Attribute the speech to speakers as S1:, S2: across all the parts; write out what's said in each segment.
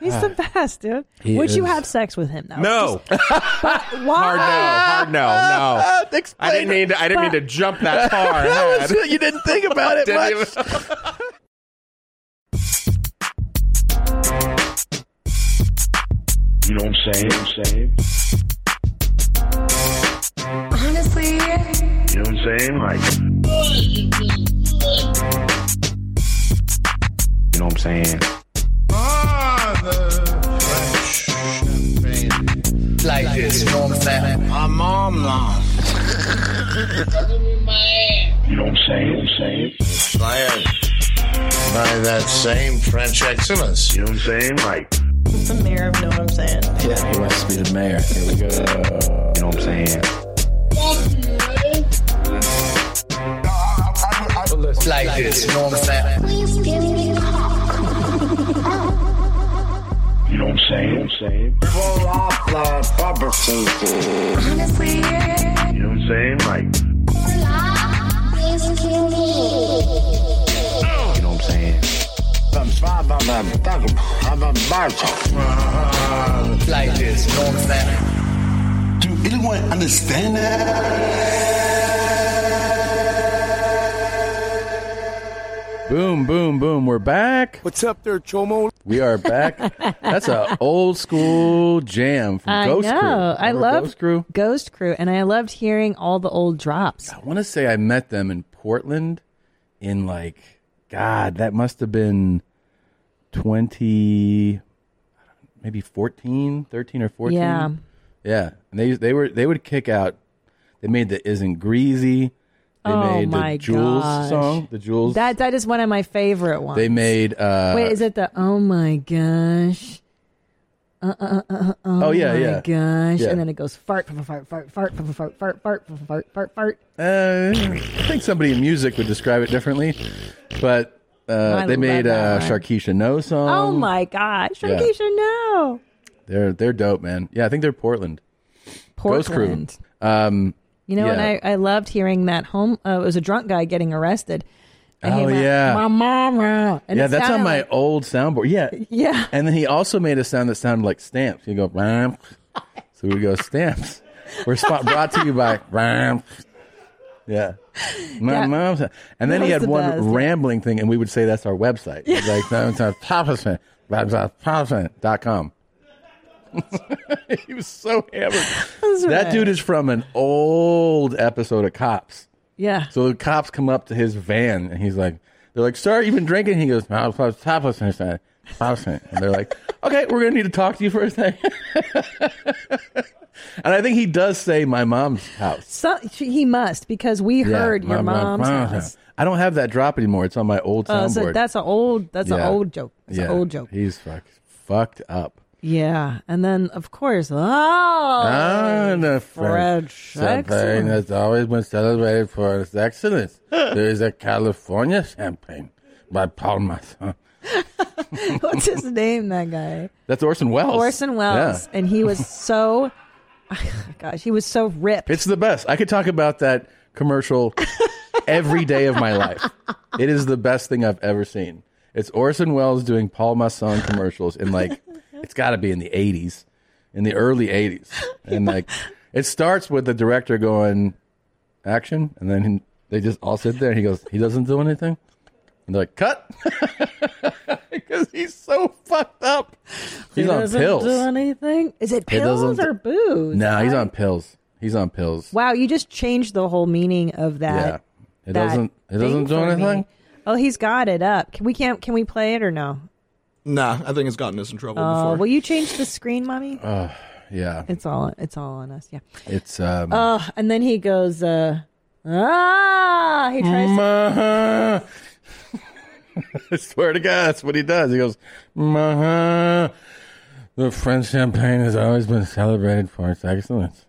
S1: He's the best, dude.
S2: He
S1: Would you
S2: is.
S1: have sex with him though?
S3: No,
S1: Why?
S3: hard no, hard no, no. I didn't mean to. I didn't mean to jump that far. ahead.
S2: you didn't think about it
S3: Didn't
S2: much.
S3: even-
S4: You know what I'm saying? I'm saying?
S5: Honestly,
S4: You know what I'm saying? Like, you know what I'm saying?
S6: Like this, you know what I'm saying? My mom long.
S4: You know what I'm saying? You know what I'm saying?
S6: Inspired by that same French excellence.
S4: You know what I'm saying? Like,
S7: The mayor of Know What I'm Saying.
S2: Yeah, he wants to be the mayor. Here we go.
S4: you know what I'm saying?
S6: Like this, you know what I'm saying?
S5: please give me a call.
S4: You know what I'm saying? You know what I'm saying?
S5: Honestly,
S4: You know what I'm saying? Like,
S5: please give me.
S4: you know what I'm saying?
S6: Like this, you know what I'm saying?
S8: Do anyone understand that?
S2: Boom, boom, boom. We're back.
S8: What's up there, Chomo?
S2: We are back. That's a old school jam from
S1: I
S2: Ghost
S1: know.
S2: Crew.
S1: I
S2: Remember
S1: love
S2: Ghost Crew.
S1: Ghost Crew, and I loved hearing all the old drops.
S2: I want to say I met them in Portland in like, God, that must have been 20, maybe 14, 13 or 14.
S1: Yeah.
S2: Yeah. And they, they were, they would kick out, they made the Isn't Greasy. They
S1: Oh
S2: made
S1: my
S2: the Jules
S1: gosh.
S2: song, the Jules.
S1: That that is one of my favorite ones.
S2: they made, uh,
S1: Wait, is it the oh my gosh? Uh,
S2: oh, yeah,
S1: my
S2: yeah.
S1: gosh.
S2: Yeah.
S1: And then it goes fart, fart, fart, fart, fart, fart, fart, fart, fart, fart, fart, fart, fart.
S2: Uh, I think somebody in music would describe it differently, but uh,
S1: I
S2: they
S1: love
S2: made uh,
S1: that one.
S2: Sharkeisha No song.
S1: Oh my gosh.
S2: um, yeah.
S1: Sharkeisha, no.
S2: They're they're dope, man. Yeah, I think they're Portland. Ghost Crew.
S1: Portland.
S2: Um,
S1: You know,
S2: Yeah.
S1: and I, I loved hearing that home. Uh, it was a drunk guy getting arrested. I
S2: Oh,
S1: hear my,
S2: yeah.
S1: my mama. And
S2: yeah,
S1: it
S2: that's on
S1: sounded
S2: my
S1: like-
S2: old soundboard. Yeah,
S1: yeah.
S2: and then he also made a sound that sounded like stamps. You go ram, so we go stamps. We're spot brought to you by ram. Yeah, my
S1: Yeah.
S2: mom's. And then
S1: That
S2: he
S1: was
S2: had
S1: the
S2: one
S1: best.
S2: rambling thing, and we would say that's our website. Yeah. Like that's our Papasan, that's our Papasan dot com. he was so hammered. That
S1: right.
S2: dude is from an old episode of Cops.
S1: Yeah.
S2: So the cops come up to his van and he's like, they're like, sir, you've been drinking? He goes, no, it's top of And they're like, okay, we're going to need to talk to you for a second. and I think he does say my mom's house.
S1: So, he must because we
S2: Yeah,
S1: heard your
S2: my mom-
S1: mom's
S2: mom's
S1: house.
S2: I don't have that drop anymore. It's on my old
S1: Uh,
S2: soundboard.
S1: so that's an old that's an
S2: Yeah.
S1: old joke. It's an old joke.
S2: He's fuck, fucked up.
S1: Yeah, and then of course, oh,
S2: Ah, the
S1: French
S2: champagne
S1: excellence.
S2: has always been celebrated for its excellence. there is a California champagne by Paul Masson.
S1: what's his name? That guy
S2: That's Orson Welles.
S1: Orson Welles,
S2: Yeah.
S1: and he was so, gosh, he was so ripped.
S2: It's the best. I could talk about that commercial every day of my life. It is the best thing I've ever seen. It's Orson Welles doing Paul Masson commercials in like it's got to be in the 80s, in the early 80s. And like it starts with the director going action and then he- they just all sit there and he goes he doesn't do anything. And they're like cut. Cuz he's so fucked up. He's
S1: he
S2: on
S1: doesn't
S2: pills.
S1: do anything. Is it pills
S2: doesn't-
S1: or booze?
S2: No, he's
S1: I-
S2: on pills. He's on pills.
S1: Wow, you just changed the whole meaning of that.
S2: Yeah. It
S1: that
S2: doesn't it
S1: thing
S2: doesn't do
S1: for me.
S2: anything.
S1: Oh, he's got it up. Can we can't can we play it or no?
S3: Nah, I think it's gotten us in trouble
S1: Oh,
S3: before.
S1: will you change the screen, mommy?
S2: Yeah.
S1: It's all it's all on us. Yeah.
S2: It's um
S1: Oh, and then he goes, uh, ah, he tries. to
S2: "Mah." I swear to God, that's what he does. He goes, "Mah." the French champagne has always been celebrated for its excellence.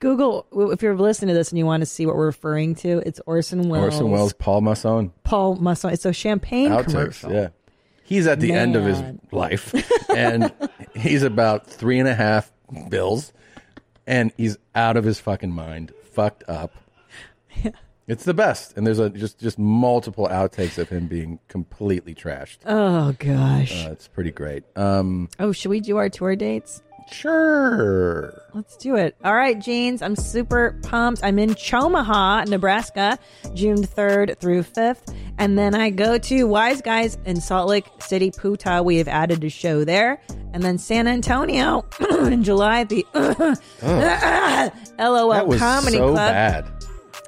S1: Google if you're listening to this and you want to see what we're referring to. It's Orson Welles.
S2: Orson Welles, Paul Masson,
S1: Paul Masson. It's a champagne
S2: outtakes.
S1: commercial.
S2: Yeah. He's at the end of his
S1: Man.
S2: life and he's about three and a half bills and he's out of his fucking mind, fucked up. It's the best, and there's a just just multiple outtakes of him being completely trashed. Uh,
S1: Oh gosh.
S2: it's pretty great. Um,
S1: oh, should we do our tour dates?
S2: sure.
S1: Let's do it. All right, Jeans. I'm super pumped. I'm in Chomaha, Nebraska, June 3rd through 5th. And then I go to Wise Guys in Salt Lake City, Utah. We have added a show there. And then San Antonio in July, at the LOL
S2: Oh. that was
S1: Oh, Comedy
S2: so
S1: Club.
S2: bad.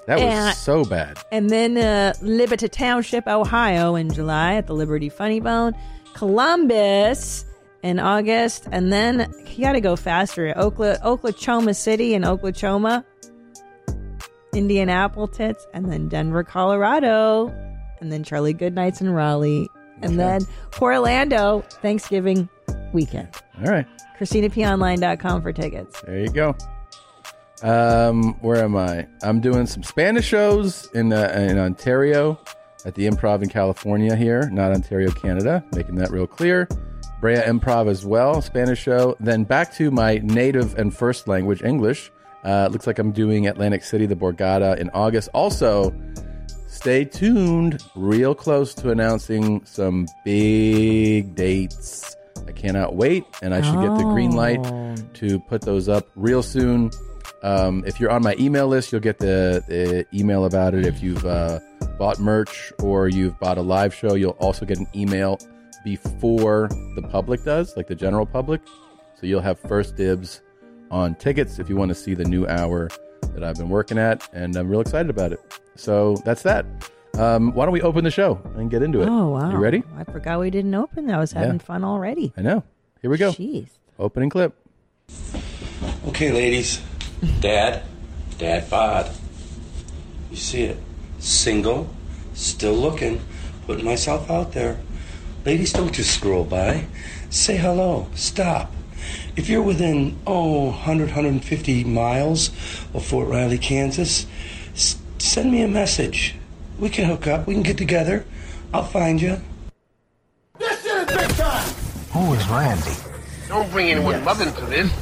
S2: That
S1: Yeah.
S2: was so bad.
S1: And then uh, Liberty Township, Ohio in July at the Liberty Funny Bone. Columbus in August. And then you got to go faster. Okla- Oklahoma City and Oklahoma. Indianapolis. And then Denver, Colorado. And then Charlie Goodnights in Raleigh. And then Orlando, Thanksgiving weekend.
S2: All right.
S1: ChristinaPOnline.com for tickets.
S2: There you go. Um, where am I? I'm doing some Spanish shows in uh, in Ontario at the Improv in California here, not Ontario, Canada. Making that real clear. Brea Improv as well, Spanish show. Then back to my native and first language, English. Uh, looks like I'm doing Atlantic City, the Borgata in August. Also, stay tuned. Real close to announcing some big dates. I cannot wait, and I should get the green light to put those up real soon. Um, if you're on my email list, you'll get the, the email about it. If you've uh, bought merch or you've bought a live show, you'll also get an email before the public does, like the general public. So you'll have first dibs on tickets if you want to see the new hour that I've been working at, and I'm real excited about it. So that's that. Um, why don't we open the show and get into it?
S1: Oh, wow.
S2: You ready?
S1: I forgot we didn't open. I was having fun already.
S2: I know. Here we go.
S1: Jeez.
S2: Opening clip.
S9: Okay, ladies. Dad, dad bod. You see it. Single, still looking, putting myself out there. Ladies, don't just scroll by. Say hello. Stop. If you're within, oh, 100, 150 miles of Fort Riley, Kansas, s- send me a message. We can hook up. We can get together. I'll find you.
S6: Who is Randy?
S10: Don't bring anyone loving to this.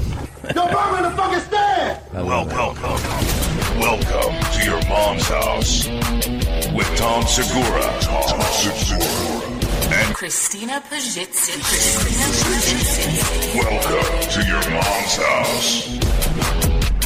S8: Yo, mom in the fucking stand!
S4: Welcome. Welcome to your mom's house with Tom Segura. Tom Segura. And
S11: Christina Pajitsin. Christina Pajitsin.
S4: welcome to your mom's house.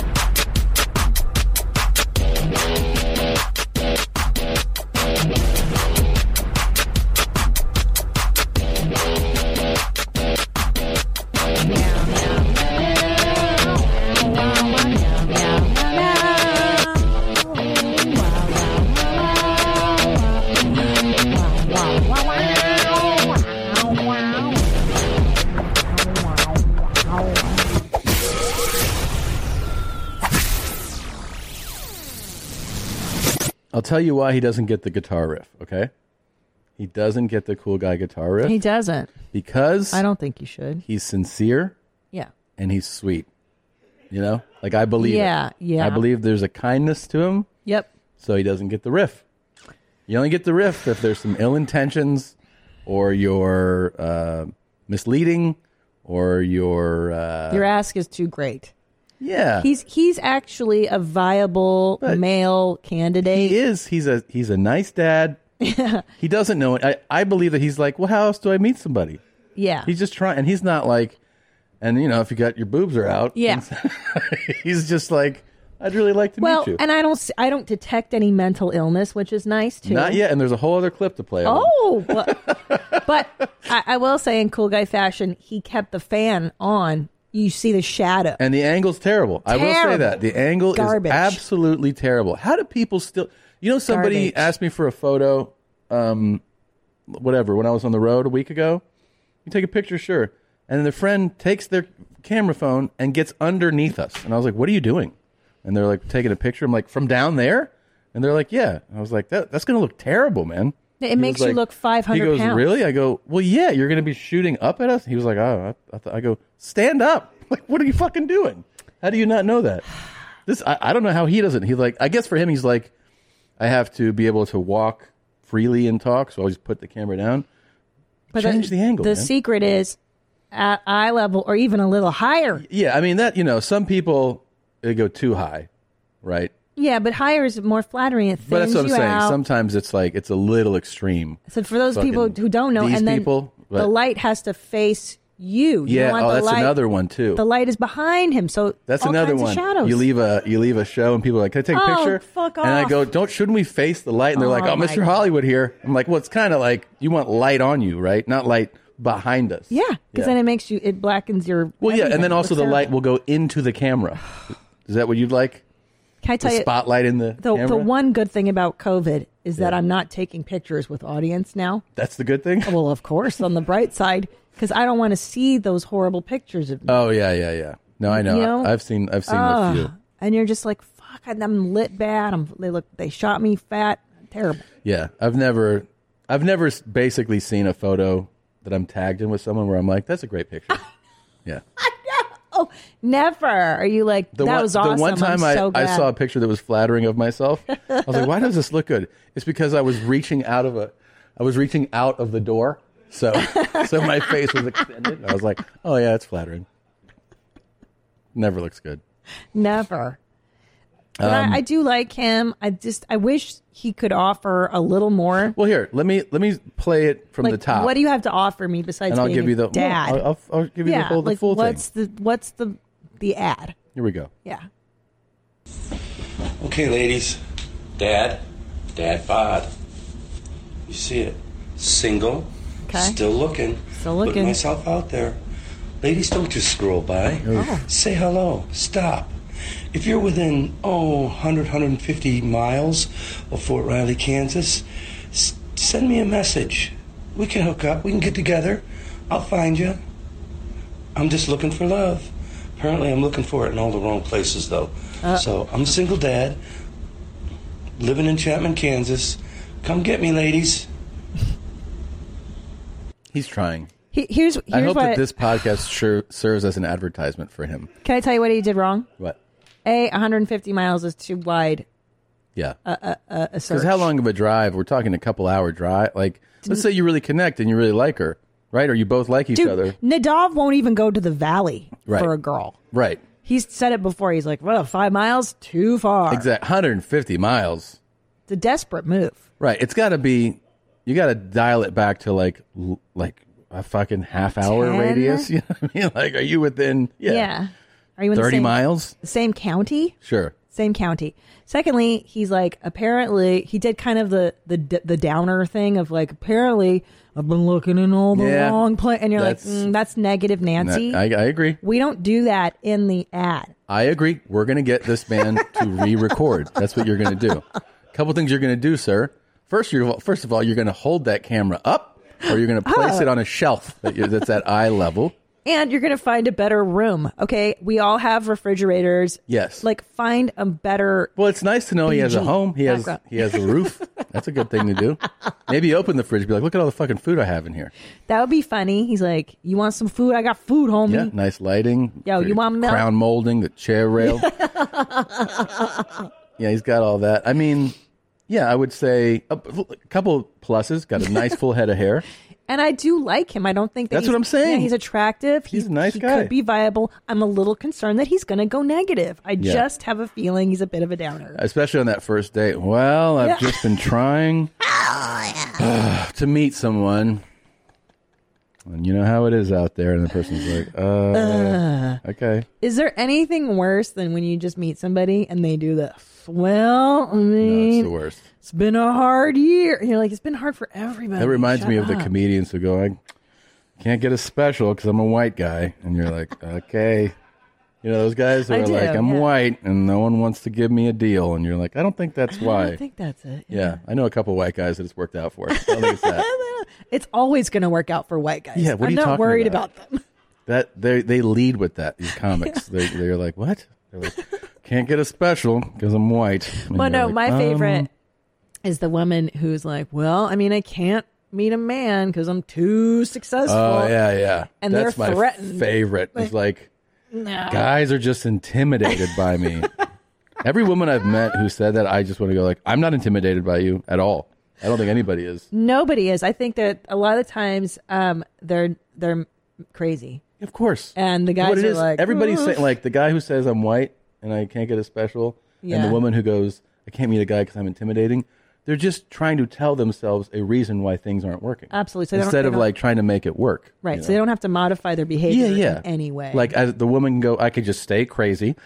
S2: I'll tell you why he doesn't get the guitar riff, okay? He doesn't get the cool guy guitar riff
S1: He doesn't.
S2: because
S1: I don't think you should.
S2: he's sincere
S1: Yeah.
S2: and he's sweet. You know? Like I believe it.
S1: Yeah, yeah.
S2: I believe there's a kindness to him,
S1: Yep.
S2: so he doesn't get the riff. You only get the riff if there's some ill intentions or you're uh, misleading or you're uh,
S1: Your ask is too great.
S2: yeah.
S1: He's he's actually a viable
S2: But-
S1: male candidate.
S2: he is. He's a he's a nice dad. he doesn't know it. I, I believe that he's like, well, how else do I meet somebody?
S1: yeah.
S2: He's just trying, and he's not like, and you know, if you got your boobs are out,
S1: Yeah.
S2: he's just like, I'd really like to
S1: well,
S2: meet you.
S1: and I don't s- I don't detect any mental illness, which is nice too.
S2: not yet, and there's a whole other clip to play. on.
S1: Oh, but, but I, I will say, in cool guy fashion, he kept the fan on. You see the shadow.
S2: and the angle's terrible. I will say
S1: Terrible.
S2: that the angle
S1: Garbage.
S2: is absolutely terrible. How do people still? You know, somebody
S1: Garbage.
S2: asked me for a photo, um, whatever, when I was on the road a week ago. You take a picture, sure, and the friend takes their camera phone and gets underneath us, and I was like, "What are you doing?" And they're like, "Taking a picture." I'm like, "From down there," and they're like, "Yeah." And I was like, that, "That's gonna look terrible, man."
S1: It
S2: He
S1: makes
S2: was
S1: you look 500
S2: He goes,
S1: pounds.
S2: really? I go, well, yeah, you're going to be shooting up at us? He was like, oh, I, I, th- I go, stand up. Like, what are you fucking doing? How do you not know that? This, I, I don't know how he doesn't. He's like, I guess for him, he's like, I have to be able to walk freely and talk, so I'll just put the camera down.
S1: but
S2: change the angle,
S1: The
S2: man.
S1: secret is at eye level or even a little higher.
S2: Yeah, I mean, that, you know, some people, they go too high, right?
S1: Yeah, but higher is more flattering. It
S2: But that's
S1: thins
S2: what I'm
S1: you
S2: saying.
S1: out.
S2: Sometimes it's like it's a little extreme.
S1: so for those people
S2: Fucking
S1: who don't know,
S2: these
S1: Oh, and then
S2: people,
S1: the
S2: but-
S1: light has to face you. you
S2: Yeah,
S1: don't want
S2: oh,
S1: the
S2: that's
S1: light-
S2: another one, too.
S1: The light is behind him, so
S2: That's
S1: all
S2: another
S1: kinds of
S2: one.
S1: shadows.
S2: You leave a you leave a show and people are like, "Can I take a
S1: Oh,
S2: picture?"
S1: fuck
S2: And I
S1: off.
S2: go, "Don't shouldn't we face the light?" And they're like,
S1: Oh,
S2: "Oh,
S1: my
S2: Mr.
S1: God.
S2: Hollywood here." I'm like, "Well, it's kind of like you want light on you, right? Not light behind us."
S1: Yeah, because
S2: Yeah.
S1: then it makes you it blackens your.
S2: Well, yeah,
S1: everything.
S2: and then
S1: It
S2: also
S1: looks
S2: the
S1: terrible.
S2: light will go into the camera. Is that what you'd like?
S1: Can I tell
S2: the
S1: you
S2: spotlight in the
S1: the, the
S2: camera?
S1: one good thing about COVID is that
S2: Yeah.
S1: I'm not taking pictures with audience now.
S2: That's the good thing.
S1: Well, of course, on the bright side, because I don't want to see those horrible pictures of me.
S2: Oh yeah, yeah, yeah. No, I know.
S1: You know?
S2: I've seen I've seen a
S1: Ugh.
S2: few.
S1: And you're just like, fuck, I'm lit bad. I'm, they look, they shot me fat. Terrible.
S2: Yeah, I've never, I've never s- basically seen a photo that I'm tagged in with someone where I'm like, "That's a great picture." yeah,
S1: Oh, never. Are you like, that
S2: one,
S1: was awesome.
S2: The one time
S1: I'm
S2: I-
S1: so
S2: I,
S1: glad.
S2: saw a picture that was flattering of myself, I was like, "Why does this look good?" It's because I was reaching out of a, I was reaching out of the door, so so my face was extended. I was like, "Oh yeah, it's flattering." Never looks good.
S1: Never. But
S2: Um,
S1: I, I do like him. I just, I wish he could offer a little more.
S2: Well, here, let me let me play it from
S1: like,
S2: the top.
S1: What do you have to offer me besides
S2: and I'll
S1: being
S2: give
S1: a
S2: you the
S1: dad?
S2: Well, I'll, I'll, I'll give you
S1: yeah,
S2: the whole the
S1: like,
S2: full thing.
S1: what's the what's the the ad?
S2: Here we go.
S1: Yeah.
S9: Okay, ladies, dad, dad bod. You see it? Single,
S1: Okay.
S9: still looking.
S1: Still looking.
S9: Putting myself out there. Ladies, don't just scroll by.
S12: Oh.
S9: Say hello. Stop. If you're within, oh, 100, 150 miles of Fort Riley, Kansas, s- send me a message. We can hook up. We can get together. I'll find you. I'm just looking for love. Apparently, I'm looking for it in all the wrong places, though. so, I'm a single dad, living in Chapman, Kansas. Come get me, ladies.
S2: He's trying.
S1: He, here's here's
S2: I hope
S1: what
S2: that this podcast sure serves as an advertisement for him.
S1: Can I tell you what he did wrong?
S2: What?
S1: A 150 miles is too wide.
S2: Yeah.
S1: A a a, a search.
S2: Because how long of a drive? We're talking a couple hour drive. Like, let's say you really connect and you really like her, right? Or you both like each
S1: Dude,
S2: other,
S1: Nadav won't even go to the valley
S2: Right.
S1: for a girl.
S2: right?
S1: He's said it before. He's like, "Well, five miles too far."
S2: Exact. 150 miles,
S1: It's a desperate move.
S2: right? It's got to be. You got to dial it back to like l- like a fucking half hour
S1: Ten?
S2: radius. You know what I mean? Like, are you within? Yeah.
S1: Are you in the
S2: 30
S1: same,
S2: miles?
S1: The same county?
S2: Sure.
S1: Same county. Secondly, he's like apparently he did kind of the the d- the downer thing of like apparently I've been looking in all the
S2: Yeah.
S1: wrong place, and you're like,
S2: That's-
S1: mm, "That's negative, Nancy."
S2: I, I agree.
S1: we don't do that in the ad.
S2: I agree. We're going to get this man to re-record. That's what you're going to do. couple things you're going to do, sir. First, you're, first of all, you're going to hold that camera up, or you're going to place
S1: Up.
S2: it on a shelf that you, that's at eye level.
S1: And you're going to find a better room. Okay. We all have refrigerators.
S2: Yes.
S1: Like, find a better.
S2: Well, it's nice to know he has a
S1: BG
S2: home. He has
S1: background.
S2: he has a roof. That's a good thing to do. Maybe open the fridge. Be like, look at all the fucking food I have in here.
S1: That would be funny. He's like, You want some food? I got food,
S2: Yeah,
S1: homie.
S2: nice lighting.
S1: Mm-hmm. Yo,
S2: The
S1: you want milk?
S2: crown molding, the chair rail. yeah, he's got all that. I mean, yeah, I would say a p- a couple pluses. Got a nice full head of hair.
S1: And I do like him. I don't think that
S2: That's
S1: he's-
S2: what I'm saying.
S1: Yeah, he's attractive.
S2: He's a nice
S1: he
S2: guy.
S1: could be viable. I'm a little concerned that he's going to go negative. I
S2: Yeah.
S1: just have a feeling he's a bit of a downer.
S2: especially on that first date. Well, I've
S1: Yeah.
S2: just been trying
S1: Oh,
S2: to meet someone, and you know how it is out there. And the person's like, uh, okay,
S1: Is there anything worse than when you just meet somebody and they do this? Well, I mean,
S2: it's the worst.
S1: it's been a hard year. And you're like, it's been hard for everybody.
S2: That reminds
S1: Shut
S2: me of the
S1: up.
S2: comedians who go, I can't get a special because I'm a white guy, and you're like, okay. You know those guys who
S1: I
S2: are
S1: do,
S2: like, I'm
S1: yeah.
S2: white, and no one wants to give me a deal, and you're like, I don't think that's why.
S1: I don't think that's it.
S2: yeah, I know a couple white guys that it's worked out for. I don't think it's that.
S1: It's always going to work out for white guys.
S2: Yeah, what are
S1: I'm
S2: you
S1: not
S2: talking
S1: worried
S2: about?
S1: about, them.
S2: That they they lead with that these comics. They they're like what? They're like, Can't get a special because I'm white. And
S1: Well,
S2: you're
S1: no,
S2: like,
S1: my
S2: um,
S1: favorite is the woman who's like, "Well, I mean, I can't meet a man because I'm too successful."
S2: Oh yeah, yeah.
S1: And
S2: That's
S1: they're
S2: my
S1: threatened.
S2: favorite. It's like
S1: No.
S2: guys are just intimidated by me. Every woman I've met who said that, I just want to go like, I'm not intimidated by you at all. I don't think anybody is.
S1: Nobody is. I think that a lot of times um, they're they're crazy,
S2: Of course.
S1: and the guys
S2: what it
S1: are
S2: is,
S1: like,
S2: everybody's
S1: "Oof."
S2: saying like the guy who says I'm white and I can't get a special and
S1: Yeah.
S2: the woman who goes, "I can't meet a guy because I'm intimidating." They're just trying to tell themselves a reason why things aren't working.
S1: Absolutely. So they don't-
S2: Instead
S1: they
S2: of
S1: don't-
S2: like trying to make it work.
S1: Right.
S2: you
S1: So they don't have to modify their behavior
S2: yeah, yeah.
S1: in any way.
S2: Like I, the woman can go, I could just stay crazy,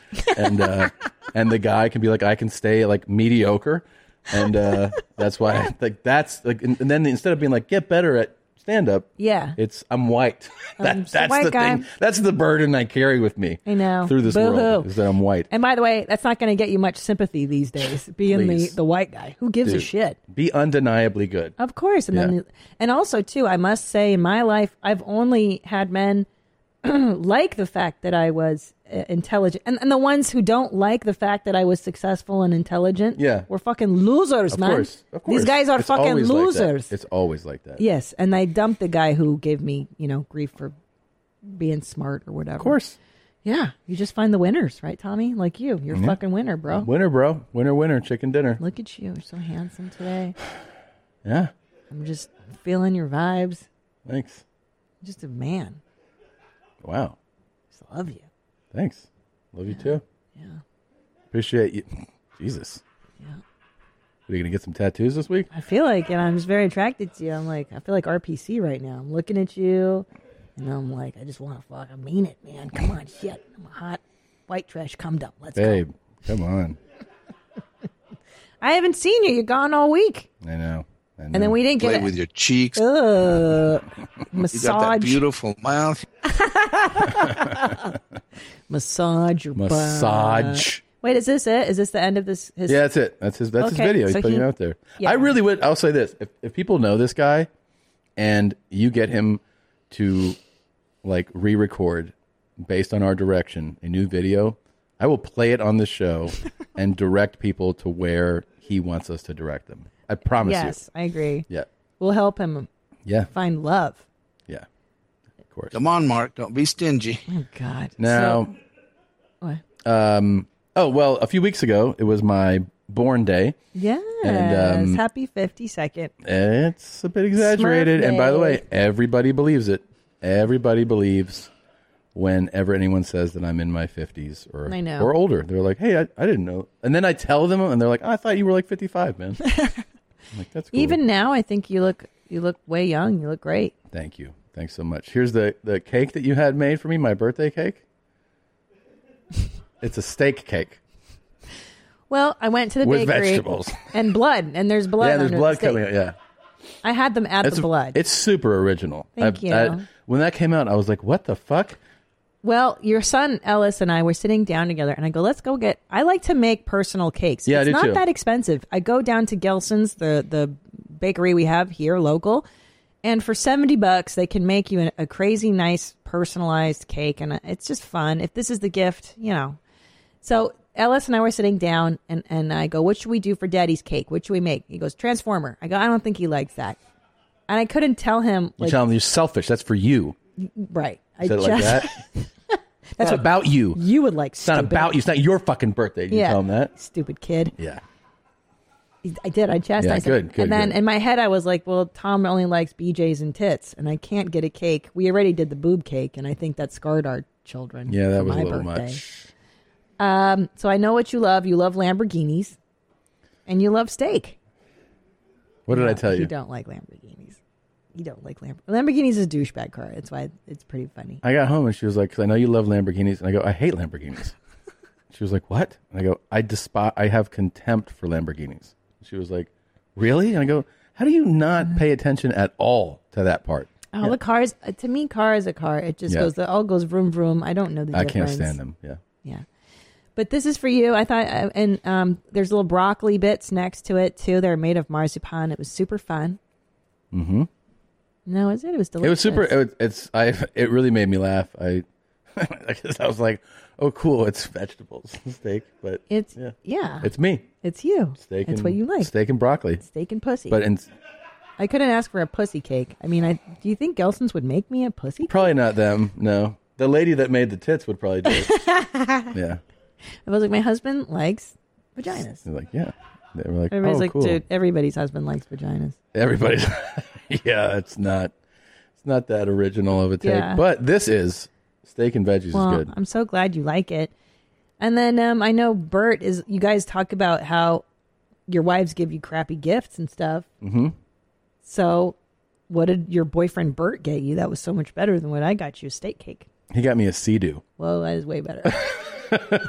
S2: and uh, and the guy can be like, I can stay like mediocre, and uh, that's why like that's like, and, and then instead of being like, get better at stand up,
S1: Yeah.
S2: it's I'm white. that,
S1: I'm just a
S2: that's
S1: white
S2: the
S1: guy.
S2: thing. That's the burden I carry with me.
S1: I know.
S2: through this world
S1: Boo-hoo.
S2: is that I'm white.
S1: and by the way, that's not going to get you much sympathy these days, being the,
S2: Please.
S1: the white guy. Who gives a
S2: Dude,
S1: shit?
S2: Be undeniably good.
S1: Of course, and then
S2: Yeah.
S1: and also too, I must say, in my life, I've only had men like the fact that I was uh, intelligent, and, and the ones who don't like the fact that I was successful and intelligent,
S2: Yeah.
S1: were fucking losers,
S2: Of
S1: man.
S2: course, of course.
S1: These guys are
S2: It's
S1: fucking
S2: always like that.
S1: losers.
S2: It's always like that.
S1: Yes, and they dumped the guy who gave me, you know, grief for being smart or whatever. Of
S2: course.
S1: Yeah, you just find the winners, right, Tommy? Like you, you're a
S2: Yeah.
S1: fucking winner, bro.
S2: Mm-hmm. Winner, bro. Winner, winner. Chicken dinner.
S1: Look at you, you're so handsome today.
S2: Yeah.
S1: I'm just feeling your vibes.
S2: Thanks.
S1: Just a man.
S2: Wow.
S1: Just love you.
S2: Thanks. Love you too.
S1: Yeah.
S2: Appreciate you. Jesus. Yeah. Are you gonna get some tattoos this week?
S1: I feel like, and I'm just very attracted to you. I'm like, I feel like RPC right now. I'm looking at you, and I'm like, I just want to fuck. I mean it, man. Come on, shit. I'm a hot white trash. Come up. Let's go.
S2: Babe, come on.
S1: I haven't seen you. You're gone all week.
S2: I know. I know.
S1: And then we didn't get
S6: Play
S1: it.
S6: with your cheeks.
S1: Ugh.
S6: You got that
S1: massage,
S6: beautiful mouth.
S1: massage your butt. Uh,
S2: Massage.
S1: Wait, is this it? Is this the end of this? His,
S2: yeah, that's it. That's his. That's
S1: Okay,
S2: his video. He's
S1: so
S2: putting
S1: he-
S2: it out there.
S1: yeah.
S2: I really would. I'll say this: if, if people know this guy, and you get him to like re-record based on our direction a new video, I will play it on the show and direct people to where he wants us to direct them. I promise
S1: Yes, I agree.
S2: you. Yeah.
S1: We'll help him
S2: Yeah.
S1: find love.
S2: Yeah. Of course.
S6: Come on, Mark. Don't be stingy.
S1: Oh God.
S2: Now,
S1: So- what?
S2: um, oh well, a few weeks ago it was my born day.
S1: Yes.
S2: And, um,
S1: Happy fifty second.
S2: It's a bit exaggerated, and by the way, everybody believes it. Everybody believes whenever anyone says that I'm in my fifties or
S1: I know.
S2: or older, they're like, "Hey, I, I didn't know." And then I tell them, and they're like, "I thought you were like 55, man." I'm like that's cool.
S1: Even now, I think you look you look way young. You look great.
S2: Thank you. Thanks so much. Here's the, the cake that you had made for me, my birthday cake. It's a steak cake.
S1: Well, I went to the
S2: With
S1: bakery
S2: vegetables.
S1: and blood, and there's blood.
S2: yeah, there's
S1: under the
S2: blood
S1: steak.
S2: coming out. Yeah.
S1: I had them at
S2: It's,
S1: the blood.
S2: it's super original.
S1: Thank
S2: I- I-
S1: you.
S2: when that came out, I was like, what the fuck?
S1: Well, your son Ellis and I were sitting down together, and I go, "Let's go get." I like to make personal cakes.
S2: Yeah, I
S1: it's
S2: do
S1: not
S2: too.
S1: that expensive. I go down to Gelson's, the the bakery we have here local, and for seventy bucks, they can make you an, a crazy nice personalized cake, and uh, it's just fun. If this is the gift, you know. So Ellis and I were sitting down, and and I go, "What should we do for Daddy's cake? What should we make?" He goes, "Transformer." I go, "I don't think he likes that," and I couldn't tell him
S2: You
S1: like
S2: tell them you're selfish. That's for you.
S1: right. I
S2: Said it
S1: just
S2: like that.
S1: that's
S2: it's not
S1: what
S2: about you.
S1: you would like.
S2: It's not
S1: stupid.
S2: about you. It's not your fucking birthday. You
S1: Yeah.
S2: tell them that.
S1: stupid kid.
S2: Yeah.
S1: I did. I chastised
S2: good,
S1: him.
S2: good,
S1: and then
S2: good.
S1: in my head, I was like, well, Tom only likes BJs and tits, and I can't get a cake. We already did the boob cake, and I think that scarred our children.
S2: Yeah, that
S1: for
S2: was a
S1: my
S2: little
S1: birthday.
S2: much.
S1: Um, so I know what you love. You love Lamborghinis, and you love steak.
S2: What did I
S1: No,
S2: tell
S1: You
S2: you?
S1: don't like Lamborghinis. You don't like Lamborghinis. Lamborghinis is a douchebag car. That's why it's pretty funny.
S2: I got home and she was like, 'Cause I know you love Lamborghinis. And I go, I hate Lamborghinis. she was like, what? And I go, I despise, I have contempt for Lamborghinis. She was like, really? And I go, how do you
S1: Uh.
S2: not pay attention at all to that part?
S1: Oh, the cars. uh, To me, car is a car. It just
S2: Yeah.
S1: goes. The all goes vroom vroom. I don't know the.
S2: I can't
S1: difference.
S2: stand them. Yeah.
S1: Yeah. But this is for you. I thought, uh, and um, there's little broccoli bits next to it too. They're made of marzipan. It was super fun.
S2: Mm-hmm.
S1: No, is it? It was delicious.
S2: It was super. It, was- it's I. It really made me laugh. I. I guess I was like, oh, cool. It's vegetables, and steak, but
S1: It's- yeah.
S2: It's me.
S1: It's you.
S2: Steak.
S1: That's
S2: and,
S1: what you like.
S2: Steak and broccoli.
S1: Steak and pussy.
S2: But and
S1: I couldn't ask for a pussy cake. I mean, I do you think Gelson's would make me a pussy?
S2: probably not them. No, the lady that made the tits would probably do it. yeah.
S1: I was like, my husband likes vaginas.
S2: They're like, yeah. They were like,
S1: Everybody's
S2: oh,
S1: like,
S2: cool.
S1: dude, everybody's husband likes vaginas.
S2: Everybody's. yeah, it's not. It's not that original of a take,
S1: Yeah.
S2: but this is steak and veggies
S1: well,
S2: is good.
S1: I'm so glad you like it. And then um, I know Bert is. You guys talk about how your wives give you crappy gifts and stuff.
S2: Mm-hmm.
S1: So, what did your boyfriend Bert get you? That was so much better than what I got you—a steak cake.
S2: He got me a sea doo.
S1: Whoa, that is way better.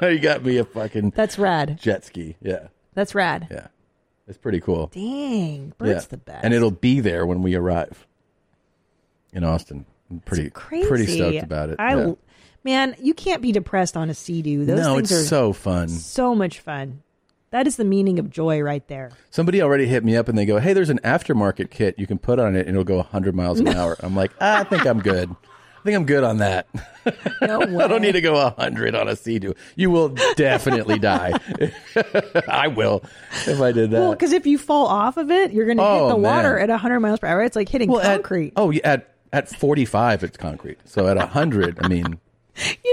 S2: he got me a fucking
S1: That's rad.
S2: jet ski. Yeah,
S1: That's rad.
S2: yeah, it's pretty cool.
S1: Dang, Bert's
S2: yeah.
S1: the best.
S2: and it'll be there when we arrive in Austin. I'm pretty
S1: Crazy.
S2: pretty stoked about it.
S1: I,
S2: yeah.
S1: man, you can't be depressed on a sea doo. Those
S2: no,
S1: things
S2: it's
S1: are
S2: so fun.
S1: so much fun. That is the meaning of joy right there.
S2: Somebody already hit me up and they go, "Hey, there's an aftermarket kit you can put on it and it'll go 100 miles an hour." I'm like, ah, "I think I'm good. I think I'm good on that. I don't need to go 100 on a Sea-Doo. You will definitely die. I will if I did that."
S1: Well, because if you fall off of it, you're going to
S2: Oh,
S1: hit the water
S2: man.
S1: at 100 miles per hour. It's like hitting concrete.
S2: At, oh, yeah, at at 45 it's concrete. So at 100, I mean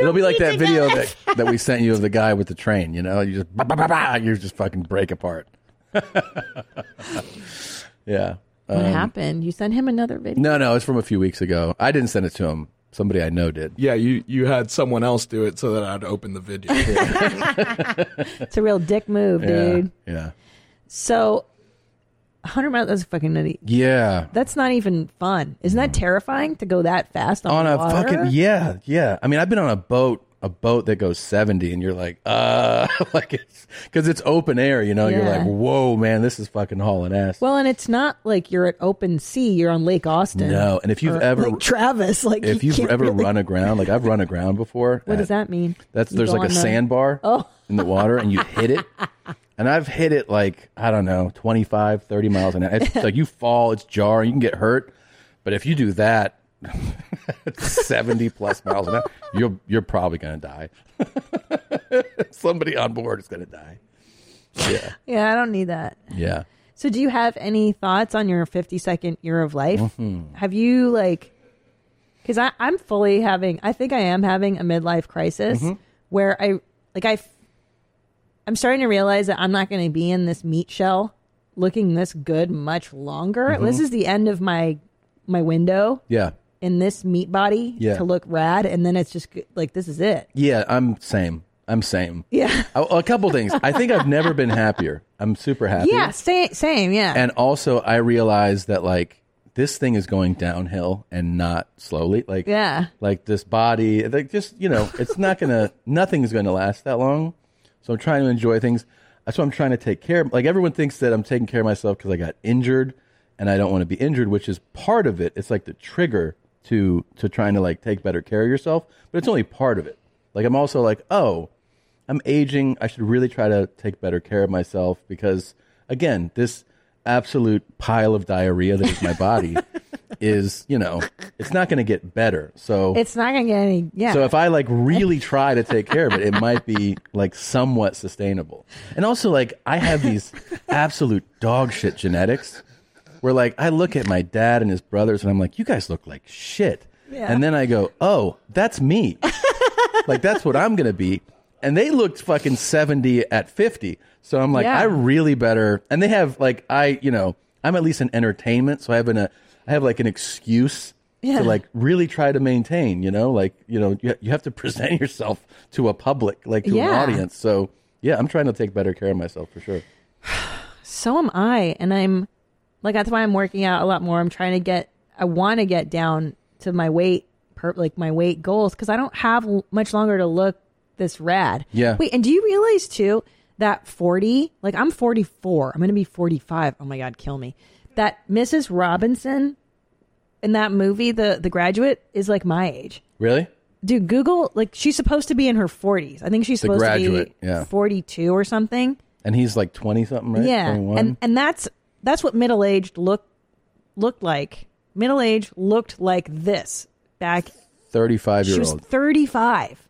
S2: It'll be like that video that, that we sent you of the guy with the train, you know? You just bah, bah, bah, bah, you just fucking break apart. yeah.
S1: what
S2: Um,
S1: happened? You sent him another video.
S2: No, no, it's from a few weeks ago. I didn't send it to him. Somebody I know did.
S13: Yeah, you you had someone else do it so that I'd open the video.
S1: It's a real dick move, dude.
S2: Yeah.
S1: So, 100 miles, that's fucking nutty.
S2: Yeah.
S1: That's not even fun. Isn't that terrifying to go that fast on,
S2: On a
S1: water?
S2: fucking yeah, yeah. I mean, I've been on a boat, a boat that goes 70 and you're like, "Uh, like it's cuz it's open air, you know. You're
S1: Yeah.
S2: like, "Whoa, man, this is fucking hauling ass."
S1: Well, and it's not like you're at open sea. You're on Lake Austin.
S2: No, and if you've
S1: Or
S2: ever-
S1: Lake Travis, like
S2: if
S1: you
S2: you've
S1: can't
S2: ever
S1: really-
S2: run aground, like I've run aground before.
S1: what does
S2: and
S1: that mean?
S2: That's
S1: You
S2: there's
S1: go
S2: like a
S1: on the-
S2: sandbar
S1: Oh.
S2: in the water and you hit it. And I've hit it like, I don't know, 25, 30 miles an hour. It's like you fall, it's jarring, you can get hurt. But if you do that 70 plus miles an hour, you're you're probably going to die. Somebody on board is going to die. Yeah.
S1: Yeah, I don't need that.
S2: Yeah.
S1: So, do you have any thoughts on your 52nd year of life?
S14: Mm-hmm.
S2: Mhm.
S1: Have you like? Because I I'm fully having. I think I am having a midlife crisis
S2: Mhm.
S1: where I like I. f- I'm starting to realize that I'm not going to be in this meat shell looking this good much longer.
S2: Mhm.
S1: This is the end of my my window
S2: Yeah.
S1: in this meat body
S2: Yeah.
S1: to look rad, and then it's just g- like this is it.
S2: Yeah, I'm same. I'm same.
S1: Yeah.
S2: A, a couple things. I think I've never been happier. I'm super happy.
S1: Yeah, same, same, yeah.
S2: And also, I realized that like this thing is going downhill and not slowly. Like
S1: Yeah.
S2: like this body, like just you know, it's not gonna. nothing's gonna last that long. So I'm trying to enjoy things. That's what I'm trying to take care. of. Like everyone thinks that I'm taking care of myself because I got injured, and I don't want to be injured, which is part of it. It's like the trigger to to trying to like take better care of yourself, but it's only part of it. Like I'm also like, oh, I'm aging. I should really try to take better care of myself because, again, this absolute pile of diarrhea that is my body is, you know, it's not going to get better. So,
S1: it's not going to get any. Yeah.
S2: so if I like really try to take care of it, it might be like somewhat sustainable. And also, like, I have these absolute dog shit genetics where, like, I look at my dad and his brothers and I'm like, you guys look like shit.
S15: Yeah.
S2: And then I go, oh, that's me. like, that's what I'm going to be. And they looked fucking 70 at 50. So I'm like,
S15: Yeah.
S2: I really better. And they have, like, I, you know, I'm at least in entertainment. So I have an, uh, I have like an excuse
S15: Yeah.
S2: to like really try to maintain, you know, like, you know, you, you have to present yourself to a public, like to an
S1: Yeah.
S2: audience. So yeah, I'm trying to take better care of myself for sure.
S1: so am I. And I'm like, that's why I'm working out a lot more. I'm trying to get, I want to get down to my weight, per, like my weight goals, because I don't have l- much longer to look this rad.
S2: Yeah.
S1: Wait, and do you realize too that 40, like I'm 44, I'm going to be 45. Oh my God, kill me. That Mrs. Robinson in that movie, the, the graduate, is like my age.
S2: Really?
S1: Dude, Google, like she's supposed to be in her 40s. I think she's
S2: The
S1: supposed
S2: graduate,
S1: to be
S2: yeah.
S1: 42 or something.
S2: And he's like 20 something, right?
S1: Yeah,
S2: 21?
S1: and and that's that's what middle aged look looked like. Middle age looked like this back.
S2: 35
S1: She
S2: year
S1: was
S2: old.
S1: thirty five,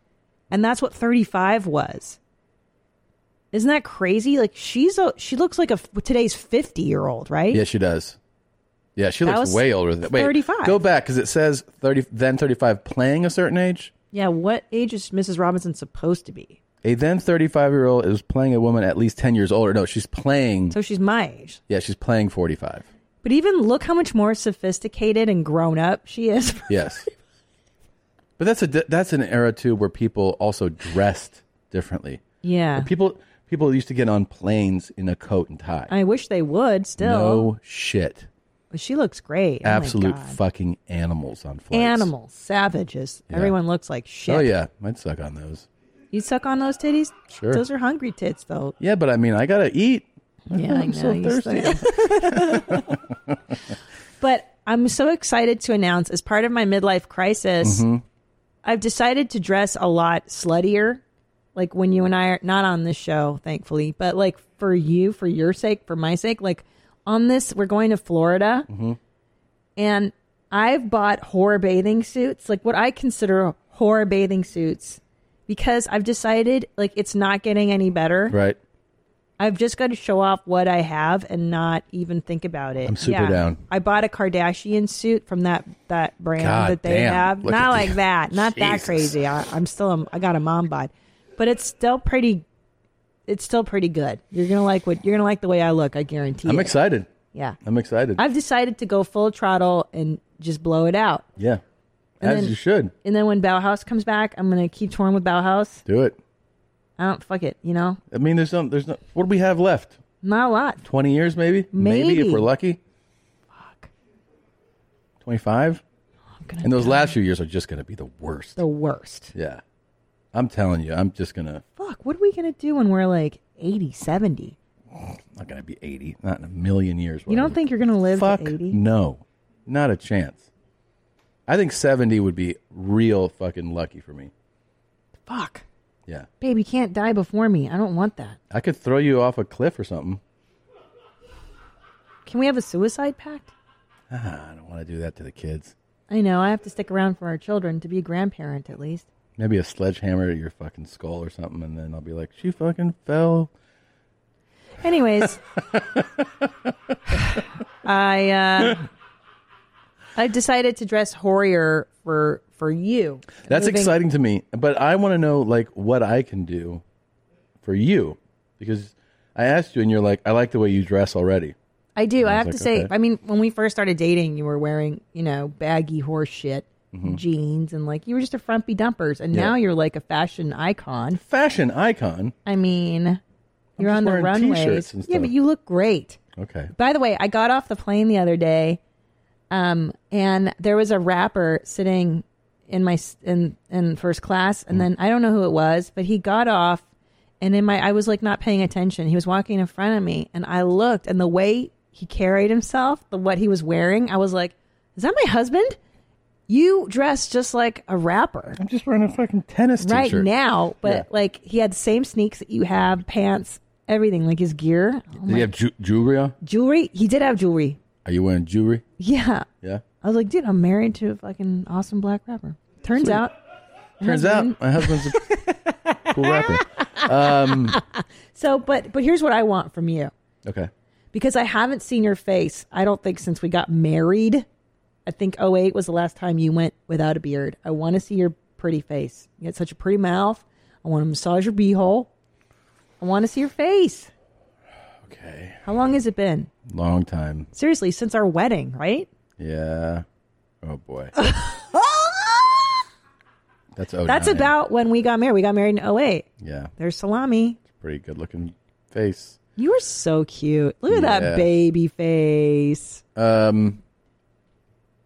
S1: and that's what thirty five was. Isn't that crazy? Like she's a she looks like a f- today's fifty year old, right?
S2: Yeah, she does. Yeah, she
S1: That
S2: looks
S1: was
S2: way older than wait,
S1: 35.
S2: Go back because it says 30, then 35 playing a certain age.
S1: Yeah, What age is Mrs. Robinson supposed to be?
S2: A then 35 year old is playing a woman at least 10 years older. No, she's playing.
S1: So she's my age.
S2: yeah, she's playing 45.
S1: But even look how much more sophisticated and grown up she is.
S2: Yes. but that's a that's an era too where people also dressed differently.
S1: Yeah.
S2: Like, people people used to get on planes in a coat and tie.
S1: I wish they would still.
S2: No shit.
S1: But she looks great. Oh my
S2: Absolute
S1: God.
S2: fucking animals on flights.
S1: Animals, savages.
S2: Yeah.
S1: Everyone looks like shit.
S2: Oh yeah, I'd suck on those.
S1: You suck on those titties?
S2: Sure.
S1: Those are hungry tits, though.
S2: Yeah, but I mean, I gotta eat.
S1: Yeah, I
S2: I'm
S1: know.
S2: so
S1: you suck. but I'm so excited to announce, as part of my midlife crisis,
S2: Mhm.
S1: I've decided to dress a lot sluttier. Like when you and I are not on this show, thankfully, but like for you, for your sake, for my sake, like on this, we're going to Florida.
S2: Mhm.
S1: and I've bought horror bathing suits, like what I consider horror bathing suits, because I've decided like it's not getting any better.
S2: Right.
S1: I've just got to show off what I have and not even think about it.
S2: I'm super down.
S1: I bought a Kardashian suit from that that brand
S2: God
S1: that they
S2: damn.
S1: have.
S2: Look
S1: not
S2: at
S1: like
S2: you.
S1: that. Not that
S2: Jesus.
S1: crazy. I, I'm still a, I got a mom bod, but it's still pretty. It's still pretty good. You're gonna like what you're gonna like the way I look. I guarantee.
S2: I'm
S1: it.
S2: excited.
S1: Yeah.
S2: I'm excited.
S1: I've decided to go full throttle and just blow it out.
S2: yeah,
S1: And
S2: as
S1: then-
S2: you should
S1: And then when Bauhaus comes back, I'm gonna keep touring with Bauhaus.
S2: do it.
S1: I don't fuck it, you know,
S2: I mean, there's some. There's no. What do we have left?
S1: not a lot.
S2: Twenty years, maybe.
S1: Maybe.
S2: if we're lucky. Fuck. Twenty-five.
S1: Oh,
S2: And those last few years are just gonna be the worst.
S1: The worst.
S2: Yeah, I'm telling you, I'm just gonna.
S1: Fuck. What are we gonna do when we're like 80, 70?
S2: Not gonna be eighty. Not in a million years.
S1: You don't think you're gonna live
S2: Fuck Mm.
S1: to 80?
S2: No, not a chance. I think seventy would be real fucking lucky for me.
S1: Fuck.
S2: Yeah,
S1: Babe, you can't die before me. I don't want that.
S2: I could throw you off a cliff or something.
S1: Can we have a suicide pact?
S2: Ah, I don't want to do that to the kids.
S1: I know. I have to stick around for our children to be a grandparent at least.
S2: Maybe a sledgehammer to your fucking skull or something, and then I'll be like, she fucking fell.
S1: Anyways, I uh, I've decided to dress horrier for for you.
S2: That's
S1: Moving-
S2: exciting to me, but I want to know like what I can do for you because I asked you, and you're like, I like the way you dress already.
S1: I do.
S2: I
S1: I
S2: was
S1: have
S2: like,
S1: to say,
S2: okay.
S1: I mean, when we first started dating, you were wearing, you know, baggy horse shit
S2: Mhm.
S1: jeans and like you were just a frumpy dumpers. And
S2: Yeah.
S1: now you're like a fashion icon.
S2: Fashion icon.
S1: I mean, you're
S2: just
S1: on the
S2: wearing
S1: runways.
S2: t-shirts and
S1: Yeah, but
S2: stuff.
S1: you look great.
S2: Okay.
S1: By the way, I got off the plane the other day, um, and there was a rapper sitting in my s- in in first class,
S2: Hmm.
S1: and then I don't know who it was, but he got off, and in my I was like not paying attention. He was walking in front of me, and I looked, and the way he carried himself, the what he was wearing, I was like, "Is that my husband?" You dress just like a rapper.
S2: I'm just wearing a fucking tennis
S1: right
S2: t-shirt.
S1: now, but
S2: Yeah.
S1: like he had the same sneaks that you have, pants, everything, like his gear, Oh
S2: Did you have ju- jewelry on?
S1: jewelry. He did have jewelry.
S2: Are you wearing jewelry?
S1: Yeah,
S2: Yeah.
S1: I was like, dude, I'm married to a fucking awesome black rapper. Turns
S2: Sweet.
S1: out,
S2: Turns out my husband's a cool rapper. Um,
S1: so but but here's what I want from you
S2: okay.
S1: because I haven't seen your face. I don't think since we got married. I think 08 was the last time you went without a beard. I want to see your pretty face. You got such a pretty mouth. I want to massage your beehole. I want to see your face.
S2: Okay. Hmm.
S1: How long has it been?
S2: Long time.
S1: Seriously, since our wedding, right?
S2: Yeah. Oh boy. That's oh.
S1: That's about when we got married. We got married in 08.
S2: Yeah.
S1: There's salami.
S2: Pretty good looking face.
S1: You are so cute. Look at
S2: Yeah.
S1: that baby face.
S2: Um,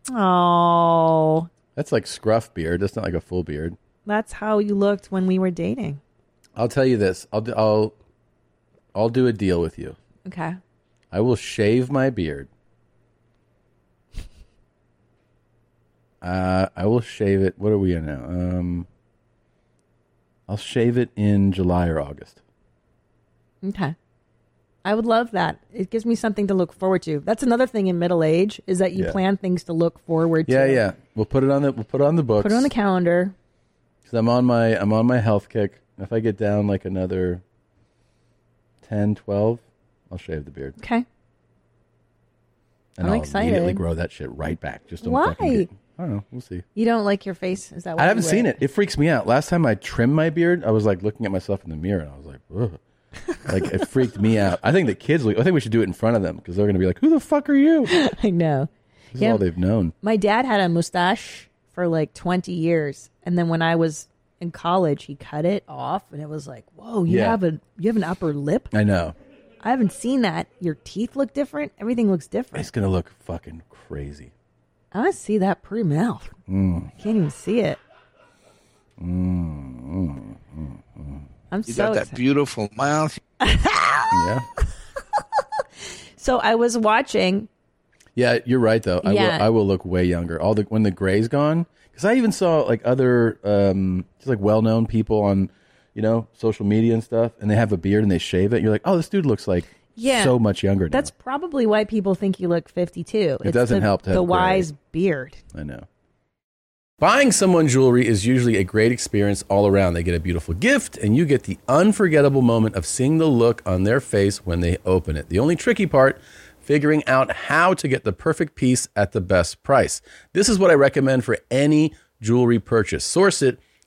S1: Oh,
S2: that's like scruff beard. That's not like a full beard.
S1: that's how you looked when we were dating.
S2: I'll tell you this. I'll do, I'll I'll do a deal with you.
S1: Okay.
S2: I will shave my beard. Uh, I will shave it. What are we in now? Um, I'll shave it in July or August.
S1: Okay. I would love that. It gives me something to look forward to. That's another thing in middle age is that you
S2: Yeah.
S1: plan things to look forward
S2: Yeah,
S1: to.
S2: yeah. We'll put it on the we'll put it on the books.
S1: Put it on the calendar.
S2: Cause I'm on my I'm on my health kick. If I get down like another 10, 12, I'll shave the beard.
S1: Okay. I'm
S2: And will immediately
S1: excited.
S2: grow that shit right back. Just don't fucking
S1: Why?
S2: get, I don't know. We'll see.
S1: You don't like your face? Is that why
S2: I
S1: you
S2: haven't
S1: wear
S2: seen it. It freaks me out. Last time I trimmed my beard, I was like looking at myself in the mirror and I was like, Ugh. like it freaked me out. I think the kids look, I think we should do it in front of them because they're going to be like, who the fuck are you? This
S1: I know.
S2: is
S1: Yeah.
S2: all they've known.
S1: My dad had a mustache for like 20 years. And then when I was in college, he cut it off, and it was like, whoa, you
S2: Yeah.
S1: have a you have an upper lip.
S2: I know.
S1: I haven't seen that. Your teeth look different. Everything looks different.
S2: It's gonna look fucking crazy.
S1: I see that pre mouth.
S2: Mm.
S1: I can't even see it.
S2: Mm, mm, mm, mm.
S1: I'm
S15: You
S1: so
S15: got that
S1: excited.
S15: beautiful mouth.
S2: yeah.
S1: So I was watching.
S2: Yeah, you're right though. I
S1: Yeah.
S2: will I will look way younger. All the when the gray's gone cuz I even saw like other um just like well-known people on you know, social media and stuff and they have a beard and they shave it. And you're like, "Oh, this dude looks like
S1: Yeah.
S2: so much younger." now.
S1: That's probably why people think you look 52.
S2: It doesn't
S1: the,
S2: help to have
S1: the
S2: gray.
S1: wise beard.
S2: I know. Buying someone jewelry is usually a great experience all around. They get a beautiful gift, and you get the unforgettable moment of seeing the look on their face when they open it. The only tricky part, figuring out how to get the perfect piece at the best price. This is what I recommend for any jewelry purchase. Source it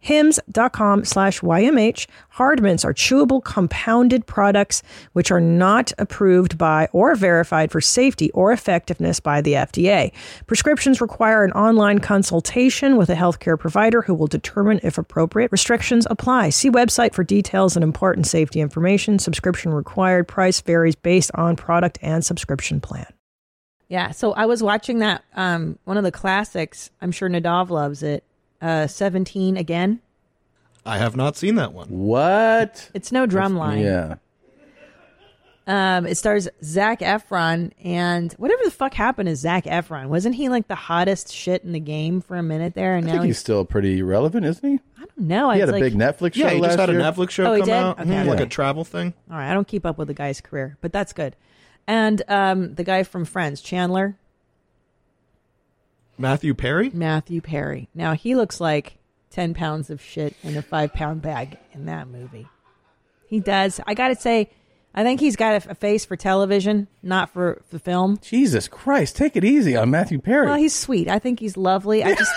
S7: Hims.com slash YMH. Hardmints are chewable compounded products which are not approved by or verified for safety or effectiveness by the FDA. Prescriptions require an online consultation with a healthcare provider who will determine if appropriate. Restrictions apply. See website for details and important safety information. Subscription required. Price varies based on product and subscription plan.
S1: Yeah. So I was watching that um, one of the classics. I'm sure Nadav loves it. Uh, 17 again.
S13: I have not seen that one.
S2: What?
S1: It's no drumline.
S2: Yeah.
S1: Um, it stars Zach Efron and whatever the fuck happened to Zach Efron. Wasn't he like the hottest shit in the game for a minute there? And
S2: I
S1: now
S2: think he's still pretty relevant, isn't he?
S1: I don't know.
S2: He
S1: I
S2: had
S1: was
S2: a
S1: like,
S2: big Netflix show
S13: Yeah, he just
S2: last
S13: had a
S2: year.
S13: Netflix show
S1: Oh, he
S13: come
S1: did?
S13: out,
S1: Okay.
S13: mhm, like
S1: Yeah.
S13: a travel thing.
S1: All right, I don't keep up with the guy's career, but that's good. And um, the guy from Friends, Chandler
S13: Matthew Perry.
S1: Matthew Perry. Now he looks like ten pounds of shit in a five pound bag in that movie. He does. I gotta say, I think he's got a, a face for television, not for the film.
S2: Jesus Christ, take it easy on Matthew Perry.
S1: Well, he's sweet. I think he's lovely. I just,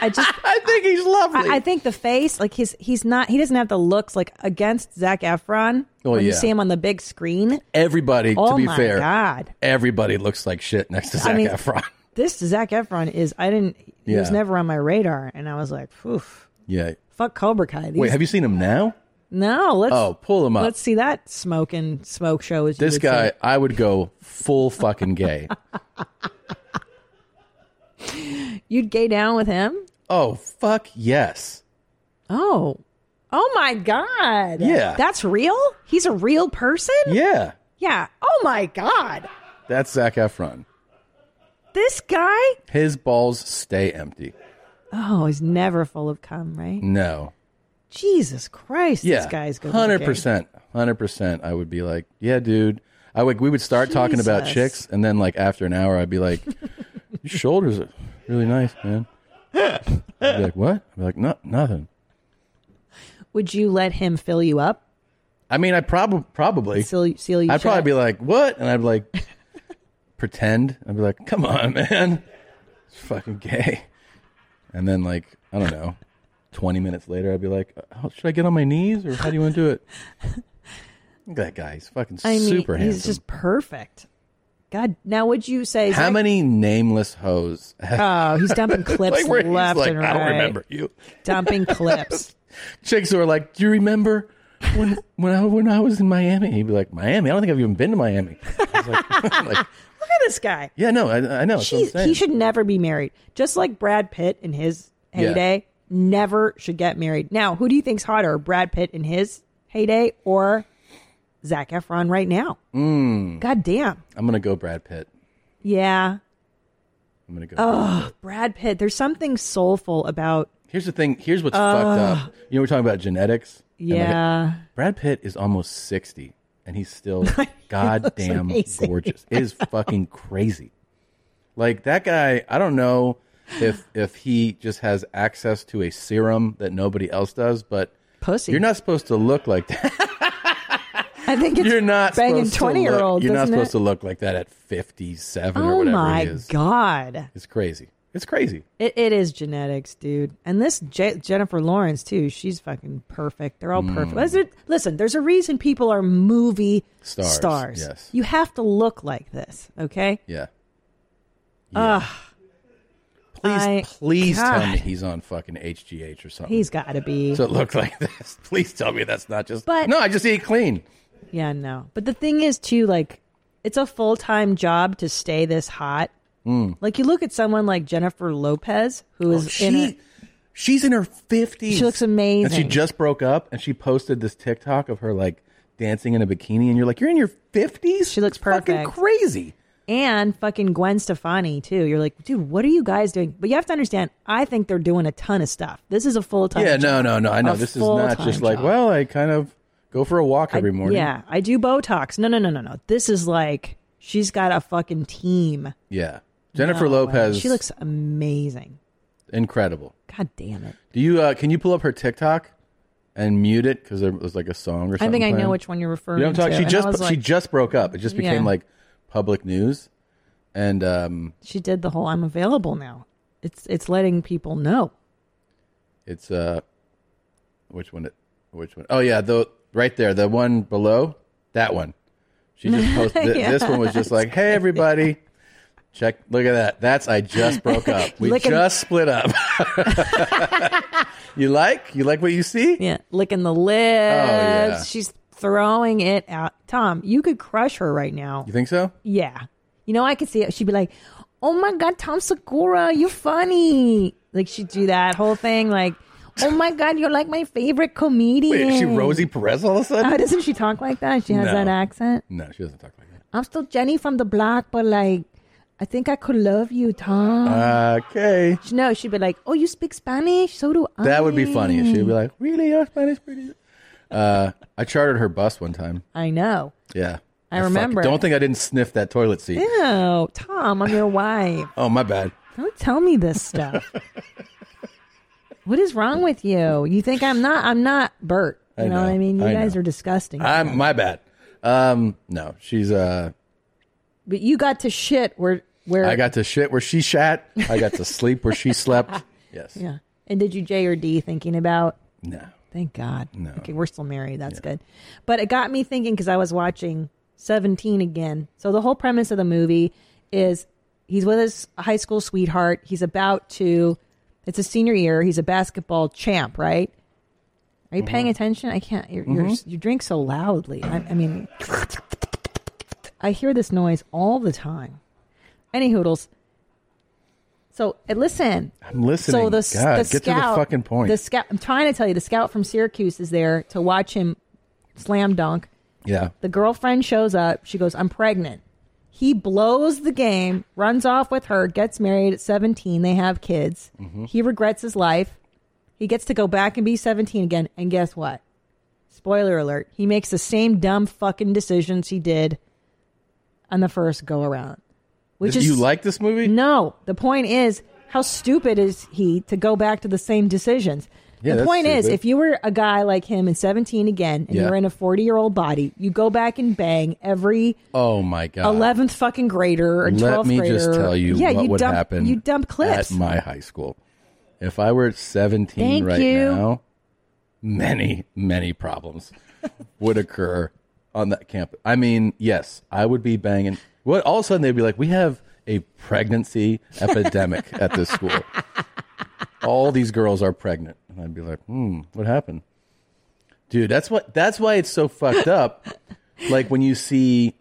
S1: I just,
S2: I think he's lovely.
S1: I, think the face, like his, he's not. He doesn't have the looks like against Zach Efron
S2: Oh,
S1: when you
S2: yeah.
S1: see him on the big screen.
S2: everybody,
S1: Oh
S2: to be
S1: my
S2: fair,
S1: God.
S2: everybody looks like shit next to
S1: I
S2: Zac
S1: mean-
S2: Efron.
S1: This Zach Efron is. I didn't. He was
S2: Yeah.
S1: never on my radar, and I was like, "Oof,
S2: Yeah.
S1: fuck Cobra Kai." These
S2: Wait, have you seen him now?
S1: No, let's.
S2: Oh, pull him up.
S1: Let's see that smoke and smoke show. As you
S2: This
S1: would
S2: guy,
S1: say.
S2: I would go full fucking gay.
S1: you'd gay down with him.
S2: oh fuck yes.
S1: Oh, oh my god.
S2: Yeah.
S1: that's real. He's a real person.
S2: Yeah,
S1: Yeah. Oh my god.
S2: that's Zach Efron.
S1: This guy.
S2: His balls stay empty.
S1: Oh, he's never full of cum, right?
S2: No.
S1: Jesus Christ.
S2: Yeah.
S1: This guy's good.
S2: Hundred
S1: looking.
S2: percent. Hundred percent. I would be like, yeah, dude. I would. We would start talking about
S1: Jesus.
S2: chicks, and then like after an hour, I'd be like, your shoulders are really nice, man. I'd be like, what? I'd be like, no, nothing.
S1: Would you let him fill you up?
S2: I mean, I probably probably
S1: seal, seal you
S2: I'd probably
S1: shut.
S2: be like, "What?" And I'd be like, pretend. I'd be like, "Come on, man, it's fucking gay." And then like I don't know, twenty minutes later, I'd be like, "Oh, "Should I get on my knees or how do you want to do it?" Look at that guy. He's fucking
S1: I mean,
S2: super
S1: he's
S2: handsome.
S1: just perfect. God, now would you say
S2: How
S1: Zach-
S2: many nameless hoes?
S1: Oh, he's dumping clips
S2: Like, where he's
S1: left
S2: like,
S1: and
S2: I don't
S1: right.
S2: remember you.
S1: Dumping clips.
S2: Chicks who are like, "Do you remember when when I when I was in Miami?" He'd be like, "Miami? I don't think I've even been to Miami." I was like, like,
S1: Look at this guy.
S2: yeah, no, I, I know. that's what I'm
S1: She's-
S2: saying.
S1: he should never be married. Just like Brad Pitt in his
S2: Yeah.
S1: heyday, never should get married. Now, who do you think's hotter, Brad Pitt in his heyday or Zach Efron right now?
S2: Mm.
S1: God damn.
S2: I'm gonna go Brad Pitt.
S1: Yeah.
S2: I'm gonna go.
S1: Oh, Brad Pitt. There's something soulful about.
S2: Here's the thing. Here's what's
S1: Ugh.
S2: fucked up. You know, we're talking about genetics. and like,
S1: Yeah.
S2: Brad Pitt is almost sixty, and he's still goddamn
S1: amazing.
S2: gorgeous. It is fucking crazy. Like that guy. I don't know if if he just has access to a serum that nobody else does, but
S1: pussy.
S2: You're not supposed to look like that.
S1: I think it's
S2: You're not
S1: banging
S2: supposed to look-
S1: 20 year olds.
S2: You're not
S1: isn't
S2: supposed
S1: it?
S2: to look like that at fifty-seven or
S1: Oh
S2: whatever.
S1: my
S2: he is.
S1: God.
S2: It's crazy. It's crazy.
S1: It, it is genetics, dude. And this J- Jennifer Lawrence too. She's fucking perfect. They're all perfect.
S2: Mm.
S1: Is it- Listen, there's a reason people are movie
S2: Stars,
S1: stars.
S2: yes.
S1: You have to look like this, okay?
S2: Yeah.
S1: Ugh.
S2: Please,
S1: I-
S2: please tell
S1: God.
S2: me he's on fucking HGH or something.
S1: He's got to be.
S2: So it looks like this. Please tell me that's not just.
S1: But-
S2: no, I just eat clean.
S1: Yeah, no. But the thing is too, like, it's a full time job to stay this hot.
S2: Mm.
S1: Like you look at someone like Jennifer Lopez, who is in
S2: Oh, she- she's in her fifties.
S1: She looks amazing.
S2: And she just broke up, and she posted this TikTok of her like dancing in a bikini, and you're like, you're in your fifties. She
S1: looks perfect.
S2: Fucking crazy.
S1: and fucking Gwen Stefani too. You're like, dude, what are you guys doing? But you have to understand, I think they're doing a ton of stuff. This is a full time.
S2: yeah, no, no, no. I know this is not just like, well, I kind of go for a walk every morning.
S1: yeah, I do Botox. No, no, no, no, no. This is like she's got a fucking team.
S2: yeah. Jennifer
S1: No way.
S2: Lopez,
S1: She looks amazing.
S2: incredible.
S1: God damn it.
S2: Do you? Uh, can you pull up her TikTok and mute it because there was like a song or
S1: I
S2: something?
S1: think I know
S2: playing?
S1: which one you're referring
S2: you know what I'm
S1: to,
S2: Talking?
S1: and
S2: She
S1: I
S2: just
S1: was
S2: she
S1: like-
S2: just broke up. It just became
S1: Yeah.
S2: like public news, and um,
S1: She did the whole I'm available now. It's it's letting people know.
S2: it's uh, which one? It which one? Oh yeah, the right there, the one below that one. She just posted th-
S1: Yeah,
S2: this one was just
S1: it's
S2: like, hey everybody. Check, look at that. That's I just broke up. We
S1: Licking-
S2: just split up. you like? You like what you see?
S1: Yeah, licking the lips.
S2: Oh, yeah.
S1: She's throwing it out. Tom, you could crush her right now.
S2: You think so?
S1: Yeah. You know, I could see it. She'd be like, oh my God, Tom Segura, you're funny. Like, she'd do that whole thing. Like, oh my God, you're like my favorite comedian.
S2: Wait, is she Rosie Perez all of a sudden?
S1: Oh, doesn't she talk like that? She has
S2: No.
S1: that accent.
S2: No, she doesn't talk like that.
S1: I'm still Jenny from the block, but like, I think I could love you, Tom.
S2: Uh, Okay.
S1: She- no, she'd be like, oh, you speak Spanish? So do I.
S2: That would be funny. if She'd be like, really? Your Spanish pretty? Uh, I chartered her bus one time.
S1: I know.
S2: Yeah.
S1: I
S2: fucking-
S1: remember.
S2: Don't think I didn't sniff that toilet seat.
S1: Ew, Tom, I'm your wife.
S2: Oh, my bad.
S1: Don't tell me this stuff. what is wrong with you? You think I'm not? I'm not Bert. You
S2: I
S1: know, what
S2: know,
S1: I mean? You
S2: I
S1: guys
S2: know.
S1: are disgusting.
S2: I'm my bad. Um, no, she's uh,
S1: but you got to shit where where
S2: I got to shit where she shat. I got to sleep where she slept. Yes.
S1: Yeah. And did you J or D thinking about?
S2: No.
S1: Thank God.
S2: No.
S1: Okay, we're still married. That's good. But it got me thinking because I was watching 17 again. So the whole premise of the movie is he's with his high school sweetheart. He's about to. It's his senior year. He's a basketball champ, right? Are you
S2: Mm-hmm.
S1: paying attention? I can't. You're, you're,
S11: Mhm.
S1: you drink so loudly. I, I mean, I hear this noise all the time. Any hoodles. So uh, listen.
S2: I'm listening.
S1: So the, the
S2: God, get to the
S1: scout-
S2: fucking point.
S1: The scout. I'm trying to tell you, the scout from Syracuse is there to watch him slam dunk.
S2: Yeah.
S1: The girlfriend shows up. She goes, "I'm pregnant." He blows the game, runs off with her, gets married at 17. They have kids.
S2: Mm-hmm.
S11: Mhm.
S1: He regrets his life. He gets to go back and be 17 again. And guess what? Spoiler alert. He makes the same dumb fucking decisions he did on the first go around. Which
S2: This-
S1: is
S2: you like this movie?
S1: No. The point is, how stupid is he to go back to the same decisions?
S2: Yeah,
S1: the
S2: that's
S1: point is,
S2: stupid.
S1: if you were a guy like him in 17 again and
S2: Yeah.
S1: you're in a 40 year old body, you go back and bang every
S2: Oh my god.
S1: 11th fucking grader or 12th
S2: Let me
S1: grader.
S2: just tell you
S1: yeah,
S2: what
S1: you
S2: would
S1: dump,
S2: happen.
S1: You dump clips.
S2: at my high school. If I were 17
S1: Thank
S2: right
S1: you.
S2: now, many many problems would occur on that campus. I mean, yes, I would be banging. What all of a sudden they'd be like, we have a pregnancy epidemic at this school. All these girls are pregnant, and I'd be like, hmm, what happened? dude that's what that's why it's so fucked up like when you see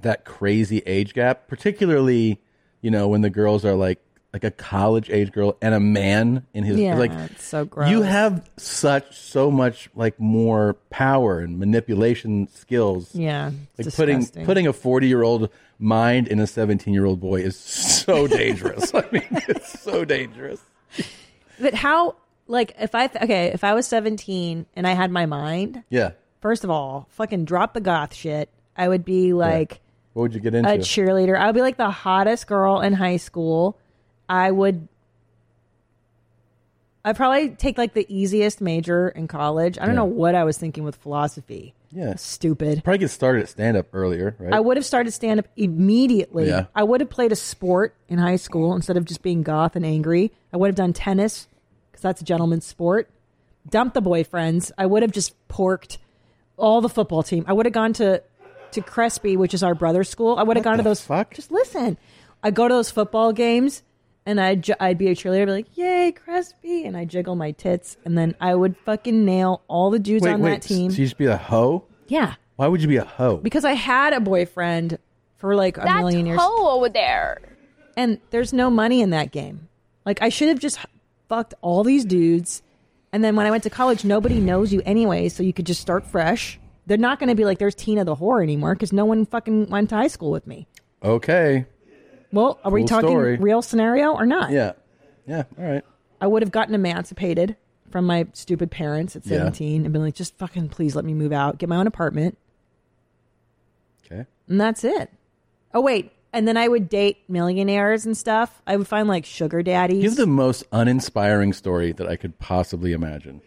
S2: that crazy age gap particularly you know when the girls are like like a college age girl and a man in his
S1: yeah,
S2: like
S1: it's so gross.
S2: you have such so much like more power and manipulation skills
S1: Yeah,
S2: like
S1: it's
S2: putting
S1: disgusting.
S2: putting a 40 year old mind in a 17 year old boy is so dangerous i mean it's so dangerous
S1: But how, like, if I, th- okay, if I was 17 and I had my mind,
S2: yeah
S1: first of all, fucking drop the goth shit. I would be like
S2: what would you get into
S1: a cheerleader. I would be like the hottest girl in high school. I would. I'd probably take like the easiest major in college. I don't
S2: Yeah.
S1: know what I was thinking with philosophy.
S2: yeah
S1: stupid
S2: probably get started at stand up earlier right
S1: I would have started stand up immediately.
S2: Yeah.
S1: I would have played a sport in high school instead of just being goth and angry. I would have done tennis because that's a gentleman's sport. Dumped the boyfriends. I would have just porked all the football team. I would have gone to to Crespi, which is our brother's school. I would have gone to those. Just listen. I go to those football games and I'd, ju- I'd be a cheerleader, be like, yay, Crespi. And I jiggle my tits. And then I would fucking nail all the dudes
S2: wait,
S1: on
S2: wait,
S1: that team.
S2: So you should be a hoe?
S1: yeah.
S2: Why would you be a hoe?
S1: Because I had a boyfriend for like a
S15: That
S1: million years.
S15: hoe over there.
S1: And there's no money in that game. Like I should have just fucked all these dudes. And then when I went to college, nobody knows you anyway, so you could just start fresh. They're not going to be like, there's Tina the whore anymore because no one fucking went to high school with me.
S2: okay.
S1: Well, are we
S2: Cool
S1: talking
S2: story.
S1: real scenario or not?
S2: Yeah. Yeah. All right.
S1: I would have gotten emancipated from my stupid parents at
S2: Yeah.
S1: 17 and been like, just fucking please let me move out, get my own apartment.
S2: Okay.
S1: And that's it. Oh, wait. And then I would date millionaires and stuff. I would find like sugar daddies.
S2: Give the most uninspiring story that I could possibly imagine.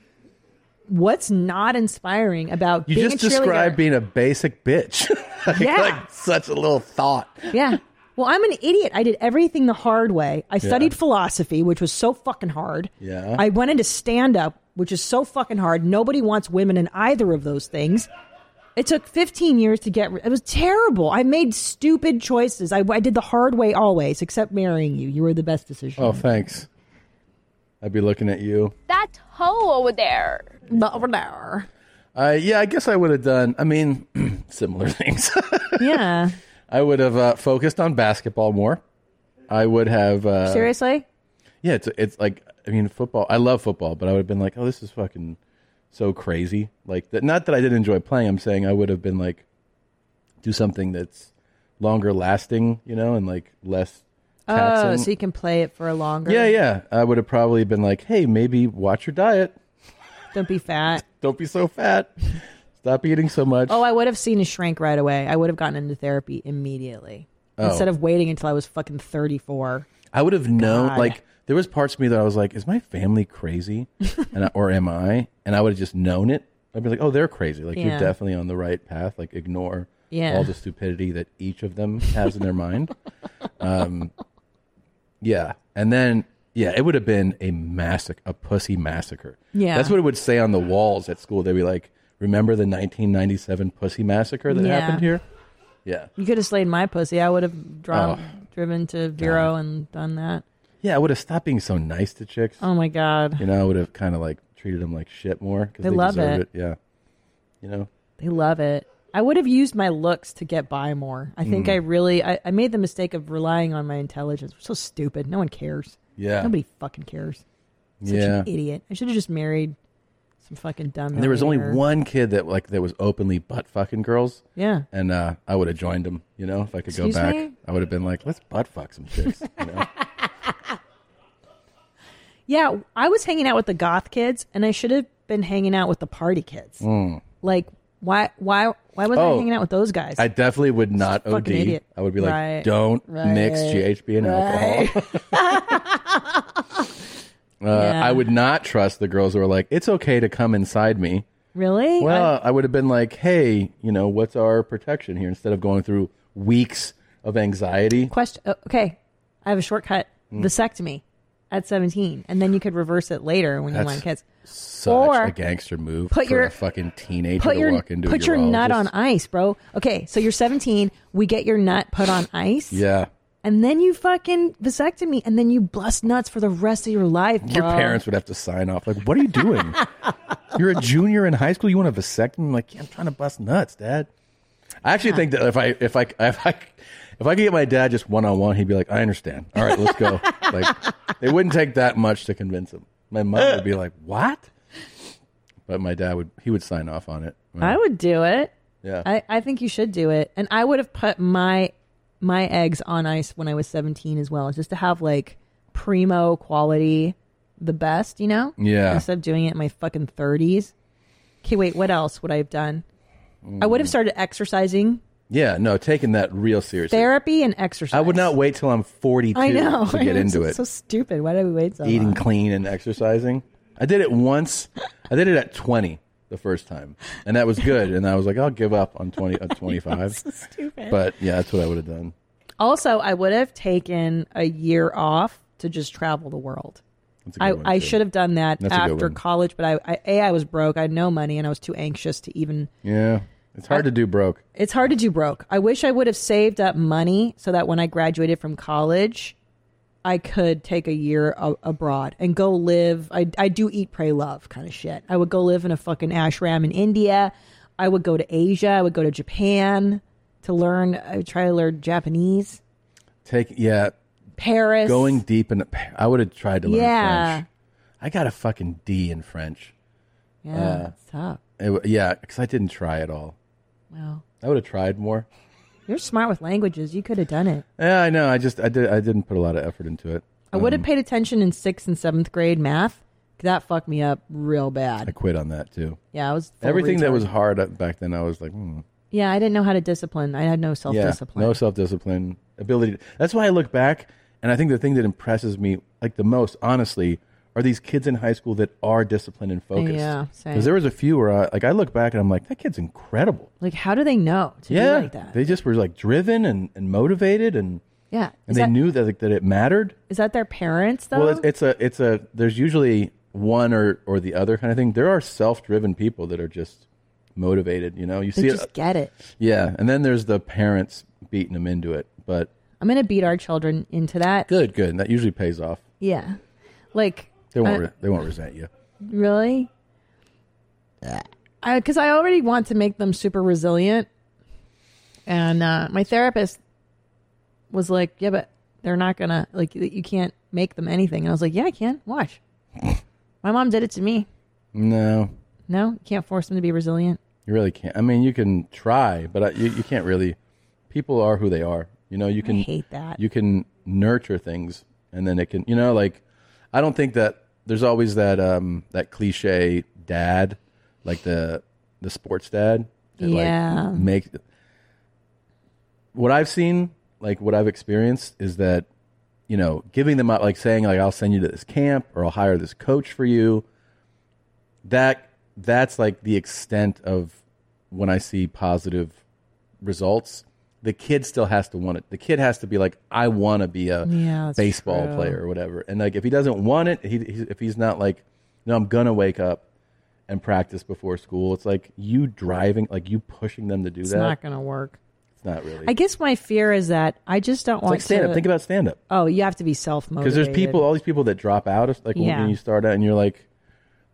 S1: What's not inspiring about
S2: You
S1: being
S2: just
S1: a cheerleader?
S2: described being a basic bitch. like,
S1: Yeah.
S2: like such a little thought.
S1: yeah. Well, I'm an idiot. I did everything the hard way. I
S2: Yeah.
S1: studied philosophy, which was so fucking hard.
S2: Yeah.
S1: I went into stand up, which is so fucking hard. Nobody wants women in either of those things. It took 15 years to get. It was terrible. I made stupid choices. I, I did the hard way always, except marrying you. You were the best decision.
S2: Oh, thanks. I'd be looking at you.
S15: That hoe over there.
S1: Over there.
S2: Uh, yeah, I guess I would have done, I mean, similar things.
S1: yeah.
S2: I would have uh, focused on basketball more. I would have. Uh,
S1: Seriously?
S2: Yeah, it's it's like I mean football. I love football, but I would have been like, oh, this is fucking so crazy. Like that. Not that I didn't enjoy playing. I'm saying I would have been like, do something that's longer lasting, you know, and like less.
S1: Oh,
S2: Taxing.
S1: so you can play it for a longer.
S2: yeah, yeah. I would have probably been like, hey, maybe watch your diet.
S1: Don't be fat.
S2: Don't be so fat. Stop eating so much.
S1: Oh, I would have seen a shrink right away. I would have gotten into therapy immediately
S2: Oh.
S1: instead of waiting until I was fucking 34.
S2: I would have known.
S1: God.
S2: Like there was parts of me that I was like, "Is my family crazy, and I, or am I?" And I would have just known it. I'd be like, "Oh, they're crazy. Like
S1: Yeah.
S2: you're definitely on the right path. Like ignore
S1: Yeah.
S2: all the stupidity that each of them has in their mind." Um, yeah, and then yeah, it would have been a massacre, a pussy massacre.
S1: Yeah.
S2: that's what it would say on the walls at school. They'd be like, "Remember the 1997 pussy massacre that
S1: Yeah.
S2: happened here?" Yeah.
S1: You could have slayed my pussy. I would have dro-
S2: Oh.
S1: driven to Vero and done that.
S2: Yeah, I would have stopped being so nice to chicks.
S1: Oh my God.
S2: You know, I would have kind of like treated them like shit more because
S1: They
S2: they,
S1: love it.
S2: deserve it. Yeah, you know.
S1: They love it. I would have used my looks to get by more. I think
S2: Mm.
S1: I really, I, I made the mistake of relying on my intelligence. We're so stupid. No one cares.
S2: Yeah.
S1: Nobody fucking cares. Such
S2: Yeah.
S1: an idiot. I should have just married some fucking dumb.
S2: And there was only
S1: millionaire.
S2: one kid that like that was openly butt fucking girls.
S1: Yeah.
S2: and uh, I would have joined him. You know, if I could
S1: Excuse
S2: go back,
S1: me?
S2: I would have been like, let's butt fuck some chicks. you know?
S1: Yeah, I was hanging out with the goth kids, and I should have been hanging out with the party kids.
S2: Mm.
S1: Like, why, why, why wasn't I
S2: Oh.
S1: hanging out with those guys?
S2: I definitely would not
S1: Fucking
S2: OD.
S1: idiot.
S2: I would be like,
S1: Right.
S2: don't mix
S1: Right.
S2: GHB and
S1: Right.
S2: alcohol. Uh,
S1: Yeah.
S2: I would not trust the girls who are like, it's okay to come inside me.
S1: Really?
S2: Well, uh, I would have been like, hey, you know, what's our protection here? Instead of going through weeks of anxiety.
S1: Question. oh, okay, I have a shortcut:
S2: Mm.
S1: vasectomy at seventeen, and then you could reverse it later when you
S2: That's
S1: want kids.
S2: Such
S1: or
S2: a gangster move
S1: put
S2: for
S1: your-
S2: a fucking teenager
S1: put
S2: to
S1: your
S2: walk into a
S1: put your nut
S2: urologist.
S1: on ice, bro. Okay, so you're seventeen. We get your nut put on ice.
S2: Yeah.
S1: And then you fucking vasectomy, and then you bust nuts for the rest of your life.
S2: Your
S1: bro.
S2: parents would have to sign off. Like, what are you doing? You're a junior in high school. You want a vasectomy? I'm like, yeah, I'm trying to bust nuts, Dad. I actually think that if I if I if I if I could get my dad just one on one, he'd be like, I understand. All right, let's go. like, it wouldn't take that much to convince him. My mom would be like, what? But my dad would he would sign off on it.
S1: I would do it.
S2: Yeah.
S1: I, I think you should do it. And I would have put my my eggs on ice when I was 17 as well, just to have like primo quality, the best, you know?
S2: Yeah.
S1: Instead of doing it in my fucking 30s. Okay, wait, what else would I have done? I would have started exercising,
S2: Yeah, no, taking that real seriously.
S1: therapy, and exercise.
S2: I would not wait till I'm 42
S1: I know.
S2: to get into
S1: It's
S2: it.
S1: So stupid. Why did we wait so
S2: eating
S1: long?
S2: clean and exercising. I did it once. I did it at 20 the first time, and that was good. And I was like, I'll give up on 20, on 25.
S1: so stupid.
S2: But yeah, that's what I would have done.
S1: Also, I would have taken a year off to just travel the world.
S2: That's a good
S1: I,
S2: one,
S1: I
S2: too.
S1: should have done that
S2: That's a good
S1: after
S2: one.
S1: college, but I, I a I was broke. I had no money, and I was too anxious to even.
S2: Yeah, it's hard to do broke.
S1: It's hard to do broke. I wish I would have saved up money so that when I graduated from college, I could take a year a- abroad and go live. I I do eat, pray, love kind of shit. I would go live in a fucking ashram in India. I would go to Asia. I would go to Japan to learn. I would try to learn Japanese.
S2: Take yeah,
S1: Paris.
S2: going deep in. I would have tried to learn
S1: Yeah.
S2: French. I got a fucking D in French. Uh,
S1: Yeah, that's tough.
S2: it w- yeah, because I didn't try at all.
S1: Wow.
S2: I would have tried more.
S1: You're smart with languages. You could have done it.
S2: Yeah, I know. I just I did I didn't put a lot of effort into it. Um,
S1: I would have paid attention in sixth and seventh grade math. That fucked me up real bad.
S2: I quit on that too.
S1: Yeah, I was full
S2: everything that
S1: retard.
S2: was hard at- back then. I was like, hmm.
S1: Yeah, I didn't know how to discipline. I had no self discipline.
S2: Yeah, no self discipline ability. That's why I look back, and I think the thing that impresses me like the most, honestly, are these kids in high school that are disciplined and focused.
S1: Yeah, same.
S2: there was a few where I, like I look back and I'm like, that kid's incredible.
S1: Like, how do they know to
S2: yeah,
S1: do like that?
S2: they just were like driven and, and motivated and
S1: Yeah.
S2: and
S1: Is,
S2: they
S1: that,
S2: knew that like, that it mattered.
S1: is that their parents, though?
S2: Well, it's, it's a it's a there's usually one or or the other kind of thing. There are self driven people that are just motivated. You know, you
S1: they
S2: see
S1: just
S2: it.
S1: get it.
S2: Yeah, and then there's the parents beating them into it, but
S1: I'm going to beat our children into that.
S2: good, good. And that usually pays off.
S1: Yeah. Like,
S2: They won't.
S1: I-
S2: re- they won't resent you.
S1: really? Because I already want to make them super resilient. And uh, my therapist was like, yeah, but they're not going to, like, you you can't make them anything. And I was like, yeah, I can. Watch. my mom did it to me.
S2: No,
S1: No, you can't force them to be resilient.
S2: you really can't. I mean, you can try, but I, you, you can't really. People are who they are. You know, you can
S1: hate that.
S2: You can nurture things, and then it can. You know, like I don't think that there's always that um that cliche dad, like the the sports dad. that, like,
S1: Yeah.
S2: make what I've seen, like what I've experienced, is that you know giving them out, like saying like I'll send you to this camp or I'll hire this coach for you. That that's like the extent of when I see positive results. The kid still has to want it. The kid has to be like, I want to be a
S1: Yeah, that's
S2: baseball
S1: true.
S2: player or whatever. And like if he doesn't want it, he, he if he's not like, no, I'm gonna wake up and practice before school. It's like you driving, like you pushing them to do
S1: It's
S2: that.
S1: not going to work.
S2: It's not really.
S1: I guess my fear is that I just don't
S2: It's
S1: want
S2: like stand
S1: to.
S2: up. Think about stand up.
S1: Oh, you have to be self motivated.
S2: Because there's people, all these people that drop out. Of, like
S1: Yeah.
S2: when you start out, and you're like,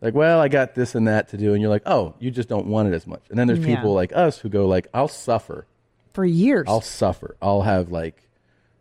S2: like, well, I got this and that to do, and you're like, oh, you just don't want it as much. And then there's
S1: Yeah.
S2: people like us who go like, I'll suffer
S1: for years.
S2: I'll suffer. I'll have like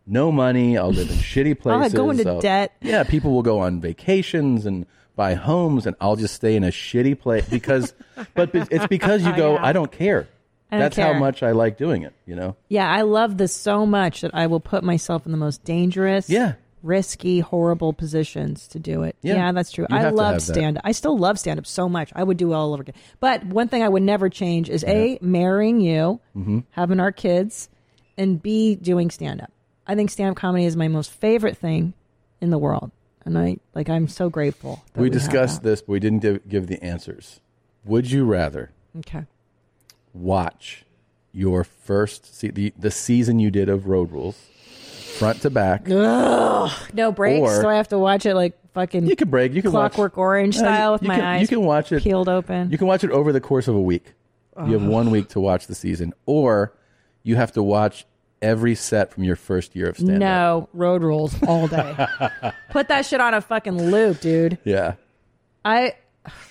S2: no money. I'll live in shitty
S1: I'll
S2: places.
S1: go into
S2: I'll-
S1: debt.
S2: Yeah, people will go on vacations and buy homes, and I'll just stay in a shitty place because. but be- it's because you go, I don't care.
S1: I don't
S2: That's
S1: care.
S2: how much I like doing it. You know.
S1: Yeah, I love this so much that I will put myself in the most dangerous, yeah. risky, horrible positions to do it.
S7: Yeah.
S1: Yeah, that's true.
S7: You
S1: I
S7: have to
S1: love
S7: have that.
S1: stand up. I still love stand up so much. I would do it all over again. But one thing I would never change is A, marrying you,
S2: Mm-hmm.
S7: Mhm.
S1: having our kids, and B, doing stand up. I think stand up comedy is my most favorite thing in the world. and I like I'm so grateful. that
S2: we
S1: have
S2: discussed this, but we didn't give, give the answers. Would you rather
S1: that. Okay.
S2: watch your first se- the, the season you did of Road Rules front to back?
S1: Ugh, no breaks.
S2: Or-
S1: so I have to watch it like fucking. You
S2: can break. You can watch-
S1: Clockwork Orange
S2: Uh, you-
S1: style with
S2: you
S1: my
S2: can-
S1: eyes.
S2: You can watch it
S1: peeled open.
S2: You can watch it over the course of a week. You have
S1: Ugh.
S2: one week to watch the season, or you have to watch every set from your first year of stand.
S1: no road rules all day. Put that shit on a fucking loop, dude.
S2: Yeah.
S1: I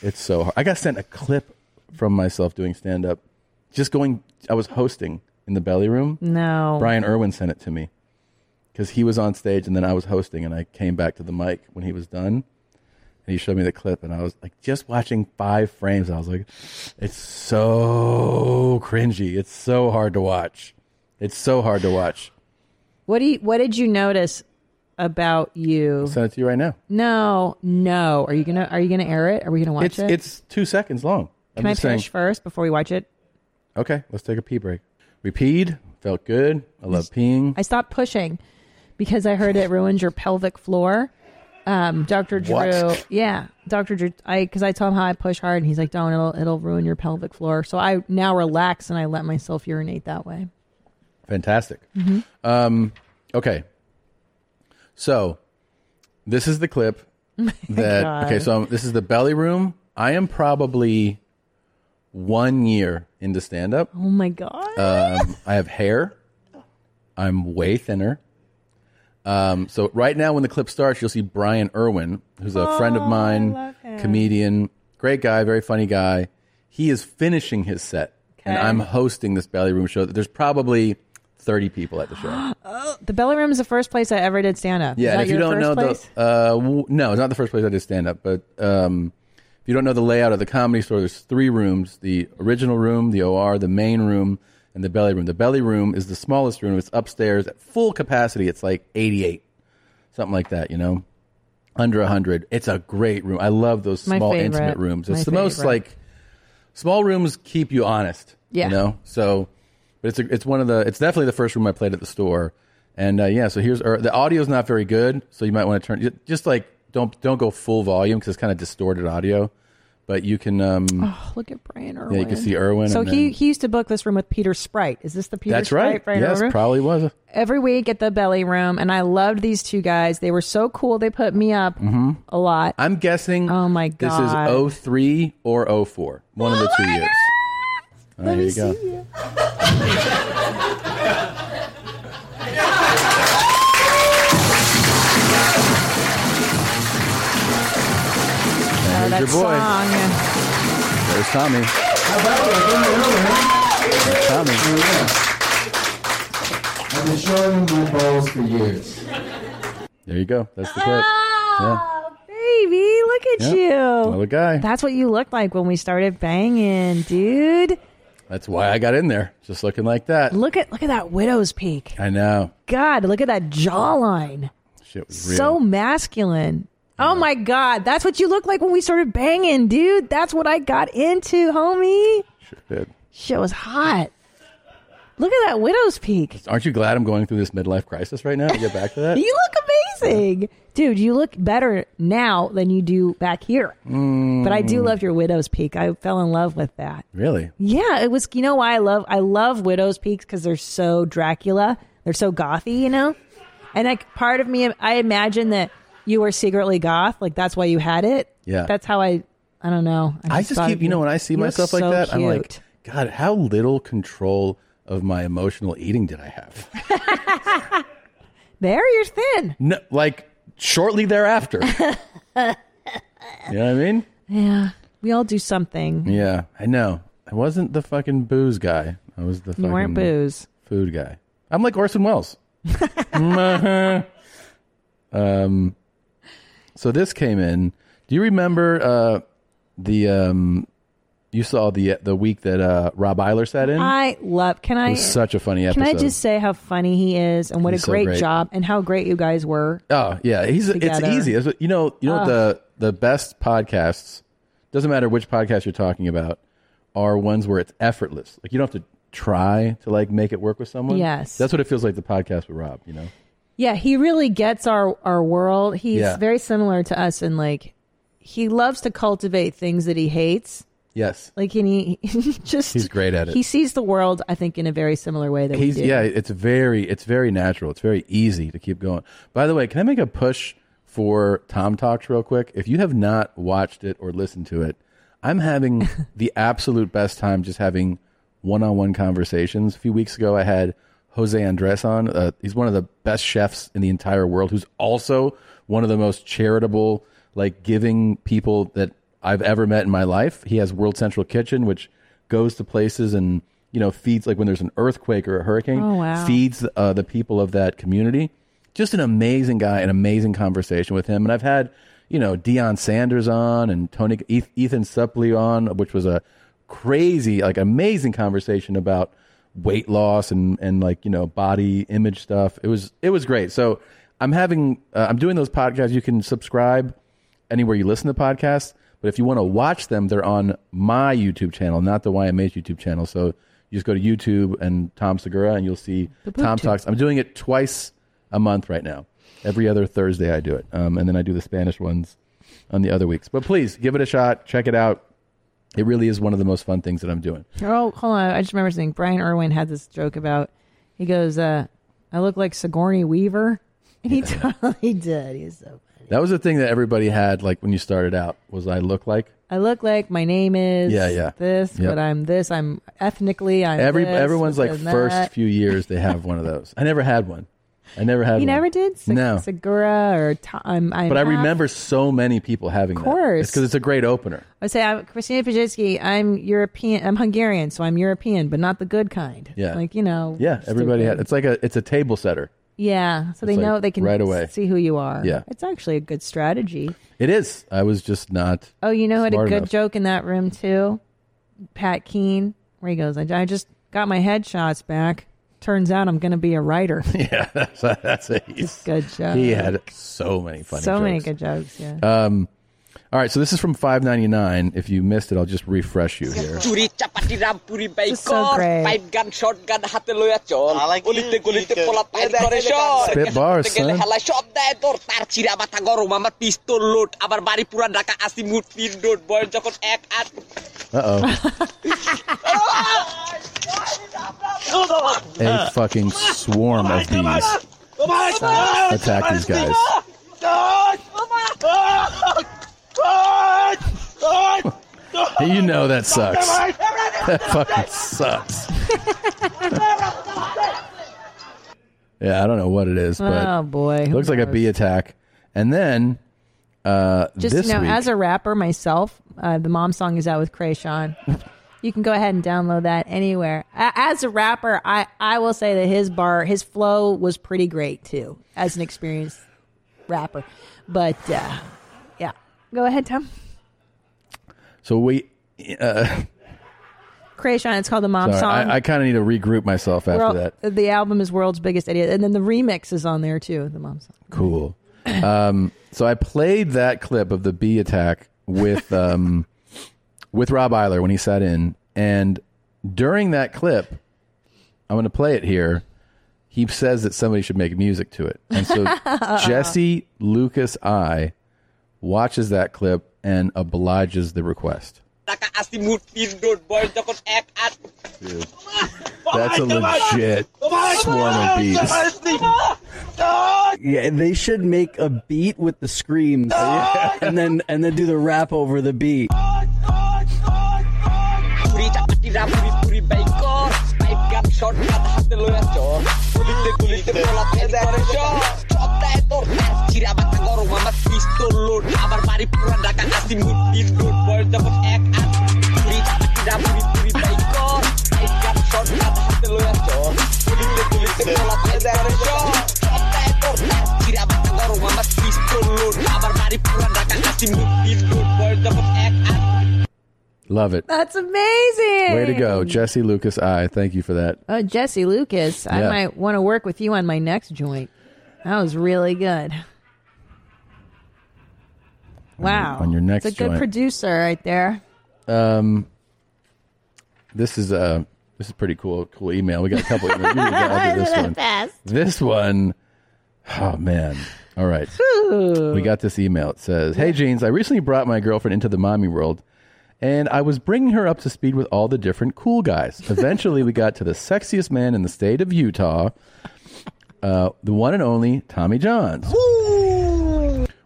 S2: It's so hard. I got sent a clip from myself doing stand up, just going. I was hosting in the belly room.
S1: No.
S2: Brian Irwin sent it to me because he was on stage and then I was hosting and I came back to the mic when he was done. And he showed me the clip and I was like, just watching five frames. I was like, it's so cringy. It's so hard to watch. It's so hard to watch.
S1: What do you, what did you notice about you? I'll
S2: send it to you right now.
S1: No, no. Are you gonna are you gonna air it? Are we gonna watch
S2: It's,
S1: it?
S2: it's two seconds long.
S1: Can I
S2: I'm just
S1: finish
S2: saying.
S1: first before we watch it?
S2: Okay, let's take a pee break. We peed. Felt good. I love peeing.
S1: I stopped pushing because I heard it ruined your pelvic floor. Um, Dr. Drew,
S2: What?
S1: yeah, Dr. Drew, I because I told him how I push hard, and he's like, "Don't it'll it'll ruin your pelvic floor." So I now relax and I let myself urinate that way.
S2: Fantastic.
S1: Mhm.
S2: Um, okay. So, this is the clip that.
S1: God.
S2: Okay, so um, this is the belly room. I am probably one year into stand up.
S1: Oh my god!
S2: Um, I have hair. I'm way thinner. Um, so right now, when the clip starts, you'll see Brian Irwin, who's a friend
S1: Oh,
S2: of mine, comedian, great guy, very funny guy. He is finishing his set, and
S1: Okay.
S2: I'm hosting this belly room show. There's probably 30 people at the show.
S1: Oh, the belly room is the first place I ever did stand up.
S2: yeah,
S1: is
S2: and
S1: that
S2: if you
S1: your
S2: don't
S1: first
S2: know
S1: place?
S2: the uh, w- no, it's not the first place I did stand up, but um, if you don't know the layout of the comedy store, there's three rooms: the original room, the OR, the main room, and the belly room. The belly room is the smallest room. It's upstairs at full capacity. It's like 88, something like that. You know, under 100. It's a great room. I love those
S3: My
S2: small
S3: favorite.
S2: intimate rooms. It's
S3: My
S2: the most
S3: favorite.
S2: like small rooms keep you honest.
S3: Yeah.
S2: You know? So, but it's, a, it's one of the, it's definitely the first room I played at the store. And uh, yeah, so here's, or the audio's not very good. So you might want to turn, ju- just like, don't, don't go full volume because it's kind of distorted audio. But you can, um,
S1: Oh, look at Brian Irwin.
S2: Yeah, you can see Irwin
S1: So
S2: and
S1: he
S2: then-
S1: he used to book this room with Peter Sprite. Is this the Peter
S2: that's
S1: Sprite?
S2: right.
S1: Brian
S2: yes,
S1: Irwin?
S2: probably was.
S1: Every week at the belly room, and I loved these two guys. They were so cool. They put me up
S2: Mm-hmm.
S1: a lot.
S2: I'm guessing.
S1: Oh my
S2: This
S1: god!
S2: is 03 or 04. One of the two years. Oh,
S1: Let
S2: here
S1: me
S2: you go.
S1: see you.
S2: There's
S1: that
S2: your boy.
S1: song.
S2: There's Tommy. There's Tommy.
S8: I've been showing him my balls for years.
S2: There you go. That's the clip. Yeah.
S1: Oh, Baby, look at
S2: Yeah.
S1: you.
S2: Another guy.
S1: That's what you looked like when we started banging, dude.
S2: That's why I got in there. Just looking like that.
S1: Look at look at that widow's peak.
S2: I know.
S1: God, look at that jawline.
S2: Shit was real.
S1: So masculine. Oh my God, that's what you look like when we started banging, dude. That's what I got into, homie.
S2: Good.
S1: Shit was hot. Look at that widow's peak.
S2: Aren't you glad I'm going through this midlife crisis right now to get back to that?
S1: You look amazing. Dude, you look better now than you do back here. But I do
S2: Mm.
S1: love your widow's peak. I fell in love with that.
S2: Really?
S1: Yeah, it was. You know why I love I love Widow's Peaks because they're so Dracula. They're so gothy, you know. And like part of me, I imagine that you were secretly goth. Like that's why you had it.
S2: Yeah.
S1: That's how I. I don't know.
S2: I just
S1: thought
S2: keep,
S1: of
S2: you know, when I see
S1: You look
S2: myself like
S1: so
S2: that, I'm
S1: cute.
S2: like, God, how little control of my emotional eating did I have?
S1: there, you're thin.
S2: No, like shortly thereafter. you know what I mean?
S1: Yeah, we all do something.
S2: Yeah, I know. I wasn't the fucking booze guy. I was the fucking
S1: You weren't booze.
S2: food guy. I'm like Orson Welles. Mhm. um, so this came in. Do you remember uh, the um, you saw the the week that uh, Rob Eiler sat in?
S1: I love. Can
S2: it
S1: I?
S2: was such a funny
S1: Can
S2: episode.
S1: I just say how funny he is and what
S2: He's
S1: a
S2: so
S1: great,
S2: great.
S1: job and how great you guys were.
S2: Oh yeah, he's
S1: Together.
S2: it's easy. That's what- you know, you know
S1: Ugh.
S2: the the best podcasts. Doesn't matter which podcast you're talking about, are ones where it's effortless. Like you don't have to try to like make it work with someone.
S1: Yes.
S2: that's what it feels like. The podcast with Rob, you know.
S1: Yeah, he really gets our our world. He's
S2: Yeah.
S1: very similar to us in like he loves to cultivate things that he hates.
S2: Yes.
S1: Like and he, he just
S2: He's great at it.
S1: He sees the world, I think, in a very similar way that
S2: He's
S1: we do.
S2: yeah, it's very it's very natural. It's very easy to keep going. By the way, can I make a push for Tom Talks real quick? If you have not watched it or listened to it, I'm having the absolute best time just having one-on-one conversations. A few weeks ago, I had Jose Andres on. Uh, he's one of the best chefs in the entire world, who's also one of the most charitable, like giving people that I've ever met in my life. He has World Central Kitchen, which goes to places and you know feeds like when there's an earthquake or a hurricane
S1: Oh, wow.
S2: feeds uh, the people of that community just an amazing guy an amazing conversation with him and i've had you know Deion sanders on and tony Eth- ethan supley on which was a crazy like amazing conversation about weight loss and and like you know body image stuff it was it was great so i'm having uh, i'm doing those podcasts you can subscribe anywhere you listen to podcasts. But if you want to watch them, they're on my YouTube channel, not the YMH YouTube channel. So you just go to YouTube and Tom Segura, and you'll see
S16: The
S2: Tom
S16: boob tube.
S2: Talks. I'm doing it twice a month right now. Every other Thursday, I do it, um, and then I do the Spanish ones on the other weeks. But please give it a shot. Check it out. It really is one of the most fun things that I'm doing.
S1: Oh, hold on. I just remember something. Brian Irwin had this joke about he goes, uh, I look like Sigourney Weaver. And he totally did. He's so
S2: That was the thing that everybody had, like when you started out, was I look like
S1: I look like my name is
S2: Yeah, yeah.
S1: this,
S2: Yep.
S1: but I'm this. I'm ethnically I'm
S2: every
S1: this,
S2: everyone's like
S1: and
S2: first
S1: that.
S2: few years they have one of those. I never had one. I never had.
S1: You
S2: one.
S1: never did Sig-
S2: No.
S1: Segura or Tom. I'm, I'm
S2: but I
S1: half-
S2: remember so many people having
S1: Of
S2: that.
S1: course.
S2: because it's a great opener.
S1: I say I'm Christina Pajitsky. I'm European. I'm Hungarian, so I'm European, but not the good kind.
S2: Yeah,
S1: like you know.
S2: yeah, everybody had. It's like a it's a table setter.
S1: Yeah, so they
S2: It's like
S1: know they can
S2: right away.
S1: see who you are.
S2: Yeah.
S1: it's actually a good strategy.
S2: It is. I was just not.
S1: Oh, you know who had a
S2: Smart
S1: good
S2: enough.
S1: joke in that room too? Pat Keene, where he goes, I, I just got my headshots back. Turns out I'm going to be a writer.
S2: Yeah, that's a, that's a he's,
S1: good joke.
S2: He had so many funny.
S1: so many
S2: jokes.
S1: good jokes. Yeah.
S2: Um, all right, so this is from five ninety nine. If you missed it, I'll just refresh you here.
S17: চুরি চাপাটি রামপুরি
S1: so
S17: বাইকর
S1: great.
S17: Pipe gun short gun হাতে লইয়া চল গলিতে গলিতে পোলা পাইপ করে সর
S2: Spit bars,
S17: গেলে
S2: son.
S17: হেলায় সব দেয় তোর তার চিরা মাথা গরম আমার পিস্তল লোট আবার বাড়ি পুরা ঢাকা আসি মুট তিন ডোট বয়স যখন এক আট
S2: Uh oh, a fucking swarm of bees attack these guys. You know that sucks. That fucking sucks. Yeah, I don't know what it is, but
S1: Oh, boy. Who
S2: looks like a
S1: knows?
S2: bee attack. And then uh,
S1: Just
S2: this
S1: you know,
S2: week,
S1: as a rapper myself, uh, the mom song is out with Krayshawn. you can go ahead and download that anywhere. A- As a rapper, I I will say that his bar, his flow was pretty great too, as an experienced rapper. But uh, yeah, go ahead, Tom.
S2: so we. Uh,
S1: Krayshawn, it's called the mom
S2: sorry,
S1: song.
S2: I, I kind of need to regroup myself after
S1: World-
S2: that.
S1: The album is World's Biggest Idiot, and then the remix is on there too. The mom song.
S2: Cool. Um, so I played that clip of the bee attack with um, with Rob Eiler when he sat in, and during that clip, I'm going to play it here. He says that somebody should make music to it, and so Jesse Lucas I watches that clip and obliges the request.
S17: Dhaka আসি মুট তিন dot বয়স যখন এক আট
S2: Dude, that's a legit swarm of bees.
S18: Yeah, they should make a beat with the screams, and then and then do the rap over the beat.
S17: পুরি চাপাটি রামপুরি পুরি বাইকর পাইপ গান শর্ট গান হাতে লইয়া চল গলিতে গলিতে পোলা পাইপ করে সর সব দেয় তোর তার চিরা মাথা গরম আমার পিস্তল লোড আবার বাড়ি পুরা ঢাকা আসি মুট তিন ডোট বয়স যখন এক আট পুরি চাপাটি রামপুরি পুরি বাইকর পাইপ গান শর্ট গান হাতে লইয়া চল গলিতে গলিতে পোলা পাইপ করে সর সব দেয় তোর তার চিরা মাথা গরম আমার পিস্তল লোড আবার বাড়ি পুরা ঢাকা আসি মুট তিন ডোট বয়স যখন এক আট
S2: Love it.
S1: That's amazing.
S2: Way to go, Jesse Lucas I. Thank you for that.
S1: Oh, Jesse Lucas, I
S2: Yeah.
S1: might want to work with you on my next joint. That was really good. Wow.
S2: on your next
S1: It's a good
S2: joint.
S1: producer right there.
S2: Um, this is uh, this is pretty cool. Cool email. We got a couple. emails. We gotta do this one. This one Oh man. All right. we got this email. It says, "Hey Jeans, I recently brought my girlfriend into the mommy world, and I was bringing her up to speed with all the different cool guys. Eventually, we got to the sexiest man in the state of Utah, uh, the one and only Tommy Johns.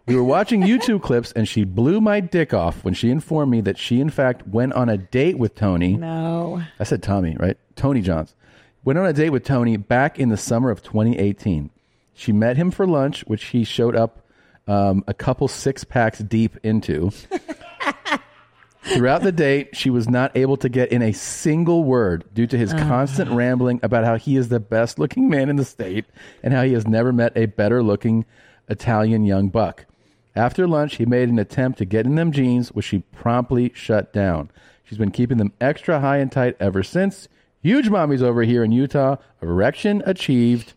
S2: We were watching YouTube clips, and she blew my dick off when she informed me that she, in fact, went on a date with Tony.
S1: No.
S2: I said Tommy, right? Tony Johns. Went on a date with Tony back in the summer of 2018. She met him for lunch, which he showed up um, a couple six packs deep into. Throughout the date, she was not able to get in a single word due to his constant rambling about how he is the best looking man in the state and how he has never met a better looking Italian young buck. After lunch, he made an attempt to get in them jeans, which she promptly shut down. She's been keeping them extra high and tight ever since. Huge mommies over here in Utah. Erection achieved.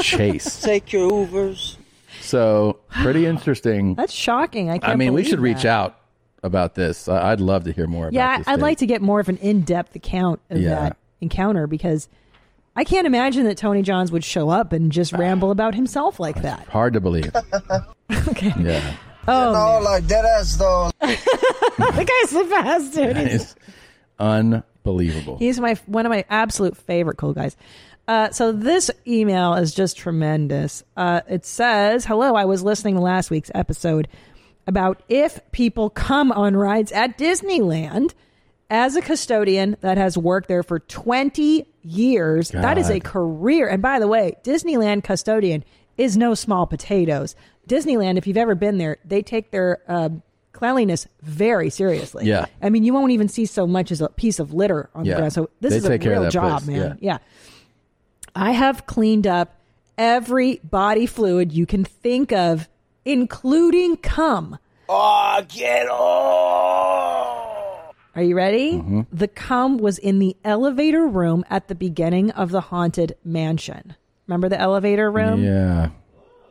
S2: Chase.
S16: Take your Ubers.
S2: So, pretty interesting.
S1: That's shocking. I can't
S2: I mean, we
S1: believe
S2: should reach
S1: that.
S2: out about this. I- I'd love to hear more about
S1: Yeah,
S2: this.
S1: I'd
S2: date.
S1: like to get more of an in-depth account of
S2: Yeah.
S1: that encounter because I can't imagine that Tony Johns would show up and just ramble about himself like that.
S2: Hard to believe. okay. Yeah.
S1: Oh,
S16: no, like dead ass though.
S1: the guy's the best, dude.
S2: That
S1: He's-
S2: is unbelievable.
S1: He's my one of my absolute favorite cool guys. Uh, so this email is just tremendous. Uh, it says, "Hello, I was listening to last week's episode about if people come on rides at Disneyland." As a custodian that has worked there for 20 years, that is a
S12: God.
S1: career. And by the way, Disneyland custodian is no small potatoes. Disneyland, if you've ever been there, they take their uh, cleanliness very seriously.
S2: Yeah.
S1: I mean, you won't even see so much as a piece of litter on
S2: Yeah.
S1: the ground. So this
S2: They
S1: is a
S2: take care of
S1: real
S2: that
S1: job,
S2: place,
S1: man. Yeah. I have cleaned up every body fluid you can think of, including cum.
S16: Oh, get off!
S1: Are you ready?
S2: Mm-hmm.
S1: The cum was in the elevator room at the beginning of the haunted mansion. Remember the elevator room?
S2: Yeah.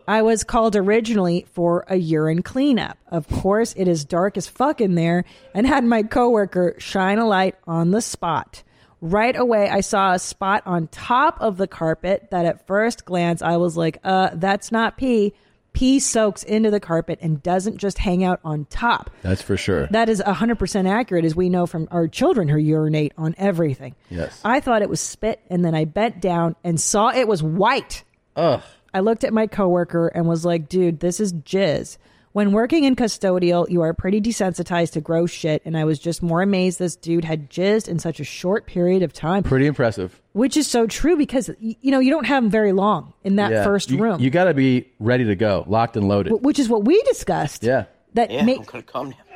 S1: I was called originally for a urine cleanup. Of course, it is dark as fuck in there, and had my coworker shine a light on the spot. Right away, I saw a spot on top of the carpet that at first glance I was like, uh, that's not pee. Pee soaks into the carpet and doesn't just hang out on top.
S2: That's for sure.
S1: That is 100% accurate, as we know from our children who urinate on everything.
S2: yes.
S1: I thought it was spit, and then I bent down and saw it was white.
S2: Ugh.
S1: I looked at my coworker and was like, dude, this is jizz. When working in custodial, you are pretty desensitized to gross shit, and I was just more amazed this dude had jizzed in such a short period of time.
S2: Pretty impressive.
S1: Which is so true because, y- you know, you don't have them very long in that
S2: Yeah.
S1: first
S2: You-
S1: room,
S2: You got to be ready to go, locked and loaded.
S1: wh- which is what we discussed.
S2: yeah.
S1: That
S2: Yeah,
S1: ma-
S2: I'm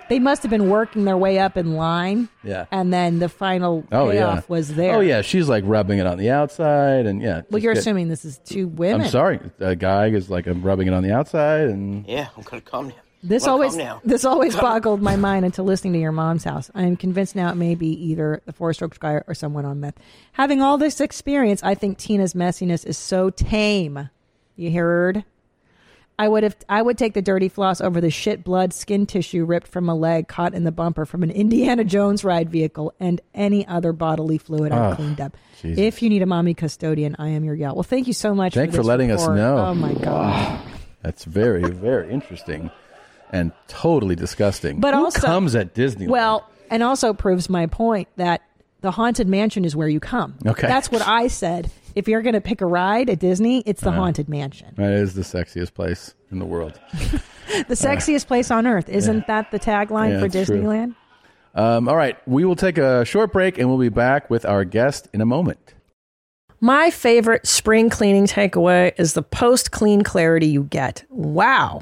S1: they must have been working their way up in line,
S2: Yeah.
S1: and then the final
S2: Oh
S1: payoff
S2: yeah.
S1: was there.
S2: Oh yeah, she's like rubbing it on the outside and yeah.
S1: Well,
S2: just
S1: you're
S2: get-
S1: assuming this is two women.
S2: I'm sorry. A guy is like I'm rubbing it on the outside and
S16: Yeah, I'm gonna come now.
S1: This
S16: Wanna
S1: always
S16: come now?
S1: this always
S16: Come.
S1: boggled my mind until listening to your mom's house. I am convinced now it may be either the four strokes guy or someone on meth. Having all this experience, I think Tina's messiness is so tame. You heard? I would have I would take the dirty floss over the shit blood skin tissue ripped from a leg caught in the bumper from an Indiana Jones ride vehicle and any other bodily fluid I've
S2: Oh,
S1: cleaned up.
S2: Jesus.
S1: If you need a mommy custodian, I am your gal. Well, thank you so much.
S2: Thanks
S1: for,
S2: for
S1: this
S2: letting us
S1: report.
S2: know.
S1: Oh my god.
S2: That's very very interesting and totally disgusting.
S1: But
S2: Who
S1: also-
S2: comes at Disney?
S1: Well, and also proves my point that the haunted mansion is where you come.
S2: Okay.
S1: That's what I said. If you're going to pick a ride at Disney, it's the
S2: Uh-huh.
S1: haunted mansion.
S2: that is the sexiest place in the world.
S1: The sexiest place on earth. Isn't that the tagline
S2: Yeah,
S1: for
S2: it's true.
S1: Disneyland?
S2: Um, all right, we will take a short break and we'll be back with our guest in a moment.
S7: My favorite spring cleaning takeaway is the post clean clarity you get. Wow.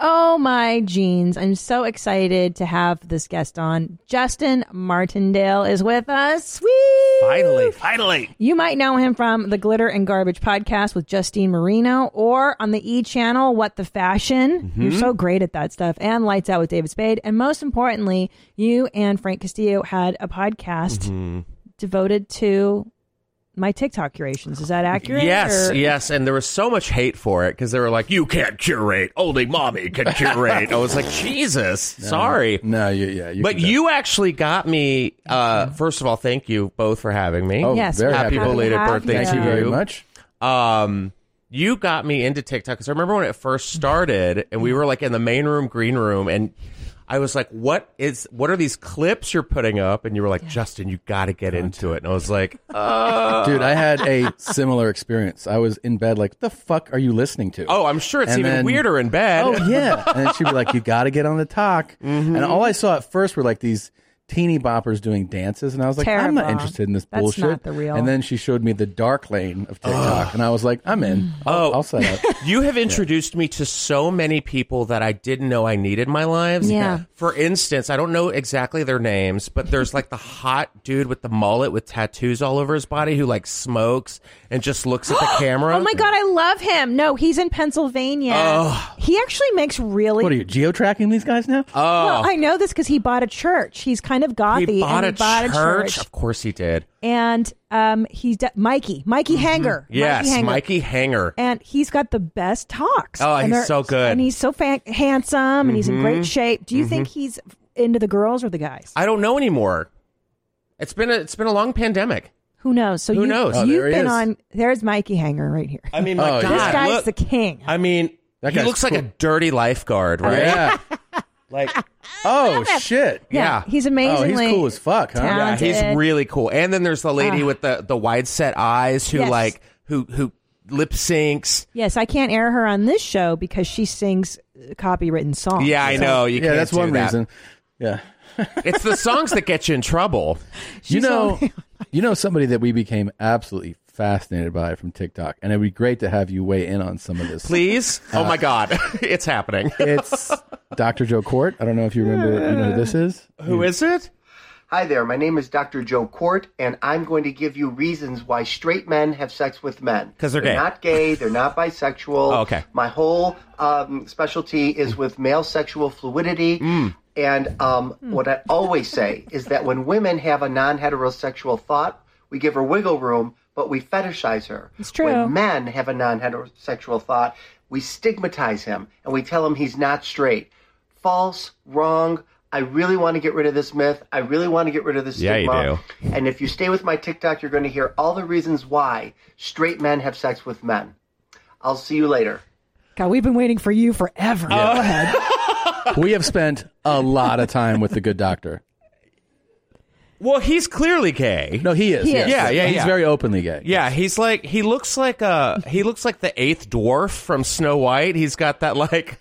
S1: Oh my jeans. I'm so excited to have this guest on. Justin Martindale is with us. Whee!
S12: Finally, finally.
S1: You might know him from the Glitter and Garbage podcast with Justine Marino or on the E channel, What the Fashion. You're
S12: Mm-hmm.
S1: so great at that stuff. And Lights Out with David Spade. And most importantly, you and Frank Castillo had a
S12: Mm-hmm.
S1: podcast devoted to my TikTok curations. Is that accurate?
S12: Yes,
S1: or-
S12: yes, and there was so much hate for it because they were like, "You can't curate, only mommy can curate." I was like, "Jesus, sorry."
S2: No, you, yeah, you
S12: but
S2: can do-
S12: you actually got me. Uh, first of all, thank you both for having me.
S2: Oh, Yes, very
S12: happy
S2: happy to
S12: belated
S2: have
S12: birthday
S2: you.
S12: to
S2: Thank you very
S12: much. Um, you got me into TikTok because I remember when it first started, and we were like in the main room, green room, and. I was like, "What is? What are these clips you're putting up?" And you were like, "Justin, you got to get into it." And I was like, uh.
S2: Dude, I had a similar experience. I was in bed, like, what the fuck are you listening to?
S12: Oh, I'm sure it's
S2: And
S12: even
S2: then-
S12: weirder in bed. Mm-hmm.
S2: Oh yeah, and then she'd be like, "You got to get on the talk." And all I saw at first were like these teeny boppers doing dances, and I was like, "I'm not
S1: Terrible.
S2: interested in this
S1: That's
S2: bullshit."
S1: not the real-
S2: And then she showed me the dark lane of TikTok, and I was like, "I'm in. I'll, I'll sign up."
S12: Oh. You have introduced me to so many people that I didn't know I needed in my lives.
S2: Yeah.
S12: For instance, I don't know exactly their names, but there's like the hot dude with the mullet with tattoos all over his body who like smokes and just looks at the camera.
S1: Oh my god, I love him. No, he's in Pennsylvania.
S12: Oh.
S1: He actually makes really
S2: What are you geo tracking these guys now?
S12: Oh,
S1: Well, I know this because he bought a church. He's kind of gothy.
S12: he bought,
S1: and he
S12: a,
S1: bought
S12: church.
S1: a church.
S12: Of course he did.
S1: And um, he's de- Mikey, Mikey Hanger.
S12: Mm-hmm. Yes,
S1: Mikey Hanger.
S12: Mikey Hanger.
S1: And he's got the best talks.
S12: Oh,
S1: And
S12: he's
S1: they're-
S12: so good.
S1: And he's so fa- handsome, and he's in
S12: Mhm.
S1: great shape. Do you think
S12: Mhm.
S1: he's into the girls or the guys?
S12: I don't know anymore. It's been a it's been a long pandemic.
S1: Who knows? So
S12: Who
S1: you,
S12: knows? Oh,
S1: You've
S12: there he
S1: been
S12: is.
S1: on. There's Mikey Hanger right here.
S12: I mean, my
S1: this
S12: God,
S1: guy's
S12: look.
S1: the king.
S12: I mean, he
S2: guy's
S12: looks like
S2: cool. Oh,
S12: a dirty lifeguard, right?
S2: Yeah.
S12: like,
S2: oh shit,
S1: Yeah, he's amazingly
S12: Oh,
S1: Oh, he's cool as fuck, huh?
S12: Yeah, he's
S1: talented.
S12: really cool. And then there's the lady
S1: Ah.
S12: with the the wide set eyes who
S1: Yes.
S12: like who who lip syncs.
S1: Yes, I can't air her on this show because she sings uh, copywritten songs.
S12: Yeah, I
S1: So-
S12: know. You
S2: Yeah,
S12: can't
S2: that's
S12: do
S2: one
S12: that.
S2: reason. Yeah.
S12: it's the songs that get you in trouble.
S2: you know, you know somebody that we became absolutely fascinated by from TikTok, and it'd be great to have you weigh in on some of this.
S12: please. oh
S2: Uh,
S12: my God, it's happening.
S2: It's Dr. Joe Court. I don't know if you remember. You know who this is.
S12: Who is it?
S19: Hi there, my name is Dr. Joe Court, and I'm going to give you reasons why straight men have sex with men.
S12: 'Cause they're gay.
S19: not gay, they're not bisexual.
S12: Oh, okay.
S19: My whole um, specialty is with male sexual fluidity.
S12: Mm.
S19: And um,
S1: Hmm.
S19: what I always say is that when women have a non heterosexual thought, we give her wiggle room, but we fetishize her.
S1: It's true.
S19: When men have a non heterosexual thought, we stigmatize him and we tell him he's not straight. False, wrong. I really want to get rid of this myth. I really want to get rid of this
S12: Yeah, you
S19: stigma. And if you stay with my TikTok, you're going to hear all the reasons why straight men have sex with men. I'll see you later.
S1: God, we've been waiting for you forever. Go ahead.
S2: we have spent a lot of time with the good doctor.
S12: Well, he's clearly gay.
S2: No, he is.
S12: He
S2: yes.
S12: is. Yeah, yeah,
S2: He's
S12: yeah.
S2: very openly gay.
S12: Yeah, he's like he looks like uh he looks like the eighth dwarf from Snow White. He's got that like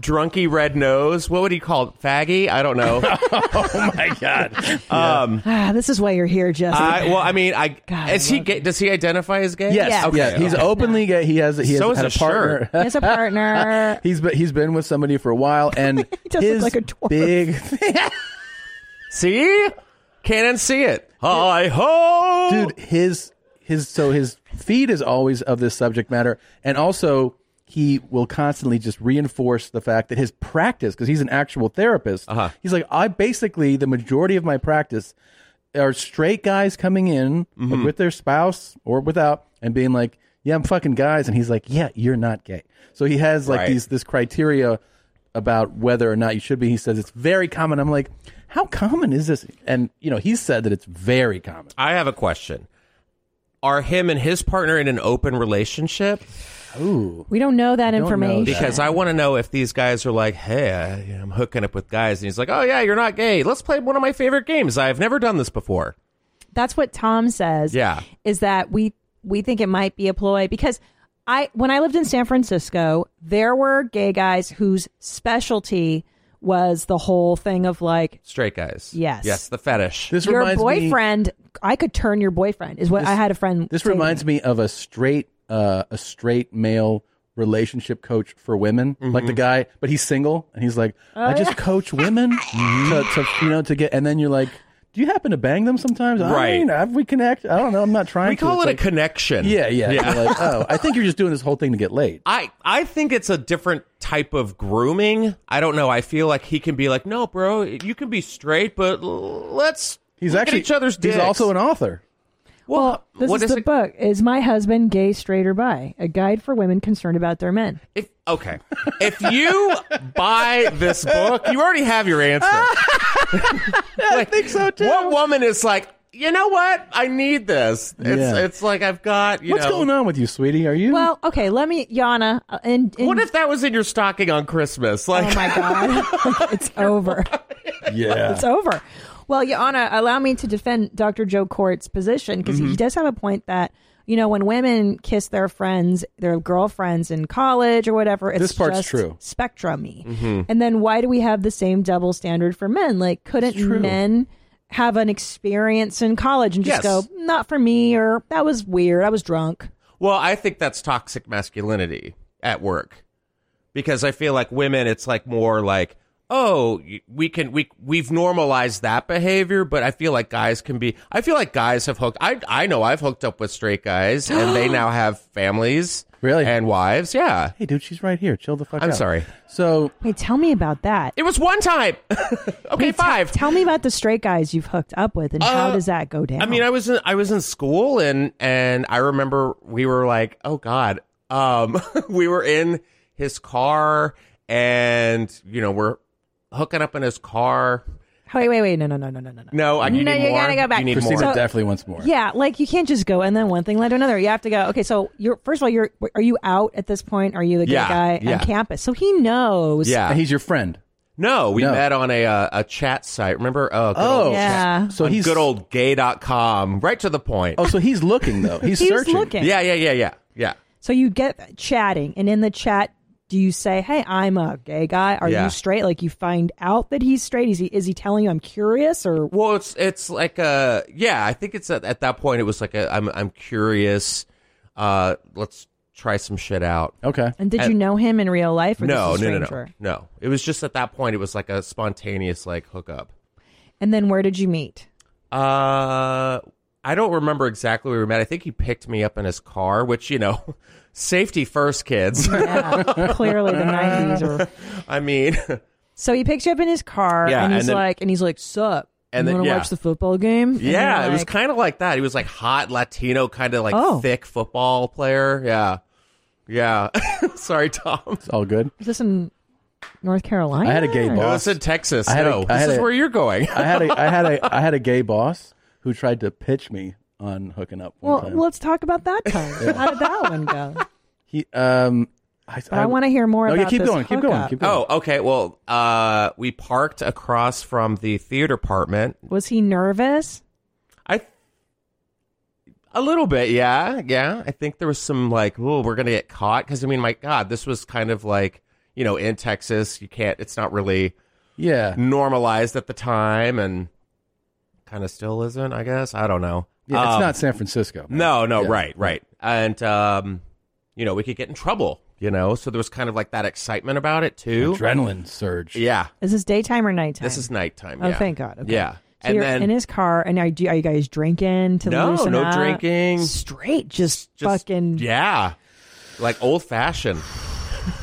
S12: drunky red nose. What would he call it? Faggy? I don't know. oh my god. Um,
S7: Ah, this is why you're here, Jesse.
S12: I, well, I mean, I is he gay? Does he identify as gay?
S2: Yes, yeah. He's openly gay. He has he
S12: So
S2: has
S12: is
S2: had
S12: his
S2: a partner.
S12: shirt. He
S1: has a partner.
S2: he's been he's been with somebody for a while, and
S1: does look
S2: his
S1: like a dwarf.
S2: big
S12: see can't see it. Hi ho,
S2: dude. His his so his feed is always of this subject matter, and also he will constantly just reinforce the fact that his practice, because he's an actual therapist, uh-huh. he's like I basically the majority of my practice are straight guys coming in like,
S12: Mhm.
S2: with their spouse or without, and being like, yeah, I'm fucking guys, and he's like, yeah, you're not gay. So he has like
S12: Right.
S2: these this criteria about whether or not you should be. He says it's very common. I'm like, how common is this? And you know, he said that it's very common.
S12: I have a question. Are him and his partner in an open relationship?
S2: Ooh.
S1: We don't know that information.
S12: Because I want to know if these guys are like, hey, I, you know, I'm hooking up with guys. And he's like, oh, yeah, you're not gay. Let's play one of my favorite games. I've never done this before.
S1: That's what Tom says.
S12: Yeah.
S1: Is that we we think it might be a ploy because I when I lived in San Francisco, there were gay guys whose specialty was the whole thing of like
S12: Straight guys.
S1: Yes.
S12: Yes, the fetish.
S2: This
S1: your
S2: reminds me-
S1: boyfriend. I could turn your boyfriend is what I had a friend.
S2: This
S1: say to me.
S2: reminds me of a straight uh, a straight male relationship coach for women, like
S12: Mm-hmm.
S2: the guy, but he's single and he's like,
S1: Oh,
S2: I just
S1: yeah.
S2: coach women to, to you know to get, and then you're like. Do you happen to bang them sometimes? I
S12: Right.
S2: mean, have we connect? I don't know. I'm not trying
S12: We
S2: to.
S12: call
S2: It's
S12: it a
S2: like-
S12: connection.
S2: Yeah, yeah.
S12: Yeah.
S2: You're like, oh, I think you're just doing this whole thing to get laid.
S12: I, I think it's a different type of grooming. I don't know. I feel like he can be like, no, bro, you can be straight, but l- let's.
S2: He's
S12: look
S2: actually
S12: at each other's dicks.
S2: He's also an author.
S1: Well, this
S12: what
S1: is,
S12: is
S1: the
S12: it-
S1: book. Is my husband gay, straight, or bi? A guide for women concerned about their men.
S12: If okay, if you buy this book, you already have your answer. I think so too. What woman is like? You know what? I need this. It's
S2: Yeah.
S12: it's like I've got you
S2: What's
S12: know.
S2: going on with you, sweetie? Are you?
S1: Well, okay. Let me, Yana. uh, And, and
S12: What if that was in your stocking on Christmas? Like,
S1: oh my god, it's over.
S2: yeah.
S1: It's over. Well, Yana, allow me to defend Dr. Joe Court's position because he
S2: Mm-hmm.
S12: Mhm.
S1: does have a point that you know when women kiss their friends, their girlfriends in college or whatever, it's
S2: This part's
S1: just
S2: true.
S1: spectrum-y.
S12: Mm-hmm.
S2: Mhm.
S1: And then why do we have the same double standard for men? Like, couldn't
S2: true.
S1: men have an experience in college and just
S12: Yes.
S1: go, not for me, or that was weird, I was drunk.
S12: Well, I think that's toxic masculinity at work because I feel like women, it's like more like, oh, y- we can we we've normalized that behavior, but I feel like guys can be. I feel like guys have hooked. I I know I've hooked up with straight guys, and they now have families, really, and wives. Yeah,
S2: Hey, dude, she's right here. Chill the fuck
S12: I'm
S2: out.
S12: sorry.
S2: So
S1: Wait, tell me about that.
S12: It was one time. okay, five.
S1: Tell me about the straight guys you've hooked up with and how
S12: Uh,
S1: does that go down?
S12: I mean, I was in, I was in school and and I remember we were like, oh god, um, we were in his car and you know we're hooking up in his car.
S1: wait, wait, wait, no, no, no, no, no, no.
S12: No, I you
S1: No,
S12: need
S1: you
S12: more.
S1: gotta go back.
S12: You need
S1: Christina
S12: more.
S1: So- definitely
S2: wants more.
S1: Yeah, like you can't just go and then one thing led to another. You have to go. Okay, so you're first of all, you're are you out at this point? Are you the gay
S12: Yeah,
S1: guy
S12: yeah.
S1: on campus? So he knows.
S12: Yeah,
S2: he's your friend.
S12: No, we
S2: No.
S12: met on a uh, a chat site. Remember? Oh, good
S2: Oh,
S12: old
S1: Yeah.
S12: So
S2: so
S12: he's
S2: he's-
S12: good old gay.com. Right to the point.
S2: Oh, so he's looking though. He's
S1: He was
S2: searching.
S1: looking.
S12: Yeah, yeah, yeah, yeah, yeah.
S1: So you get chatting, and in the chat, do you say, "Hey, I'm a gay guy. Are
S12: Yeah.
S1: you straight?" Like you find out that he's straight. Is he is he telling you I'm curious or
S12: Well, it's it's like a yeah. I think it's at, at that point it was like a I'm I'm curious. Uh, let's try some shit out.
S2: Okay.
S1: and did you know him in real life? Or
S12: No,
S1: this is a
S12: no, no, no,
S1: stranger?
S12: no. It was just at that point it was like a spontaneous like hookup.
S1: And then where did you meet?
S12: Uh, I don't remember exactly where we met. I think he picked me up in his car, which you know, safety first, kids.
S1: Clearly, the '90s. Or...
S12: I mean,
S1: So he picks you up in his car,
S12: Yeah,
S1: and
S12: and
S1: he's
S12: then-
S1: like, and he's like, "Sup." you
S12: And then-
S1: want to
S12: yeah.
S1: watch the football game? And
S12: yeah,
S1: you're
S12: it was
S1: like,
S12: kind of like that. He was like hot Latino, kind of like
S1: Oh.
S12: thick football player. Yeah, yeah. Sorry, Tom. It's
S2: all good.
S1: Is this in North Carolina?
S2: I had a gay
S1: or-
S2: boss.
S12: No, it's in Texas.
S2: I had a-
S12: no,
S2: I
S12: this
S2: had
S12: is
S2: a-
S12: where you're going.
S2: I had a I had a I had a gay boss who tried to pitch me on hooking up one
S1: Well,
S2: time.
S1: let's talk about that time.
S2: Yeah.
S1: How did that one go?
S2: He um I,
S1: But I wanna hear more
S2: No,
S1: about
S2: yeah, keep
S1: this
S2: going, keep going,
S1: hookup.
S2: keep going.
S12: Oh, okay. Well, uh, we parked across from the theater apartment.
S1: Was he nervous?
S12: A little bit, yeah, yeah. I think there was some like, oh, we're gonna get caught because I mean, my God, this was kind of like you know, in Texas, you can't. It's not really
S2: yeah
S12: normalized at the time, and kind of still isn't. I guess I don't know.
S2: Yeah, it's
S12: Um,
S2: not San Francisco. man.
S12: No, no,
S2: Yeah.
S12: right, right. And um, you know, we could get in trouble. You know, so there was kind of like that excitement about it too.
S2: Adrenaline surge.
S12: Yeah,
S1: Is this daytime or nighttime?
S12: this is nighttime.
S1: Oh,
S12: yeah.
S1: thank God. Okay.
S12: Yeah,
S1: So
S12: and
S1: you're
S12: then
S1: in his car, and are you, are you guys drinking to
S12: No,
S1: loosen
S12: no
S1: up?
S12: drinking.
S1: Straight, just,
S12: Just-
S1: fucking.
S12: yeah, like old fashioned.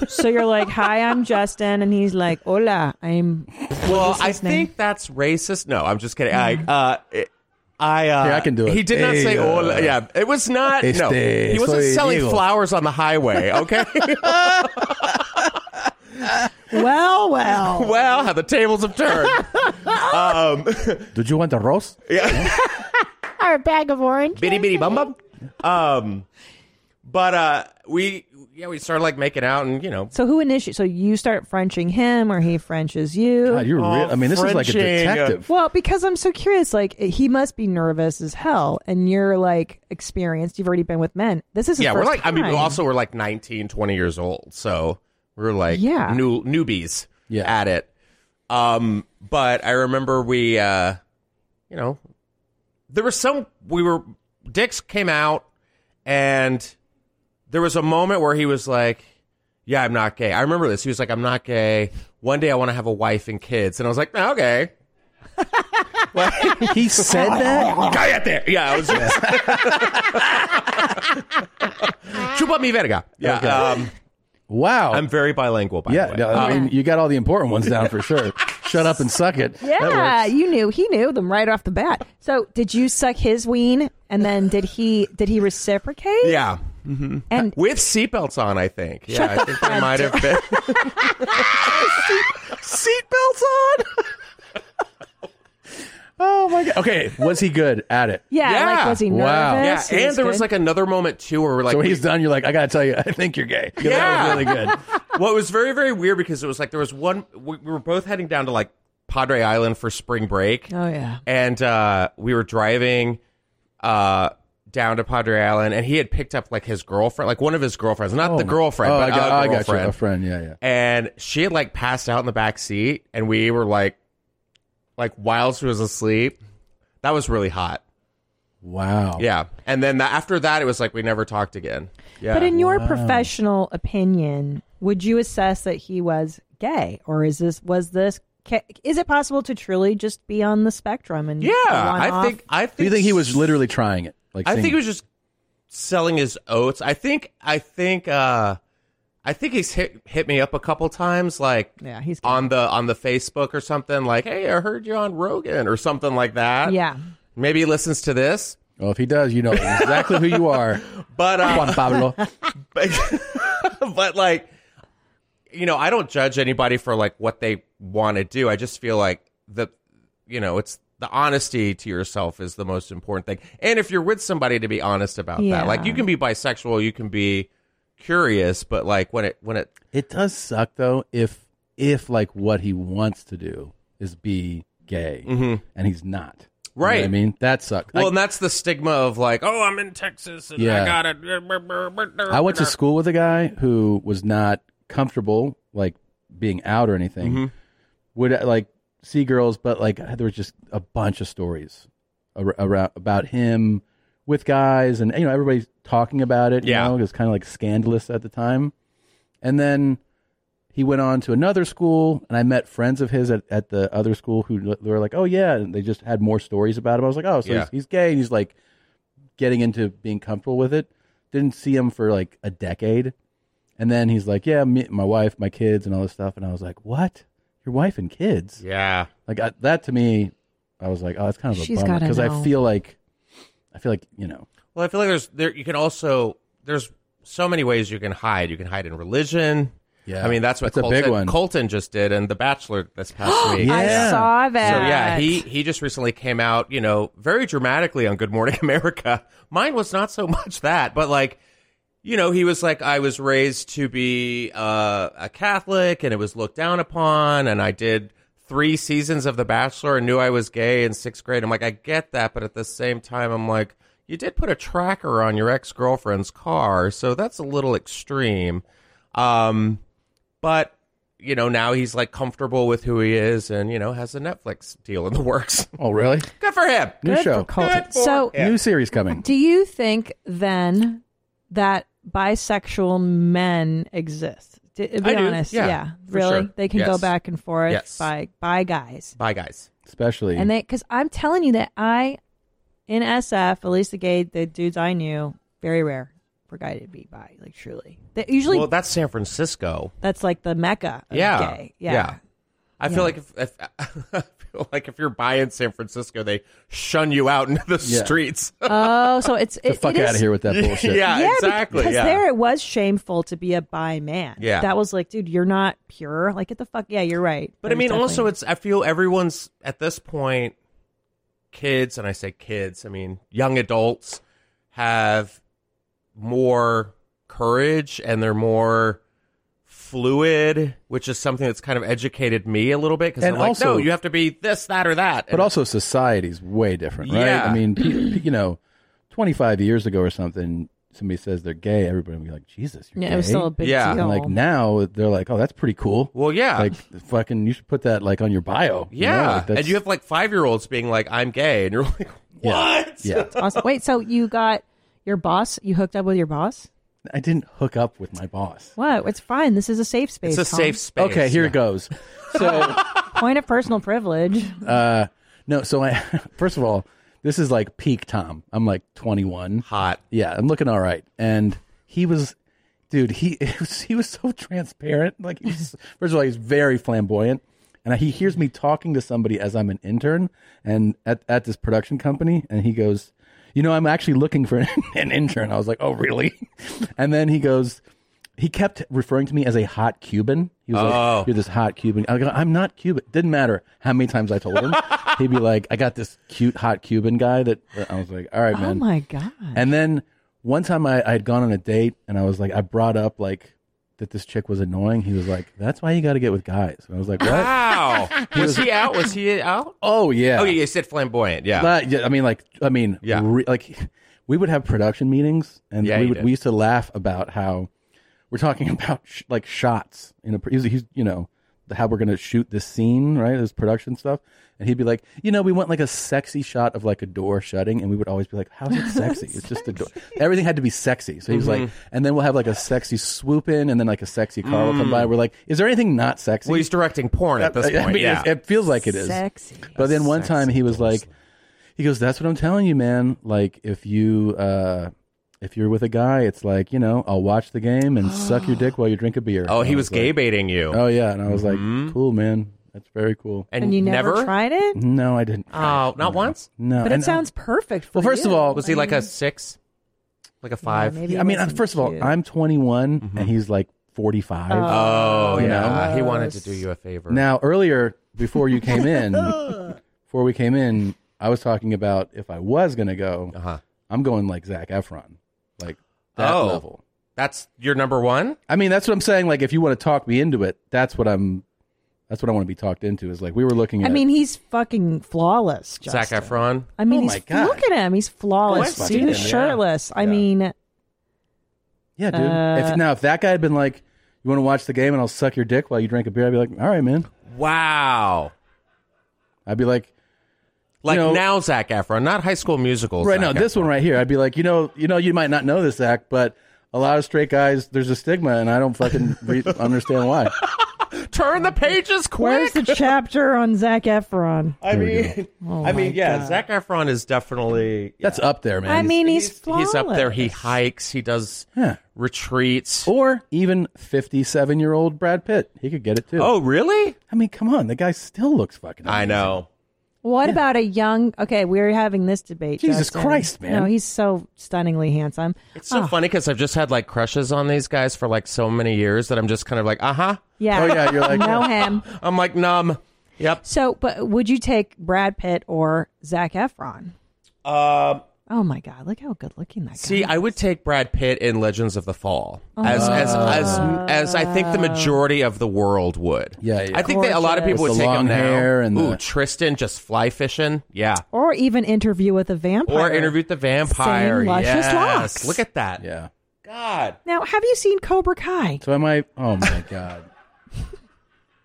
S1: so you're like, "Hi, I'm Justin," and he's like, "Hola, I'm."
S12: Well,
S1: What's
S12: I
S1: his name?
S12: think that's racist. No, I'm just kidding. I, uh, it- I, uh,
S2: Here, I can do it.
S12: He did not
S2: Hey,
S12: say
S2: uh,
S12: hola. Yeah, it was not. no,
S2: este,
S12: he wasn't
S2: soy
S12: selling
S2: Diego.
S12: flowers on the highway. Okay.
S1: well, well,
S12: well. How the tables have turned. um,
S2: Did you want the roast?
S12: yeah.
S1: Or a bag of orange.
S12: Bitty bitty bum bum. Um, but uh, we yeah we started like making out and you know
S1: So who initiates? So you start Frenching him, or he Frenches you?
S12: God, you're Oh, real- I mean, this is like a Frenching. detective.
S1: Well, because I'm so curious. Like eh, he must be nervous as hell, and you're like experienced. You've already been with men. This is his
S12: yeah we're
S1: first
S12: like I mean
S1: time.
S12: also we're like 19, 20 years old so we're like
S1: Yeah.
S12: new newbies at it. Um, but I remember we uh, you know there was some we were Dix came out and there was a moment where he was like, "Yeah, I'm not gay." I remember this. He was like, "I'm not gay. One day I want to have a wife and kids." And I was like, "Okay."
S2: he said that?
S12: Cállate. Yeah, I was just. Chupa mi verga. Yeah.
S2: Okay.
S12: Um,
S2: wow.
S12: I'm very bilingual, by
S2: yeah,
S12: the way.
S2: no, I
S12: Um,
S2: mean, you got all the important ones down for sure. Shut up and suck it. That
S1: Yeah,
S2: works.
S1: you knew. He knew them right off the bat. So did you suck his ween, and then did he? Did he reciprocate?
S12: Yeah. Mm-hmm.
S1: And-
S12: with seatbelts on, I think. Yeah,
S1: Shut
S12: I
S1: the
S12: think there might have been. Seatbelts on.
S2: Oh my god. Okay, was he good at it?
S1: Yeah, like, was he
S2: Wow.
S12: Yeah,
S1: nervous? He
S12: and
S1: was
S12: there was
S1: good?
S12: like another moment too where we're like,
S2: so he's done. You're like, I gotta tell you, I think you're gay. Yeah, that was really good.
S12: well, it was very, very weird because it was like there was one. We, we were both heading down to like Padre Island for spring break.
S1: Oh yeah.
S12: and uh, we were driving uh, down to Padre Island, and he had picked up like his girlfriend, like one of his girlfriends, not the girlfriend,
S2: Oh,
S12: but
S2: I got,
S12: a
S2: I got you.
S12: girlfriend.
S2: A friend. Yeah, yeah.
S12: And she had like passed out in the back seat, and we were like, like while she was asleep, that was really hot.
S2: Wow.
S12: Yeah, and then the, after that, it was like we never talked again. Yeah,
S1: But in your professional opinion, would you assess that he was gay, or is this was this? ca- Is it possible to truly just be on the spectrum and
S12: yeah,
S1: a one-off?
S12: I think I think
S2: Do you think he was literally trying it? Like,
S12: I
S2: seeing-
S12: think he was just selling his oats. I think I think uh I think he's hit hit me up a couple times like
S1: yeah, he's
S12: on the on the Facebook or something like hey, I heard you on Rogan or something like that.
S1: yeah.
S12: Maybe he listens to this.
S2: Well, if he does, you know exactly who you are,
S12: But uh,
S2: Juan Pablo.
S12: but like you know, I don't judge anybody for like what they want to do. I just feel like the you know, it's the honesty to yourself is the most important thing. And if you're with somebody to be honest about
S1: Yeah.
S12: that. Like you can be bisexual, you can be curious, but like when it when it
S2: It does suck though if if like what he wants to do is be gay and he's not. You know
S12: Mm-hmm.
S2: what I
S12: Right.
S2: mean, that sucks.
S12: well, and that's the stigma of like, oh, I'm in Texas and
S2: Yeah.
S12: I got to
S2: I went to school with a guy who was not comfortable like being out or anything.
S12: Mm-hmm.
S2: Would uh, like see girls, but like there was just a bunch of stories ar- around about him with guys, and you know everybody's talking about it.
S12: Yeah.
S2: you know, it was kind of like scandalous at the time. And then he went on to another school, and I met friends of his at, at the other school who l- were like, "Oh yeah," and they just had more stories about him. I was like, "Oh, so
S12: Yeah.
S2: he's, he's gay," and he's like getting into being comfortable with it. Didn't see him for like a decade, and then he's like, "Yeah, me, my wife, my kids, and all this stuff," and I was like, "What? Your wife and kids?"
S12: Yeah.
S2: Like I, that to me, I was like, "Oh, that's kind of a
S1: She's
S2: bummer,"
S1: gotta
S2: because I
S1: know.
S2: feel like, I feel like you know,
S12: Well, I feel like there's there you can also there's so many ways you can hide. You can hide in religion.
S2: Yeah.
S12: I mean that's what
S2: That's a
S12: Colton,
S2: big one.
S12: Colton just did, and The Bachelor this past week.
S1: I saw that.
S12: So yeah, he he just recently came out, you know, very dramatically on Good Morning America. Mine was not so much that, but like, you know, he was like, I was raised to be uh, a Catholic, and it was looked down upon, and I did three seasons of The Bachelor and knew I was gay in sixth grade. I'm like, I get that, but at the same time, I'm like. You did put a tracker on your ex girlfriend's car, so that's a little extreme. Um, but you know, now he's like comfortable with who he is, and you know, has a Netflix deal in the works.
S2: Oh, really?
S12: Good for him.
S2: New
S12: Good
S2: show.
S12: for Colton. Good for
S1: So-
S12: him.
S2: New series coming.
S1: Do you think then that bisexual men exist? To to be
S12: I do,
S1: honest,
S12: yeah, for
S1: really,
S12: sure.
S1: they can go
S12: Yes.
S1: back and forth
S12: Yes.
S1: by by guys,
S12: Bye, guys.
S2: Especially
S1: and they because I'm telling you that I in SF at least the gay the dudes I knew very rare for a guy to be bi like truly they usually
S12: well, that's San Francisco.
S1: that's like the mecca of
S12: yeah.
S1: gay yeah.
S12: I
S1: Yeah.
S12: feel like if, if I feel like if you're by in San Francisco, they shun you out into the
S1: Yeah.
S12: streets.
S1: Oh, so it's
S12: The
S1: it-
S12: fuck
S1: it
S12: outta
S1: is-
S12: here with that bullshit. Yeah,
S1: bec-
S12: exactly,
S1: Because
S12: yeah.
S1: there it was shameful to be a bi man.
S12: Yeah.
S1: that was like, dude, you're not pure. Like, get the fuck. Yeah, you're right.
S12: But I mean,
S1: There's
S12: also, it's I feel everyone's at this point, kids, and I say kids, I mean young adults have more courage and they're more fluid, which is something that's kind of educated me a little bit because
S2: And
S12: I'm like,
S2: also-
S12: no, you have to be this, that, or that.
S2: But also, society's way different, right?
S12: Yeah.
S2: I mean, pe- pe- you know, 25 years ago or something, somebody says they're gay, everybody would be like, Jesus, you're
S1: Yeah,
S2: gay.
S1: it was still a big Yeah.
S2: And, like
S1: deal.
S2: now, they're like, oh, that's pretty cool.
S12: Well, yeah.
S2: Like, fucking, you should put that like on your bio. you know?
S12: yeah,
S2: Like, that's-
S12: and you have like five year olds being like, "I'm gay," and you're like, "What?"
S2: Yeah.
S1: nothing- awesome. Wait, so you got your boss? You hooked up with your boss?
S2: I didn't hook up with my boss.
S1: What? It's fine. This is a safe space. Tom.
S2: Okay, here it goes. So,
S1: Point of personal privilege.
S2: uh, no, so I, first of all, this is like peak Tom. I'm like 21.
S12: Hot.
S2: Yeah, I'm looking all right. And he was, dude, he, it was, he was so transparent. Like, he was, first of all, he's very flamboyant. And he hears me talking to somebody as I'm an intern and at, at this production company. And he goes, you know, I'm actually looking for an intern. I was like, oh, really? And then he goes, he kept referring to me as a hot Cuban. He was
S12: Oh.
S2: like, "You're this hot Cuban." I go, "I'm not Cuban." Didn't matter how many times I told him. He'd be like, "I got this cute hot Cuban guy." That I was like, "All right,
S1: Oh
S2: man."
S1: my god.
S2: And then one time I I had gone on a date and I was like, I brought up like that this chick was annoying. He was like, "That's why you got to get with guys." And I was like, "What?"
S12: Wow.
S2: He
S12: was
S2: was-
S12: he out? Was he out?
S2: Oh yeah.
S12: Oh yeah. You said flamboyant. Yeah.
S2: But, yeah, I mean, like, I mean, yeah. like, we would have production meetings, and
S12: Yeah,
S2: we
S12: you
S2: would
S12: did.
S2: we used to laugh about how we're talking about sh- like shots in a pr- he's, he's you know the- how we're gonna shoot this scene, right? This production stuff, and he'd be like, you know, we want like a sexy shot of like a door shutting, and we would always be like, how's it sexy? it's just a door. Everything had to be sexy. So he was
S12: Mhm.
S2: like, and then we'll have like a sexy swoop in, and then like a sexy car will come
S12: Mm.
S2: by. We're like, is there anything not sexy?
S12: Well, he's directing porn at
S2: Uh,
S12: this
S2: I- I
S12: point,
S2: mean,
S12: yeah.
S2: it, it feels like it is.
S12: Sexy.
S2: But then one time he was like, he goes, "That's what I'm telling you, man. Like if you uh, if you're with a guy, it's like you know, I'll watch the game and suck your dick while you drink a beer."
S12: Oh,
S2: And
S12: he
S2: I
S12: was, gay
S2: like-
S12: baiting you.
S2: Oh yeah, and I was
S1: Mm-hmm.
S2: like, "Cool, man. That's very cool."
S12: And And you never never?
S1: tried it?
S2: No, I didn't.
S12: Oh, not once.
S2: No.
S1: But it
S2: and-
S1: sounds perfect. For
S2: Well, first of
S1: you. Mm-hmm.
S2: all,
S12: was he like a six? Like a five?
S1: maybe
S2: I
S1: it
S2: mean, uh,
S1: wasn't
S2: first of all,
S1: cute.
S2: I'm 21 and he's like 45.
S12: Oh,
S2: you
S12: Mm-hmm. yeah.
S2: know?
S12: He wanted to do you a favor.
S2: Now, earlier, before you came in, before we came in, I was talking about if I was going to go, I'm going like Zach Efron, like that
S12: Uh-huh. oh,
S2: level.
S12: that's your number one.
S2: I mean, that's what I'm saying. Like, if you want to talk me into it, that's what I'm. That's what I want to be talked into. Is like we were looking
S1: I
S2: at.
S1: mean, he's fucking flawless.
S2: Zac
S1: Justin.
S12: Efron.
S1: I mean,
S2: Oh
S1: he's,
S2: my God.
S1: look at him. He's flawless.
S2: Oh, I've
S1: dude,
S2: seen him, yeah.
S1: shirtless. I mean,
S2: yeah, dude.
S1: uh,
S2: if, now, if that guy had been like, "You want to watch the game, and I'll suck your dick while you drink a beer," I'd be like, "All right, man."
S12: Wow.
S2: I'd be like,
S12: Like
S2: know-
S12: now, Zach Efron, not High School Musical.
S2: right now,
S12: Zac
S2: this one right here, I'd be like, you know, you know, you might not know this act, but a lot of straight guys, there's a stigma, and I don't fucking re- understand why.
S12: Efron. Turn the pages
S1: where's
S12: quick.
S1: the chapter on Zach Efron?
S12: I
S2: There we
S12: mean,
S1: Oh
S12: I
S1: my
S12: mean, yeah,
S1: God.
S12: Zac Efron is definitely
S2: that's up there, man.
S1: I mean, he's,
S12: He's up there.
S1: flawless.
S12: He hikes. He does retreats,
S2: or even fifty-seven-year-old Brad Pitt, he could get it too.
S12: Oh, really?
S2: I mean, come on, the guy still looks fucking.
S12: I know.
S1: What about a young? Okay, we're having this debate.
S2: Jesus
S1: Justin.
S2: Christ, man.
S1: No, he's so stunningly handsome.
S12: It's so
S1: Oh,
S12: funny because I've just had like crushes on these guys for like so many years that I'm just kind of like, uh huh.
S1: Yeah. Oh, yeah, you're like- Know him.
S12: I'm like numb. Um, Yep.
S1: So, but would you take Brad Pitt or Zach Efron?
S12: Um.
S1: Oh my God! Look how good looking that.
S12: See, I would take Brad Pitt in Legends of the Fall as
S1: Oh.
S12: as as as I think the majority of the world would.
S2: Yeah, yeah.
S12: I think that a lot of people
S2: With
S12: would
S2: the
S12: take him
S2: long
S12: now.
S2: hair and
S12: Ooh,
S2: the-
S12: Tristan just fly fishing. Yeah.
S1: Or even interview with a vampire.
S12: Or interviewed the vampire.
S1: Same luscious
S12: yes.
S1: locks.
S12: Look at that.
S2: Yeah.
S12: God.
S1: Now, have you seen Cobra Kai?
S2: So am I? Oh my god.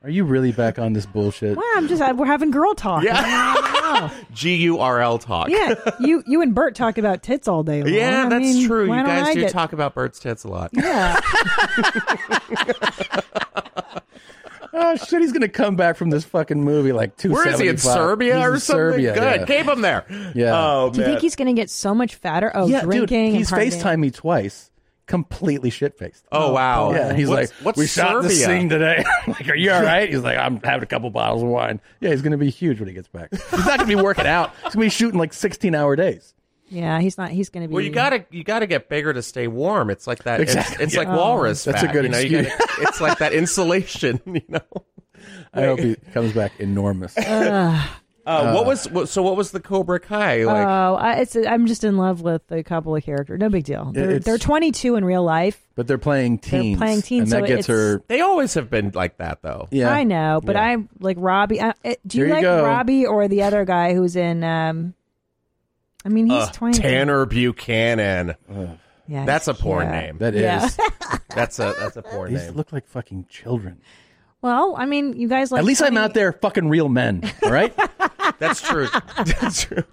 S2: Are you really back on this bullshit?
S1: Well, I'm just I, we're having girl talk. Yeah.
S12: G U R L talk.
S1: yeah. You you and Bert talk about tits all day. Long.
S12: Yeah,
S1: I
S12: that's
S1: mean,
S12: true. You
S1: why don't
S12: guys
S1: I
S12: do
S1: get-
S12: talk about Bert's tits a lot.
S1: Yeah.
S2: Oh shit, he's gonna come back from this fucking movie like two.
S12: Where is he in Serbia or something? Good,
S2: yeah.
S12: keep him there.
S2: Yeah.
S12: Oh
S1: Do you think he's gonna get so much fatter? Oh,
S2: yeah,
S1: drinking.
S2: Dude,
S1: and
S2: he's
S1: partying.
S2: FaceTime me twice, completely shit faced.
S12: Oh, wow.
S2: Yeah, he's
S12: What's-
S2: like,
S12: what's
S2: we shot this
S12: Serbia?"
S2: scene today. I'm like, are you all right? He's like, I'm having a couple bottles of wine. Yeah, he's gonna be huge when he gets back. He's not gonna be working out. He's gonna be shooting like 16 hour days.
S1: Yeah, he's not. He's gonna be.
S12: Well, you gotta you gotta get bigger to stay warm. It's like that. It's,
S2: Mm. Exactly,
S12: it's
S2: yeah. Oh,
S12: like walrus.
S2: That's a
S12: fat,
S2: good
S12: you know, you
S2: excuse.
S12: gotta- it's like that insulation. You know.
S2: I hope he comes back enormous.
S1: Ugh.
S12: Uh,
S2: Uh,
S12: what was what, so? What was the Cobra Kai like?
S1: oh, I, it's I'm just in love with a couple of characters. No big deal. They're,
S12: it's-
S1: they're 22 in real life.
S2: But they're playing teens.
S1: playing teens,
S2: and that
S1: so
S2: gets
S1: it's-
S2: her.
S12: They always have been like that, though.
S1: I know, but I'm like Robbie. I, uh, do you,
S12: Here you
S1: like
S12: go.
S1: Robbie or the other guy who's in? um I mean, he's
S12: Ugh,
S1: 20.
S12: Uh, Tanner Buchanan.
S1: Yeah,
S12: that's a
S1: he's
S12: porn
S1: cute.
S12: name.
S1: That Yeah. is.
S12: that's a that's a porn
S2: These
S12: name.
S2: look like fucking children.
S1: Well, I mean, you guys like.
S2: At least
S1: 20
S2: I'm out there fucking real men. All right.
S12: That's true. That's true.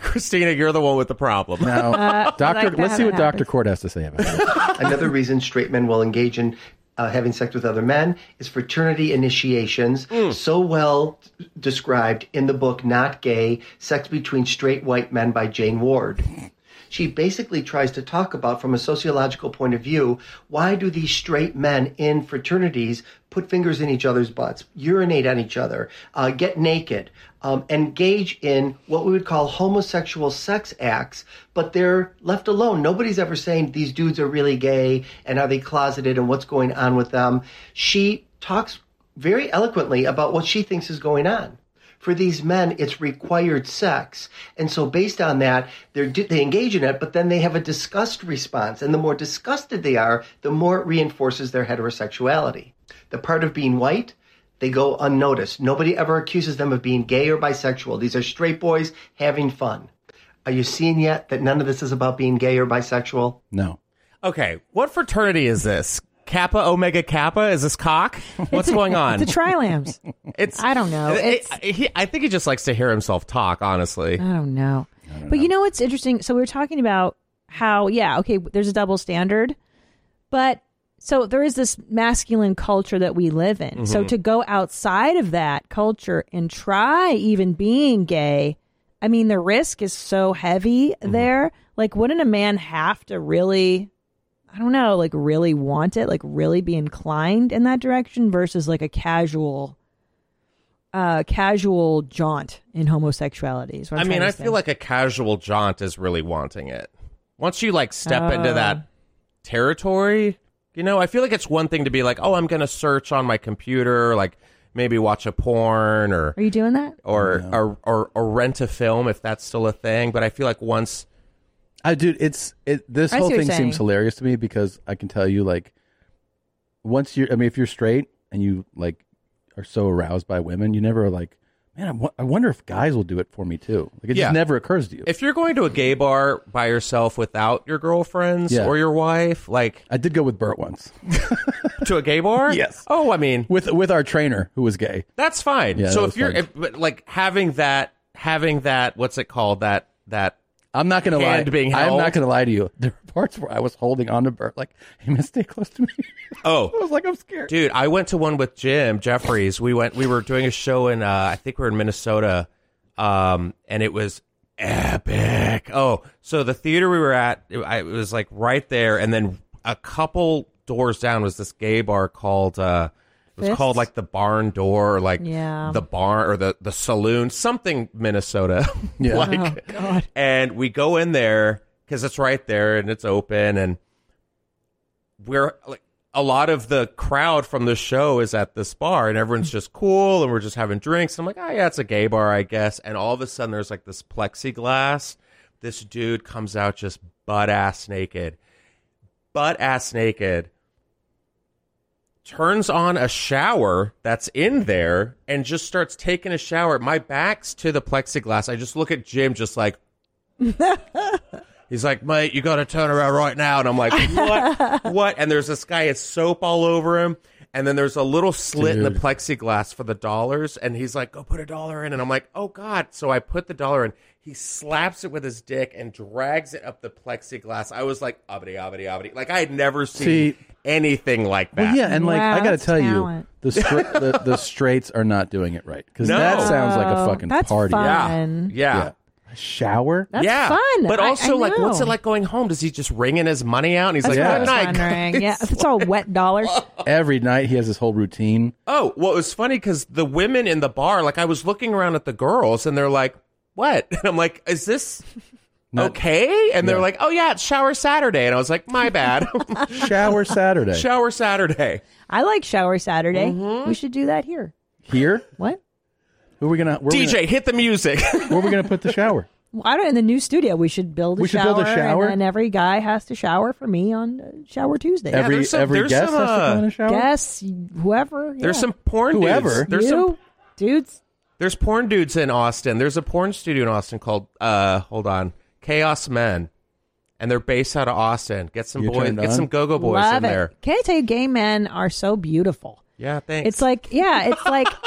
S12: Christina, you're the one with the problem.
S2: Now,
S19: Uh,
S2: Doctor,
S19: like that
S2: let's see what
S19: happens.
S2: Doctor Court has to say about it.
S19: Another reason straight men will engage in uh, having sex with other men is fraternity initiations, so well described in the book Not Gay Sex Between Straight White Men by Jane Ward. She basically tries to talk about, from a sociological point of view, why do these straight men in fraternities put fingers in each other's butts, urinate on each other, uh, get naked, um, engage in what we would call homosexual sex acts, but they're left alone. Nobody's ever saying these dudes are really gay and are they closeted and what's going on with them. She talks very eloquently about what she thinks is going on. For these men, it's required sex. And so, based on that, they're, they engage in it, but then they have a disgust response. And the more disgusted they are, the more it reinforces their heterosexuality. The part of being white, they go unnoticed. Nobody ever accuses them of being gay or bisexual. These are straight boys having fun. Are you seeing yet that none of this is about being gay or bisexual?
S2: No.
S12: Okay, what fraternity is this? Kappa Omega Kappa? Is this cock? What's
S1: It's a-
S12: going on?
S1: It's a Trilams.
S12: it's
S1: I don't know. It's
S12: I- he- I think he just likes to hear himself talk. Honestly,
S1: I don't know. but you know what's interesting? So we were talking about how yeah, okay, there's a double standard, but so there is this masculine culture that we live in. So
S12: Mm-hmm.
S11: Mhm.
S1: to go outside of that culture and try even being gay, I mean the risk is so heavy
S12: Mm-hmm.
S1: there. Like wouldn't a man have to really I don't know, like really want it, like really be inclined in that direction versus like a casual uh casual jaunt in homosexuality. is what
S12: I
S1: I'm
S12: mean,
S1: trying to
S12: I
S1: say.
S12: feel like a casual jaunt is really wanting it. Once you like step into
S1: Oh.
S12: that territory, you know, I feel like it's one thing to be like, oh, I'm gonna search on my computer, like maybe watch a porn or
S1: Are you doing that?
S12: or or, or or rent a film if that's still a thing. But I feel like once
S2: I dude, it's it. This
S12: I see
S2: whole
S12: what
S2: thing
S12: you're
S2: seems
S12: saying.
S2: hilarious to me because I can tell you, like, once you're, I mean, if you're straight and you like are so aroused by women, you never are like, man, I wo- I wonder if guys will do it for me too. Like, it
S12: Yeah.
S2: just never occurs to you.
S12: if you're going to a gay bar by yourself without your girlfriends
S2: Yeah.
S12: or your wife, like
S2: I did go with Bert once
S12: to a gay bar.
S2: Yes.
S12: Oh, I mean,
S2: with with our trainer who was gay.
S12: That's fine.
S2: Yeah,
S12: so if
S2: that was
S12: you're
S2: fun.
S12: if, but, like having that, having that, what's it called? That that
S2: I'm not gonna
S12: hand
S2: lie.
S12: Being held.
S2: I'm not gonna lie to you. There were parts where I was holding on to Bert, like, hey man, stay close to me.
S12: Oh,
S2: I was like, I'm scared.
S12: Dude, I went to one with Jim Jeffries. We went. We were doing a show in. Uh, I think we were in Minnesota, um, and it was epic. Oh, so the theater we were at, it, I, it was like right there, and then a couple doors down was this gay bar called. Uh, it was
S1: Fist?
S12: called like the barn door, or like
S1: Yeah.
S12: the barn or the the saloon, something Minnesota.
S1: Yeah.
S12: like,
S1: Oh, God.
S12: And we go in there because it's right there and it's open and we're like a lot of the crowd from the show is at this bar and everyone's just cool and we're just having drinks. I'm like, oh yeah, it's a gay bar, I guess. And all of a sudden there's like this plexiglass. This dude comes out just butt ass naked. Butt ass naked. Turns on a shower that's in there and just starts taking a shower. My back's to the plexiglass. I just look at Jim just like He's like, mate, you got to turn around right now. And I'm like, what? what? And there's this guy, it's soap all over him. And then there's a little slit in the
S3: Dude.
S12: plexiglass for the dollars. And he's like, go put a dollar in. And I'm like, oh God. So I put the dollar in. He slaps it with his dick and drags it up the plexiglass. I was like, abity, abity, abity. Like I had never seen
S2: See-
S12: anything like that.
S2: Well, yeah, and like I gotta tell you, the, stra- the the straights are not doing it right because
S12: No.
S2: that sounds like
S12: Oh,
S2: a fucking
S12: that's
S2: party.
S12: fun. Yeah.
S2: A shower.
S12: That's Yeah. fun. But I- also, I like, what's know. it like going home? Does he just ringing his money out? And he's
S1: That's
S12: like,
S1: what I
S12: good
S1: was
S12: night.
S1: wondering. Yeah, if it's all wet dollars.
S2: Every night he has this whole routine.
S12: Oh, well, it was funny because the women in the bar, like, I was looking around at the girls and they're like, what? And I'm like, is this okay? And they're
S2: Yeah.
S12: like, oh, yeah, it's Shower Saturday. And I was like, my bad.
S2: Shower Saturday.
S12: Shower Saturday. Mm-hmm.
S1: I like Shower Saturday. We should do that here.
S2: Here.
S1: What?
S2: Who are we gonna? Where
S12: DJ, hit the music.
S2: where are we gonna put the shower?
S1: Well, I don't. In the new studio, we should build a
S2: We should
S1: shower.
S2: build a shower?
S1: and then every guy has to shower for me on uh, Shower Tuesday.
S2: Every- Yeah, there's some- every there's guest some, has to go in a uh, shower?
S1: Guess whoever. yeah.
S12: There's some porn dudes. There's
S1: You?
S12: some
S1: dudes.
S12: There's porn dudes in Austin. There's a porn studio in Austin called uh hold on. Chaos Men. And they're based out of Austin. Get some
S2: You
S12: boys
S2: turned
S12: get
S2: on?
S12: some go-go boys
S1: Love
S12: in
S1: it.
S12: there.
S1: Can I tell you, gay men are so beautiful.
S12: Yeah, thanks.
S1: It's like, yeah, it's like.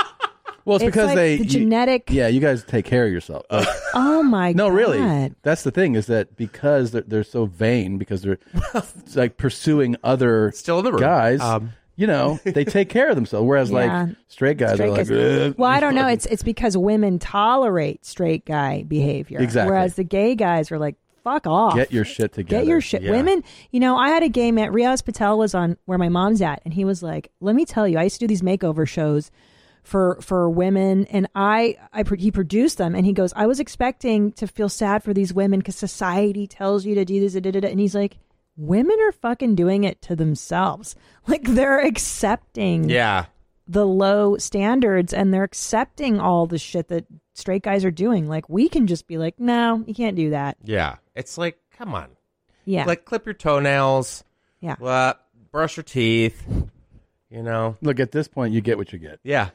S2: Well, it's, because
S1: like
S2: they
S1: the
S2: you-
S1: genetic.
S2: yeah, you guys take care of yourself. Like,
S1: Oh my!
S2: no,
S1: God.
S2: really. That's the thing is that because they're, they're so vain, because they're it's like pursuing other
S12: still the room.
S2: guys. you know, they take care of themselves. Whereas
S1: Um, Yeah.
S2: like straight guys
S1: Straight
S2: are like, eh,
S1: guys-
S2: "Ugh."
S1: well, I don't know. It's it's because women tolerate straight guy behavior,
S2: Exactly.
S1: Whereas the gay guys are like, "Fuck off,
S2: get your shit together.
S1: Get your shit." Women, you know, I had a gay man. Riaz Patel was on where my mom's at, and he was like, "Let me tell you, I used to do these makeover shows." For, for women and I, I pro- he produced them and he goes I was expecting to feel sad for these women because society tells you to do this da, da, da, da." and he's like women are fucking doing it to themselves like they're accepting
S12: Yeah.
S1: the low standards and they're accepting all the shit that straight guys are doing. Like we can just be like, no, you can't do that.
S12: Yeah. It's like, come on.
S1: Yeah.
S12: Like clip your toenails.
S1: Yeah.
S12: Uh, brush your teeth. You know.
S2: Look at this point, you get what you get.
S12: Yeah.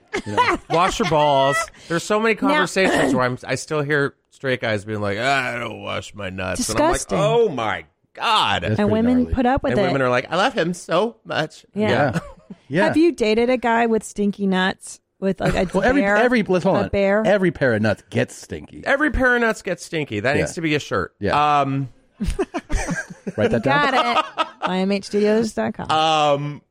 S12: wash your balls. There's so many
S1: Now-
S12: conversations where I'm I still hear straight guys being like, "Ah, I don't wash my nuts.
S1: Disgusting.
S12: And I'm like, oh my God.
S1: and women put up with
S12: and
S1: it.
S12: women are like, I love him so much.
S1: Yeah. Yeah. Have you dated a guy with stinky nuts with like a
S2: well, every
S1: bear?
S2: every let's hold
S1: a
S2: on.
S1: bear?
S2: Every pair of nuts gets stinky.
S12: Every pair of nuts gets stinky. That
S2: Yeah.
S12: needs to be a shirt.
S2: Yeah.
S12: Um
S2: Write that down.
S1: Got it. IMHstudios.com.
S12: Um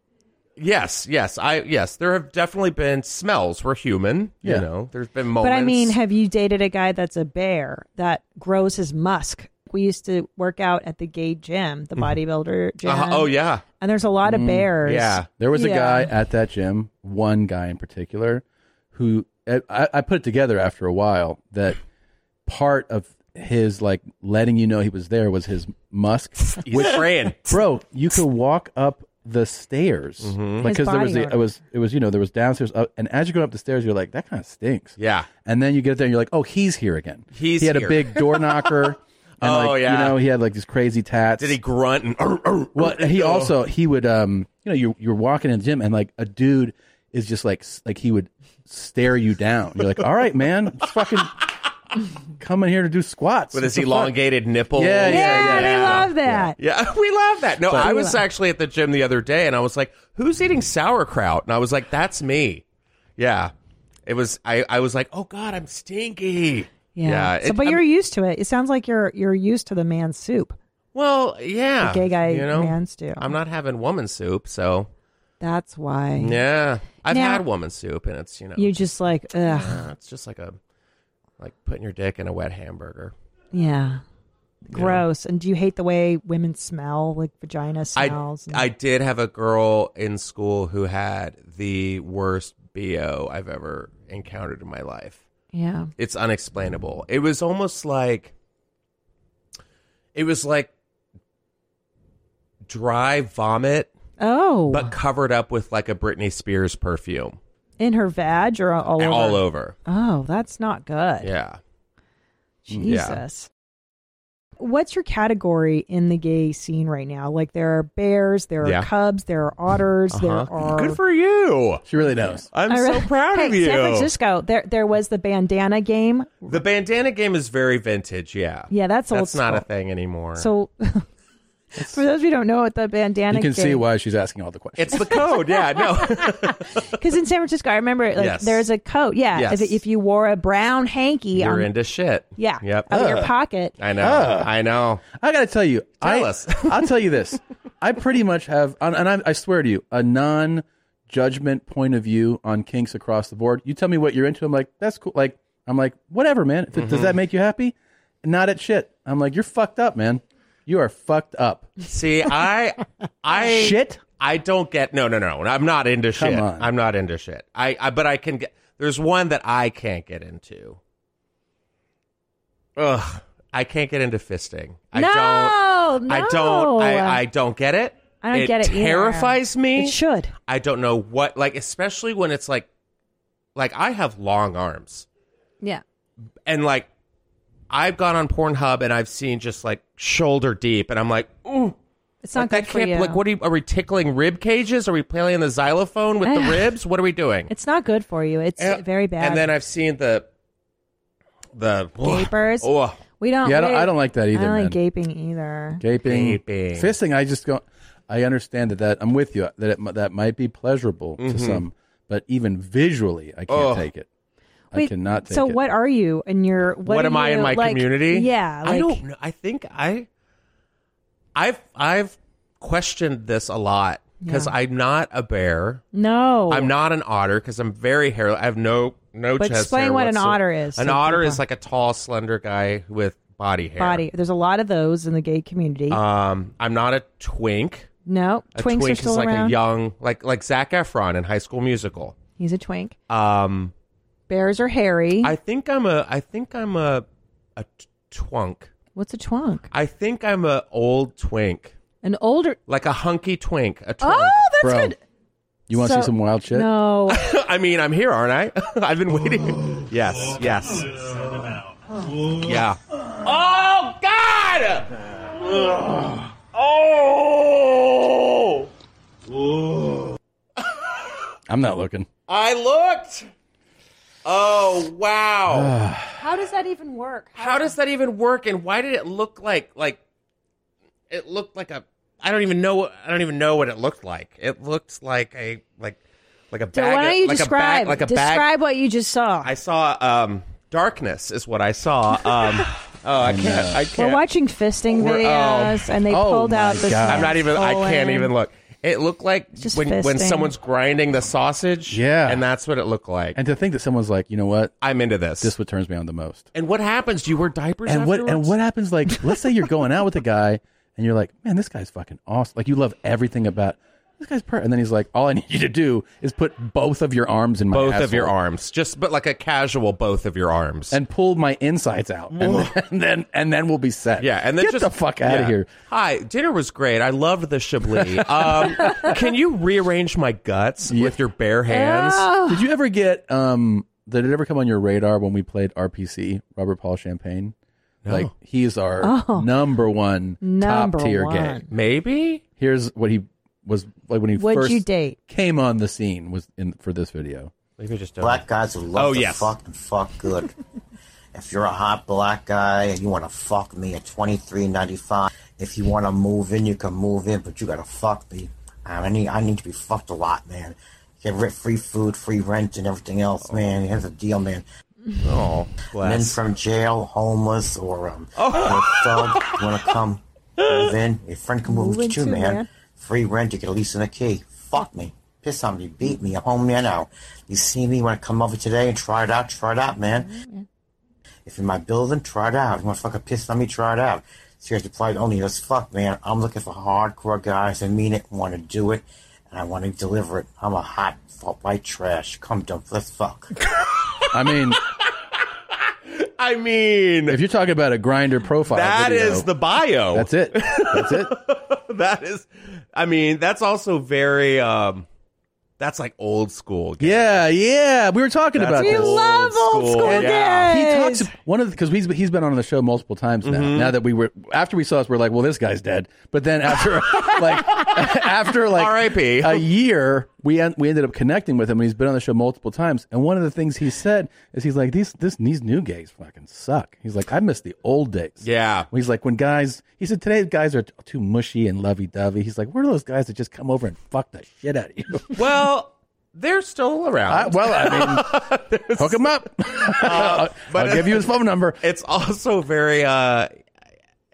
S12: Yes, yes. I yes, there have definitely been smells. We're human.
S1: Yeah.
S12: You know. There's been
S1: But
S12: moments.
S1: I mean, have you dated a guy that's a bear that grows his musk? We used to work out at the gay gym,
S2: Mm-hmm.
S1: the bodybuilder gym.
S12: Uh-huh. Oh, yeah.
S1: And there's a lot of
S2: Mm,
S1: bears.
S2: There was
S1: Yeah.
S2: a guy at that gym, one guy in particular, who I, I put it together after a while that part of his like letting you know he was there was his musk.
S12: spraying.
S2: Bro, you could walk up the stairs
S12: His
S2: because there
S12: body
S2: was the,
S12: odor.
S2: it was it was you know there was downstairs up, and as you go up the stairs you're like that kind of stinks
S12: Yeah.
S2: and then you get there and you're like oh he's here again
S12: He's
S2: he had
S12: here.
S2: a big door knocker and
S12: Oh,
S2: like,
S12: yeah.
S2: you know he had like these crazy tats
S12: Did he grunt and
S2: well, he also he would um you know you you're walking in the gym and like a dude is just like s- like he would stare you down. You're like, all right, man, it's fucking coming here to do squats
S12: with
S2: What
S12: his
S2: the fuck?"
S12: elongated nipple?
S2: Yeah, yeah,
S1: yeah, we love that.
S12: Yeah, we love that. No,
S1: But-
S12: I was actually at the gym the other day and I was like, who's eating sauerkraut? And I was like, that's me. Yeah. It was I, I was like, oh God, I'm stinky.
S1: Yeah.
S12: it-
S1: so, but
S12: I'm-
S1: you're used to it. It sounds like you're you're used to the man's soup.
S12: well, uh, yeah.
S1: The gay guy
S12: you know?
S1: man's do.
S12: I'm not having woman soup, so
S1: That's why.
S12: yeah. I've
S1: Now-
S12: had woman soup and it's you know
S1: You just like, ugh.
S12: Yeah, it's just like a like putting your dick in a wet hamburger.
S1: Yeah.
S12: Yeah.
S1: Gross. And do you hate the way women smell? Like vagina smells. and-
S12: I, I did have a girl in school who had the worst BO I've ever encountered in my life.
S1: Yeah.
S12: It's unexplainable. It was almost like it was like dry vomit.
S1: Oh.
S12: But covered up with like a Britney Spears perfume.
S1: in her vag or all over?
S12: All over.
S1: Oh, that's not good.
S12: Yeah. Mm, Yeah.
S1: Jesus. What's your category in the gay scene right now? Like there are bears, there are
S12: Yeah.
S1: cubs, there are otters,
S12: Uh-huh.
S1: there are
S12: Good for you.
S2: She really knows.
S12: I'm
S1: I
S12: so
S1: re-
S12: proud
S1: hey,
S12: of you.
S1: San Francisco, there there was the bandana game.
S12: The bandana game is very vintage, yeah.
S1: Yeah, that's old
S12: That's not a
S1: school.
S12: thing anymore.
S1: So For those of you who don't know what the bandana
S2: You can see why she's asking all the questions.
S12: It's the code, yeah. No,
S1: Because in San Francisco, I remember like
S12: Yes.
S1: there's a coat. Yeah,
S12: Yes.
S1: if, if you wore a brown hanky,
S12: you're
S1: on,
S12: into shit.
S1: yeah,
S12: Yep.
S1: out of your pocket.
S12: I know.
S2: Ugh.
S12: I know.
S2: I gotta tell you,
S12: Tell
S2: I,
S12: us.
S2: I'll tell you this. I pretty much have, and and I, I swear to you, a non-judgment point of view on kinks across the board. You tell me what you're into. I'm like, that's cool. Like, I'm like, whatever, man. If it- Does
S12: Mhm.
S2: that make you happy? Not at shit. I'm like, you're fucked up, man. You are fucked up.
S12: See, I, I
S2: shit.
S12: I don't get. No, no, no. I'm not into
S2: Come
S12: shit.
S2: on.
S12: I'm not into shit. I, I, but I can get. There's one that I can't get into. Ugh, I can't get into fisting. I
S1: No,
S12: don't. I
S1: no.
S12: don't. I, I don't get it.
S1: I don't get it either.
S12: Terrifies me.
S1: It should.
S12: I don't know what. Like, especially when it's like, like I have long arms
S1: Yeah.
S12: and like I've gone on Pornhub and I've seen just like shoulder deep, and I'm like, ooh,
S1: It's not
S12: like, that
S1: good for
S12: can't-
S1: you.
S12: Like, what are, you, are we tickling rib cages? Are we playing the xylophone with the ribs? What are we doing?
S1: It's not good for you. It's
S12: And-
S1: very bad.
S12: And then I've seen the the
S1: Gapers.
S12: Oh,
S1: we don't.
S2: Yeah, I don't-
S1: we-
S2: I don't like that either,
S1: I don't
S2: man.
S1: like gaping either.
S2: Gaping,
S12: Gaping.
S2: fisting. I just don't. I understand that. That I'm with you. That it, mi- that might be pleasurable
S1: Mhm.
S12: Mm-hmm.
S2: to some, but even visually, I can't
S1: Ugh.
S2: take it. I
S1: Wait,
S2: cannot take
S1: so
S2: it.
S1: what are you in your? What,
S12: what,
S1: are
S12: am I
S1: you,
S12: in my
S1: like-
S12: community?
S1: Yeah,
S12: I
S1: like-
S12: don't know. I think I, I've I've questioned this a lot because
S1: Yeah.
S12: I'm not a bear.
S1: No,
S12: I'm not an otter because I'm very hairless. I have no no
S1: But
S12: chest.
S1: explain
S12: hair
S1: what an
S12: whatsoever.
S1: otter is
S12: An
S1: to
S12: otter
S1: people.
S12: is like a tall, slender guy with body hair.
S1: body. There's a lot of those in the gay community.
S12: Um, I'm not a twink.
S1: no,
S12: A
S1: twinks are
S12: twink
S1: still
S12: is like
S1: around.
S12: a young, like like Zac Efron in High School Musical.
S1: He's a twink.
S12: Um,
S1: Bears are hairy.
S12: I think I'm a. I think I'm a a t- twunk.
S1: What's a twunk?
S12: I think I'm a old twink,
S1: An older.
S12: like a hunky twink. A twink.
S1: Oh, that's
S12: Bro,
S1: good.
S2: You
S1: wanna see So- some
S2: wild
S1: No.
S12: I mean, I'm here, aren't I? I've been waiting. Yes, yes. Yeah.
S11: Oh God! Oh!
S2: I'm not looking.
S12: I looked. Oh wow!
S1: How does that even work?
S12: How does that even work? And why did it look like like it looked like a? I don't even know. I don't even know what it looked like. It looked like a like like a
S1: So
S12: bag.
S1: why
S12: of-
S1: don't you
S12: like
S1: describe?
S12: a bag, like a
S1: describe
S12: bag?
S1: what you just saw.
S12: I saw um darkness is what I saw. Um, oh, I can't. I can't.
S1: We're watching fisting
S12: We're- oh.
S1: videos, and they pulled out the.
S12: I'm not even. I
S1: skull
S12: can't
S1: and-
S12: even look. It looked like
S1: just
S12: when when
S1: fisting.
S12: someone's grinding the sausage.
S2: Yeah.
S12: and that's what it looked like.
S2: And to think that someone's like, you know what?
S12: I'm into this.
S2: This is what turns me on the most.
S12: And what happens? Do you wear diapers?
S2: And what and
S12: afterwards?
S2: what happens? Like, let's say you're going out with a guy, and you're like, man, this guy's fucking awesome. Like, you love everything about this guy's per. And then he's like, all I need you to do is put both of your arms in my
S12: both of your
S2: asshole
S12: arms just but like a casual both of your arms
S2: and pull my insides out, and then, and then and then we'll be set.
S12: yeah and then
S2: get
S12: just
S2: the fuck out
S12: yeah.
S2: of here.
S12: hi dinner was great i loved the chablis um can you rearrange my guts with your bare hands
S2: Did you ever get um did it ever come on your radar when we played RPC, Robert Paul Champagne?
S12: No.
S2: Like he's our
S12: Oh.
S2: number one
S12: Number
S2: top tier
S12: one.
S2: gay.
S12: Maybe?
S2: Here's what he was like when he
S1: What'd
S2: first
S1: you date?
S2: came on the scene was in for this video.
S12: Maybe just
S20: black guys who love
S2: Oh,
S20: to
S2: yes.
S20: fuck and fuck good. if you're a hot black guy and you want to fuck me at twenty three ninety five, if you want to move in, you can move in, but you gotta fuck me. I need I need to be fucked a lot, man. Get ri- free food, free rent, and everything else, man. Here's the deal, man.
S12: Oh,
S20: men
S12: bless.
S20: from jail, homeless, or um, or a thug, want to come move in? Your friend can move,
S21: Move in
S20: with you,
S21: too,
S20: man.
S21: man.
S20: Free rent, you get a lease and a key. Fuck me, piss on me, beat me. I'm home there now. You see me? Want to come over today and try it out? Try it out, man. If you're in my building, try it out. You want to fucking piss on me? Try it out. Seriously, pride only. Let's fuck, man. I'm looking for hardcore guys that mean it, want to do it, and I want to deliver it. I'm a hot fu- white trash. Come dump. Let's fuck.
S2: I mean
S12: I mean
S2: if you're talking about a grinder profile.
S12: That
S2: That is
S12: is the bio.
S2: That's it. That's it.
S12: that is i mean that's also very um that's like old school
S2: Yeah, yeah. We were talking
S12: That's
S2: about
S12: We
S2: this.
S12: love old school
S2: And
S12: Yeah.
S2: He
S12: days.
S2: talks one of because he's he's been on the show multiple times now.
S12: Mhm.
S2: Now that we were after we saw us, we're like, well, this guy's dead. But then after like after like R.I.P. a year, we en- we ended up connecting with him, and he's been on the show multiple times. And one of the things he said is he's like these this these new gays fucking suck. He's like I miss the old days.
S12: Yeah.
S2: He's like when guys. He said today's guys are t- too mushy and lovey dovey. He's like we're those guys that just come over and fuck the shit out of you.
S12: Well, they're still around.
S2: I- well, I mean, hook him up. I'll give you his phone number.
S12: Uh, It's also very uh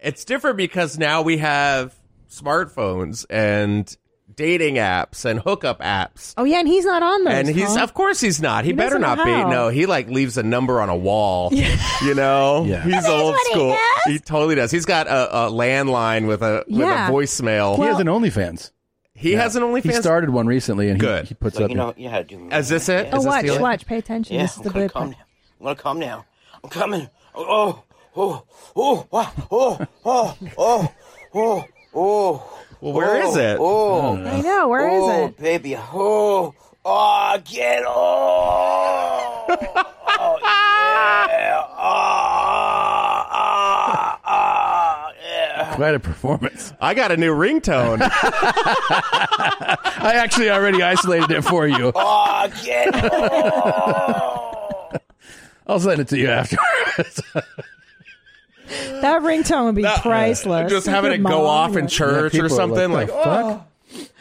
S12: it's different because now we have smartphones and dating apps and hookup apps.
S1: Oh yeah, and he's not on those.
S12: And he's
S1: huh?
S12: of course he's not. He,
S1: He
S12: better
S1: doesn't know
S12: not be.
S1: how.
S12: No, he like leaves a number on a wall. You know, he's old school. He, totally does. He's got a, a landline with a
S2: Yeah.
S12: with a voicemail.
S2: He has an OnlyFans.
S12: He has an OnlyFans?
S2: He started one recently, and he, he puts
S16: Well,
S2: up.
S16: you know, you had to.
S12: Is this it?
S1: oh,
S12: Is this
S1: watch,
S12: the only-
S1: watch, pay attention.
S16: Yeah,
S1: this is the
S16: okay,
S1: good
S16: calm
S1: part.
S16: I'm gonna come now. I'm coming. Oh, oh, oh, oh, oh, oh, oh, oh, oh.
S12: Well, where is it?
S16: Oh,
S1: I know. Where is
S16: oh,
S1: it?
S16: baby. Oh, oh, get off. oh, yeah. Ah, ah, ah, yeah.
S2: Quite a performance.
S12: I got a new ringtone.
S2: I actually already isolated it for you.
S16: Oh, get off.
S2: I'll send it to you afterwards.
S1: That ringtone would be priceless.
S12: Just having it go off in church
S2: Yeah,
S12: or
S2: people are
S12: something
S2: like,
S12: like,
S2: "The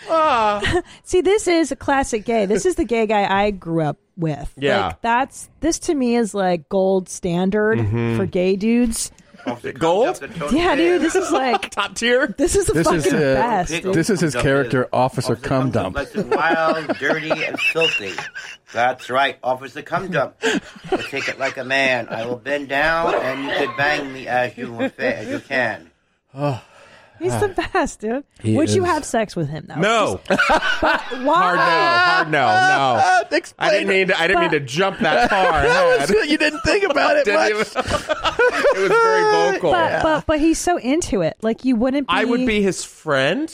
S12: oh,
S1: See, this is a classic gay. This is the gay guy I grew up with.
S12: Yeah.
S1: Like, that's this to me is like gold standard
S12: Mhm.
S1: for gay dudes.
S12: gold.
S1: Yeah, dude, this is like
S12: top tier.
S1: This is the
S2: this
S1: fucking
S2: is uh,
S1: best. dude.
S2: this is his character, Officer Cum Dump.
S20: Wild, dirty, and filthy. That's right, officer cum dump. But take it like a man. I will bend down, and you could bang me as you as you can.
S2: Oh,
S1: He's the best, dude.
S2: He
S1: Would you
S2: is.
S1: have sex with him though?
S12: No.
S1: But why?
S12: Hard no, hard no, no. I didn't mean to, I didn't mean to jump that far. ahead.
S2: you didn't think about it
S12: Didn't
S2: much.
S12: even- it was very vocal.
S1: But, but but he's so into it. Like you wouldn't be
S12: I would be his friend.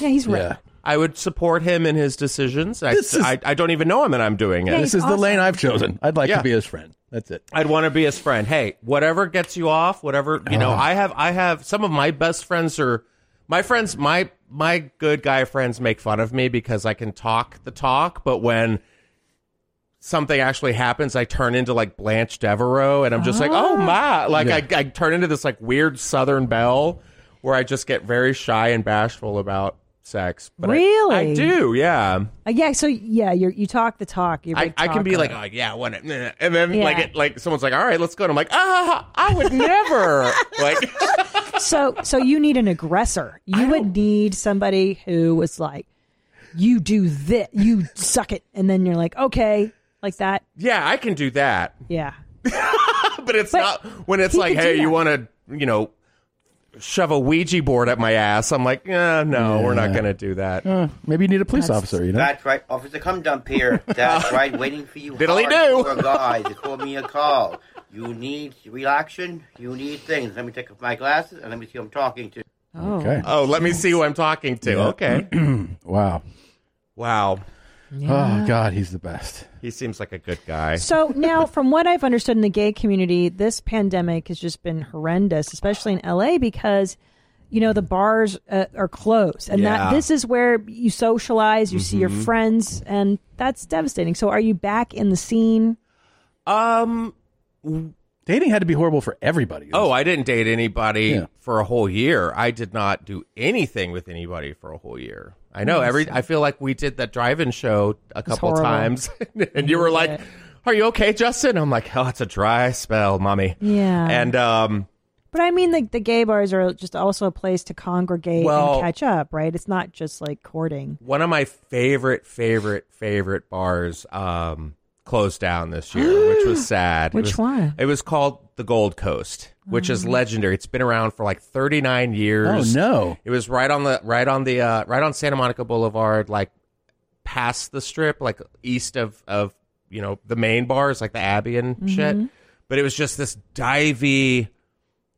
S1: Yeah, he's right.
S12: I would support him in his decisions. I,
S2: This is-
S12: I, I don't even know him, and I'm doing it.
S2: Yeah, This he's is the awesome. lane I've chosen. I'd like to be his friend. That's it.
S12: I'd want to be his friend. Hey, whatever gets you off, whatever you know.
S1: Uh-huh.
S2: Ah.
S12: I have I have some of my best friends are my friends. My my good guy friends make fun of me because I can talk the talk, but when something actually happens, I turn into like Blanche Devereaux, and I'm just like,
S1: Ah.
S12: oh my, like I, I turn into this like weird Southern belle where I just get very shy and bashful about sex. But I-
S1: Really?
S12: I, do, yeah.
S1: Uh, yeah, so yeah, you you talk the talk. You're a
S12: I,
S1: big
S12: I can be
S1: talker.
S12: like, oh yeah, what? it- nah," And then
S1: Yeah.
S12: like it, like someone's like, all right, let's go. And I'm like, ah, I would never. like,
S1: so so you need an aggressor. You would need somebody who was like, you do this, you suck it, and then you're like, okay, like that.
S12: yeah, I can do that,
S1: Yeah,
S12: but it's
S1: But
S12: not when it's
S1: he
S12: like,
S1: could
S12: hey,
S1: do
S12: you
S1: that.
S12: want to, you know, shove a Ouija board at my ass? I'm like, eh, no, we're not
S2: Yeah.
S12: gonna do that.
S2: Uh, maybe you need a police officer. You know.
S20: That's right, officer cum dump here. That's right, waiting for you.
S12: Diddly
S20: hard
S12: do.
S20: for guys, to call me a call. You need relaxation. You need things. Let me take off my glasses and let me see who I'm talking to.
S2: Okay.
S12: Oh, let me see who I'm talking to. Okay.
S2: wow.
S12: Wow.
S2: Oh God, he's the best.
S12: He seems like a good guy.
S1: So now, from what I've understood in the gay community, this pandemic has just been horrendous, especially in LA, because you know the bars uh, are closed, and
S7: Yeah.
S1: that this is where you socialize, you see your
S12: Mhm.
S1: friends, and that's devastating. So, are you back in the scene?
S12: Um,
S2: Dating had to be horrible for everybody.
S12: Oh, I didn't date anybody
S2: Yeah.
S12: for a whole year. I did not do anything with anybody for a whole year. I know
S2: Oh, I
S12: every.
S2: see.
S12: I feel like we did that drive-in show a couple
S2: horrible.
S12: times, and you were like, "Are you okay, Justin?" I'm like, "Oh, it's a dry spell, mommy."
S1: Yeah.
S12: And um,
S1: But I mean, like the gay bars are just also a place to congregate
S12: Well-
S1: and catch up, right? It's not just like courting.
S12: one of my favorite, favorite, favorite bars um closed down this year, which was sad. It
S1: Which
S12: was-
S1: one?
S12: It was called the Gold Coast, which is legendary. It's been around for like 39 years.
S2: Oh, no.
S12: It was right on the right on the uh, right on Santa Monica Boulevard, like past the strip, like east of of you know the main bars, like the Abbey and shit.
S1: Mm-hmm.
S21: Mhm.
S12: But it was just this divey,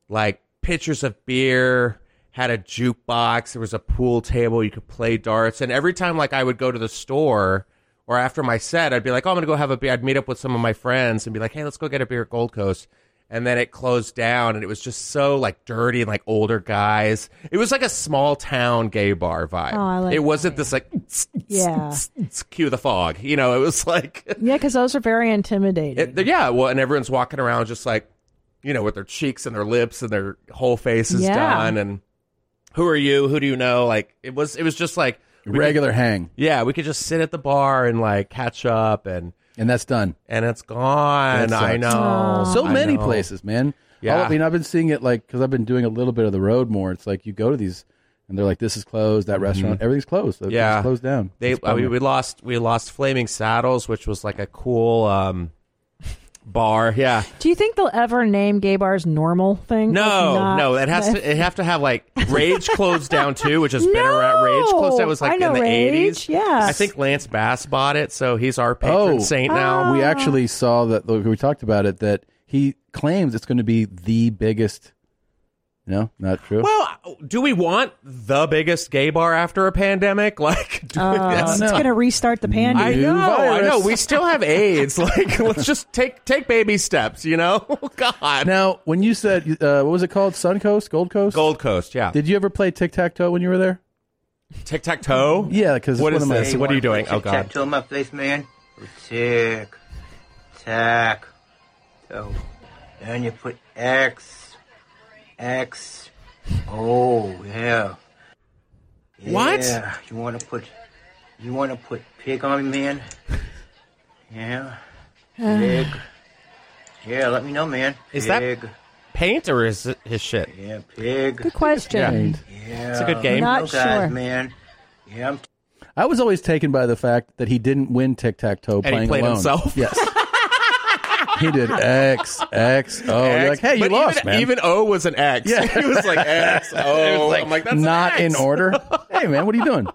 S12: like pitchers of beer. Had a jukebox. There was a pool table. You could play darts. And every time, like I would go to the store or after my set, I'd be like, "Oh, I'm gonna go have a beer." I'd meet up with some of my friends and be like, "Hey, let's go get a beer at Gold Coast." And then it closed down, and it was just so like dirty and like older guys. It was like a small town gay bar vibe.
S1: Oh, I like
S12: it wasn't this like
S1: Yeah.
S12: cue the fog. You know, it was like
S1: Yeah, because those are very intimidating.
S12: It- yeah, well, and everyone's walking around just like, you know, with their cheeks and their lips and their whole face is
S1: Yeah.
S12: done. And who are you? Who do you know? Like it was, it was just like we
S2: Regular
S12: could-
S2: hang.
S12: Yeah, we could just sit at the bar and like catch up and
S2: and that's done
S12: and it's gone.
S2: That
S12: I
S2: sucks.
S12: know
S2: So
S12: I
S2: many
S12: know.
S2: places, man.
S12: Yeah.
S2: All- I mean, I've been seeing it like because I've been doing a little bit of the road more. It's like you go to these and they're like, "This is closed. That restaurant, everything's closed. Everything's
S12: Mm-hmm. yeah,
S2: closed down."
S12: They,
S2: It's
S12: I
S2: a
S12: mean,
S2: bummer.
S12: we lost we lost Flaming Saddles, which was like a cool um, bar. Yeah,
S1: Do you think they'll ever name gay bars normal thing?
S12: No,
S1: Like, not-
S12: no, it has to. It have to have like Rage closed down too, which has been around. Rage closed down was
S1: I
S12: like
S1: know
S12: in the
S1: Rage,
S12: eighties.
S1: yes.
S12: I think Lance Bass bought it, so he's our patron saint
S1: Ah.
S12: now.
S2: Oh. We actually saw that look, we talked about it that he claims it's going to be the biggest. No, not true.
S12: Well, Uh, do we want the biggest gay bar after a pandemic? Like, do
S1: Uh,
S12: we- that's
S1: it's
S12: not-
S1: going to restart the
S12: I
S1: pandemic.
S12: know, I know. We still have AIDS. Like, let's just take take baby steps. You know, Oh, God.
S2: Now, when you said uh, what was it called? Suncoast, Gold Coast,
S12: Gold Coast. Yeah.
S2: Did you ever play tic tac toe when you were there?
S12: Tic tac toe.
S2: Yeah, because
S12: What
S2: one
S12: is
S2: of my-
S12: this? What are you doing? Oh God.
S16: Tell my place, man. Tick, tack, toe. And you put X, X. Oh yeah.
S12: What?
S16: Yeah. You want to put, you want to put pig on me, man? Yeah. Pig. yeah. Let me know, man.
S12: Is that
S16: pig.
S12: paint or is it his shit?
S16: Yeah, pig.
S1: Good question.
S16: Yeah.
S12: It's a
S16: let
S12: good
S16: me
S12: game.
S16: know,
S12: Not
S16: guys,
S12: sure.
S16: man. Yeah, I'm
S2: I was always taken by the fact that he didn't win tic tac toe
S12: And he
S2: playing
S12: played
S2: alone.
S12: himself?
S2: Yes. he did X X O. Oh, You're like,
S12: X.
S2: hey, you
S12: But
S2: lost,
S12: even,
S2: man.
S12: Even O was an X.
S2: Yeah.
S12: he was like X.
S2: It
S12: O.
S2: was like,
S12: Oh, I'm like, that's an
S2: not
S12: X.
S2: in order. hey, man, what are you doing?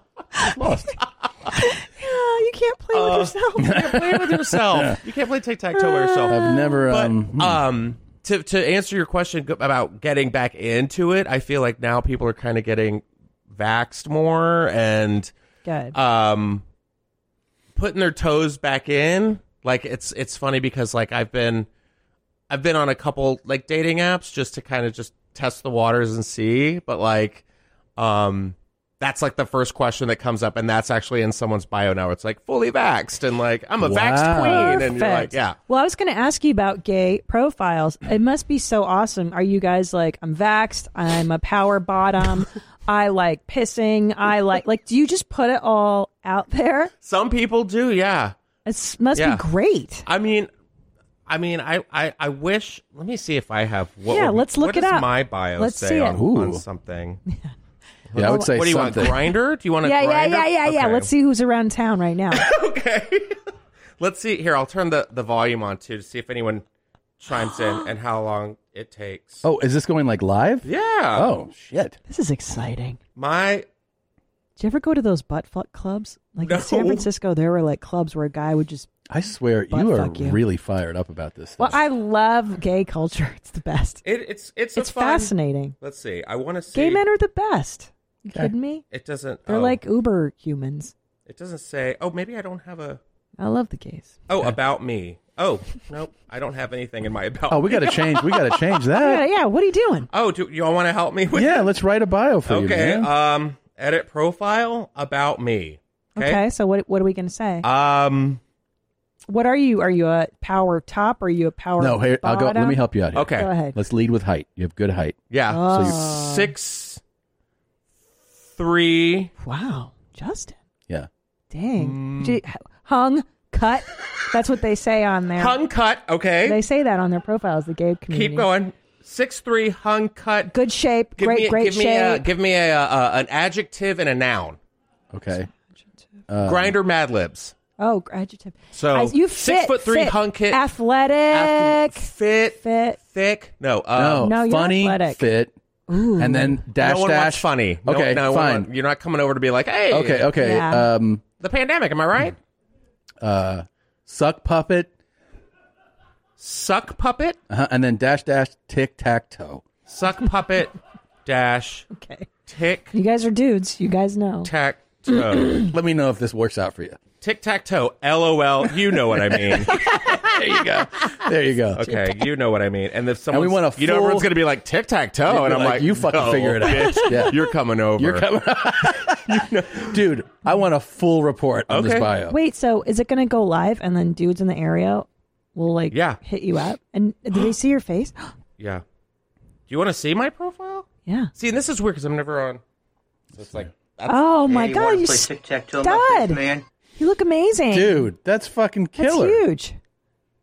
S1: Yeah, Uh, you can't play with yourself.
S12: play with yourself. You can't play tic tac toe by yourself.
S2: I've never.
S12: But
S2: um, hmm.
S12: um, to to answer your question g- about getting back into it, I feel like now people are kind of getting vaxxed more and
S1: Good.
S12: um putting their toes back in. Like it's it's funny because like I've been I've been on a couple like dating apps just to kind of just test the waters and see, but like um that's like the first question that comes up and that's actually in someone's bio now. It's like fully vaxxed and like I'm a vaxxed
S1: Wow.
S12: queen and you're like,
S1: Perfect.
S12: yeah.
S1: Well, I was going to ask you about gay profiles. It must be so awesome. Are you guys like, I'm vaxxed, I'm a power bottom, I like pissing, I like, like, do you just put it all out there?
S12: Some people do, yeah.
S1: It must
S12: Yeah.
S1: be great.
S12: I mean, I mean, I, I, I wish. Let me see if I have what.
S1: Yeah,
S12: would-
S1: let's look
S12: what
S1: it
S12: does
S1: up.
S12: My bio
S1: Let's
S12: say
S1: see
S12: on,
S1: it.
S12: on
S1: Ooh.
S12: something.
S2: Yeah, I would say
S12: What do you
S2: something.
S12: want? Grinder? Do you want to?
S1: yeah, yeah,
S12: grinder?
S1: yeah, yeah, yeah.
S12: Okay.
S1: Let's see who's around town right now.
S12: Let's see. Here, I'll turn the the volume on too to see if anyone chimes in and how long it takes.
S2: Oh, is this going like live?
S12: Yeah.
S2: Oh shit.
S1: this is exciting.
S12: My
S1: Did you ever go to those butt fuck clubs? Like
S12: No.
S1: in San Francisco, there were like clubs where a guy would just.
S2: I swear
S1: Butt
S2: you are
S1: fuck you.
S2: really fired up about this.
S1: Well, I love gay culture. It's the best.
S12: it, it's it's a
S1: It's
S12: fun-
S1: fascinating.
S12: Let's see. I want to see.
S1: Gay men are the best. You
S12: Okay.
S1: kidding me?
S12: It doesn't.
S1: They're
S12: oh,
S1: like uber humans.
S12: It doesn't say. Oh, maybe I don't have a.
S1: I love the gays.
S12: Oh, about me. Oh, nope. I don't have anything in my about.
S2: Oh, we got to
S12: me.
S2: change. We got to change that.
S1: Oh, yeah, what are you doing?
S12: Oh, do y'all want to help me with?
S2: Yeah, let's write a bio for you.
S12: Okay.
S2: man.
S12: Um, edit profile about me.
S1: Okay,
S12: Okay.
S1: so what what are we going to say?
S12: Um.
S1: what are you? Are you a power top? Are you a power
S2: no, here I'll go. Let
S1: bottom?
S2: me help you out. Here.
S1: Okay. Go ahead.
S2: Let's lead with height. You have good height.
S12: Yeah.
S1: Oh.
S12: So six, three.
S1: Wow, Justin.
S2: Yeah.
S1: Dang.
S12: Mm.
S1: Gee, h- hung, cut. That's what they say on there.
S12: Hung cut. Okay.
S1: They say that on their profiles, the gay community.
S12: Keep going. Six three hung cut.
S1: Good shape.
S12: Give
S1: great,
S12: me,
S1: great
S12: give
S1: shape.
S12: Me a, give me a, uh an adjective and a noun.
S2: Okay. Um,
S12: Grinder Mad Libs.
S1: oh, adjective.
S12: So,
S1: As you
S12: six
S1: fit,
S12: foot three,
S1: fit,
S12: hung kit,
S1: athletic,
S12: fit,
S1: fit,
S12: thick. No.
S2: No,
S12: Um,
S1: No, you're
S2: funny
S1: athletic.
S2: fit.
S1: Ooh.
S2: And then dash
S12: no one
S2: dash
S12: wants funny. No-
S2: Okay,
S12: no one
S2: fine.
S12: want- you're not coming over to be like, hey.
S2: Okay, okay.
S1: Yeah.
S2: Um
S12: The pandemic. Am I right?
S2: uh suck puppet
S12: Suck puppet.
S2: uh and then dash dash tic tac toe.
S12: Suck puppet. dash.
S1: Okay.
S12: Tick
S1: You guys are dudes. You guys know.
S12: tac
S2: toe. Let me know if this works out for you.
S12: Tic tac toe. LOL. You know what I mean.
S2: there you go. There you go.
S12: Okay, you know what I mean. And if someone,
S2: we want a
S12: you know,
S2: full-
S12: everyone's gonna be like tic tac
S2: They'd
S12: toe,
S2: be
S12: and I'm
S2: like,
S12: like,
S2: "You fucking
S12: no,
S2: figure it out."
S12: bitch.
S2: Yeah.
S12: You're coming over.
S2: You're coming- Dude, I want a full report on this
S12: Okay.
S2: bio.
S1: Wait, so is it going to go live and then dudes in the area will like
S12: Yeah.
S1: hit you up? And do they see your face?
S12: Yeah. Do you want to see my profile?
S1: Yeah.
S12: See, and this is weird because I'm never on. So it's like,
S1: oh my
S12: Hey,
S1: god,
S12: wanna
S1: you
S12: play
S16: tic-tac-toe
S12: about
S1: stud.
S12: this,
S16: man?
S1: You look amazing.
S2: Dude, that's fucking
S1: That's
S2: killer.
S1: huge.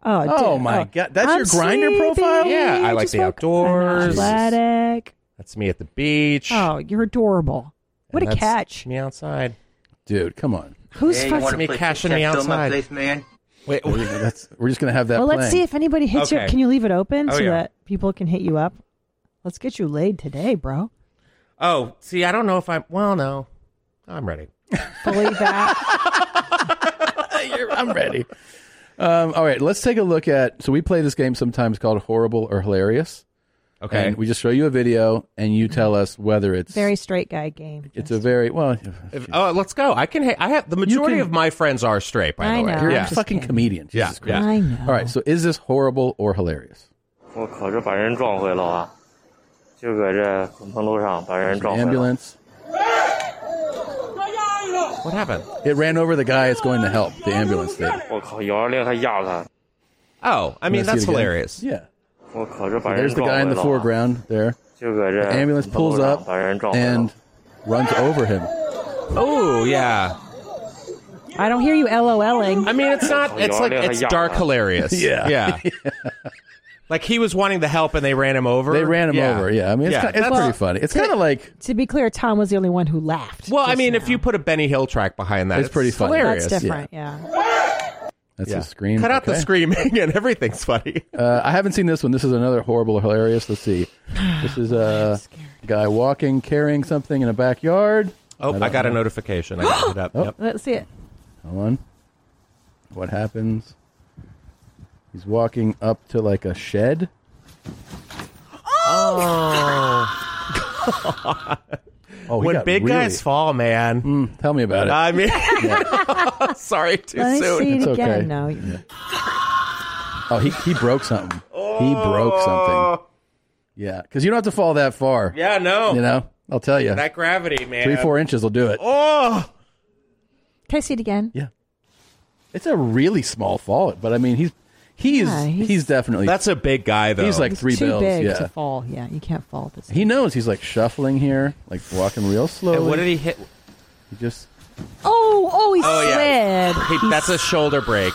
S1: Oh,
S2: Oh,
S1: dude.
S2: my
S1: Oh.
S2: God. That's
S1: I'm
S2: your grinder profile?
S1: sleepy.
S12: yeah, I like
S1: Just
S12: the
S1: woke- I'm
S12: outdoors.
S1: Athletic.
S12: That's me at the beach.
S1: Oh, you're adorable. What
S12: And
S1: a
S12: that's
S1: catch.
S12: Me outside.
S2: Dude, come on.
S1: Who's
S16: Hey, you
S1: fucking
S16: wanna
S12: me
S16: play
S12: cashing me
S16: tic-tac-toe in my
S12: outside.
S16: place, man?
S12: Wait,
S2: There you go. That's, we're just going to have that
S1: Well, let's see
S2: playing.
S1: if anybody hits you.
S2: Okay.
S1: Can you leave it open
S2: Oh,
S1: so
S2: yeah.
S1: that people can hit you up? Let's get you laid today, bro.
S12: Oh, see, I don't know if I'm. Well, no, I'm ready.
S1: Believe that.
S2: I'm ready. Um, all right, let's take a look at. So we play this game sometimes called Horrible or Hilarious.
S12: Okay.
S2: And we just show you a video and you tell us whether it's
S1: Very straight guy game.
S2: it's a very well.
S12: If- oh, let's go. I can. ha- I have the majority of my friends are straight. By
S1: I
S12: the way,
S1: know.
S2: You're
S12: yeah.
S2: a fucking comedian.
S12: Yeah,
S2: Jesus Christ.
S12: yeah. I know.
S2: All right, so is this horrible or hilarious?
S21: 我可是把人撞回了啊！就搁这滚腾路上把人
S2: There's an
S21: 撞回了。
S2: ambulance.
S12: What happened?
S2: It ran over the guy. It's going to help the ambulance thing.
S21: 我靠，幺二零还压他。
S12: Oh, I mean
S2: Wanna see
S12: that's
S2: it again?
S12: hilarious.
S2: Yeah.
S21: 我可是
S2: So
S21: 把人
S2: there's the
S21: 撞回
S2: guy
S21: 了
S2: in the
S21: 啊。
S2: foreground there.
S21: 就搁这
S2: The ambulance
S21: 滚腾路
S2: pulls
S21: 上
S2: up
S21: 把人撞回了。
S2: and runs over him.
S12: Oh yeah.
S1: I don't hear you LOLing.
S12: I mean, it's not. It's like it's dark hilarious.
S2: Yeah.
S12: yeah. like he was wanting the help and they ran him over.
S2: They ran him over. Yeah, I mean, it's, Kind, it's
S12: that's-
S2: pretty funny. It's kind of like
S1: To be clear, Tom was the only one who laughed.
S12: Well, I mean, if you put a Benny Hill track behind that,
S2: It's pretty funny.
S12: Hilarious.
S1: That's different. Yeah.
S2: that's
S12: Yeah.
S2: a scream.
S12: Cut out the
S2: Okay.
S12: screaming and everything's funny.
S2: Uh, I haven't seen this one. This is another horrible, hilarious. Let's see. This is a guy walking, carrying something in a backyard.
S12: Oh, I,
S2: don't
S12: got a
S2: know.
S12: notification. I got it up.
S2: Oh.
S12: Yep.
S1: Let's see it.
S2: Hold on. What happens? He's walking up to like a shed.
S12: Oh.
S2: Oh, he
S12: when
S2: got
S12: big
S2: really- Hmm,
S12: guys fall, man.
S2: tell me about it.
S12: I mean, sorry, too
S1: Let me
S12: soon.
S1: see it
S2: It's
S1: again.
S2: okay.
S1: No.
S2: Oh, he, he broke something. He
S12: Oh.
S2: broke something. Yeah, because you don't have to fall that far.
S12: Yeah, no.
S2: You know, I'll tell you.
S12: That gravity, man.
S2: Three, four inches will do it.
S12: Oh.
S1: Can I see it again?
S2: Yeah. It's a really small fall, but I mean, he's he's
S1: Yeah,
S2: he's,
S1: he's-
S2: definitely
S12: That's a big guy, though.
S2: He's like three
S1: Too
S2: bills.
S1: big
S2: yeah,
S1: to fall. Yeah, you can't fall. This
S2: he knows. He's like shuffling here, like walking real slowly.
S12: And what did he hit?
S2: He just
S1: Oh, oh, he
S12: Oh, yeah.
S1: slid.
S12: He, that's a shoulder break.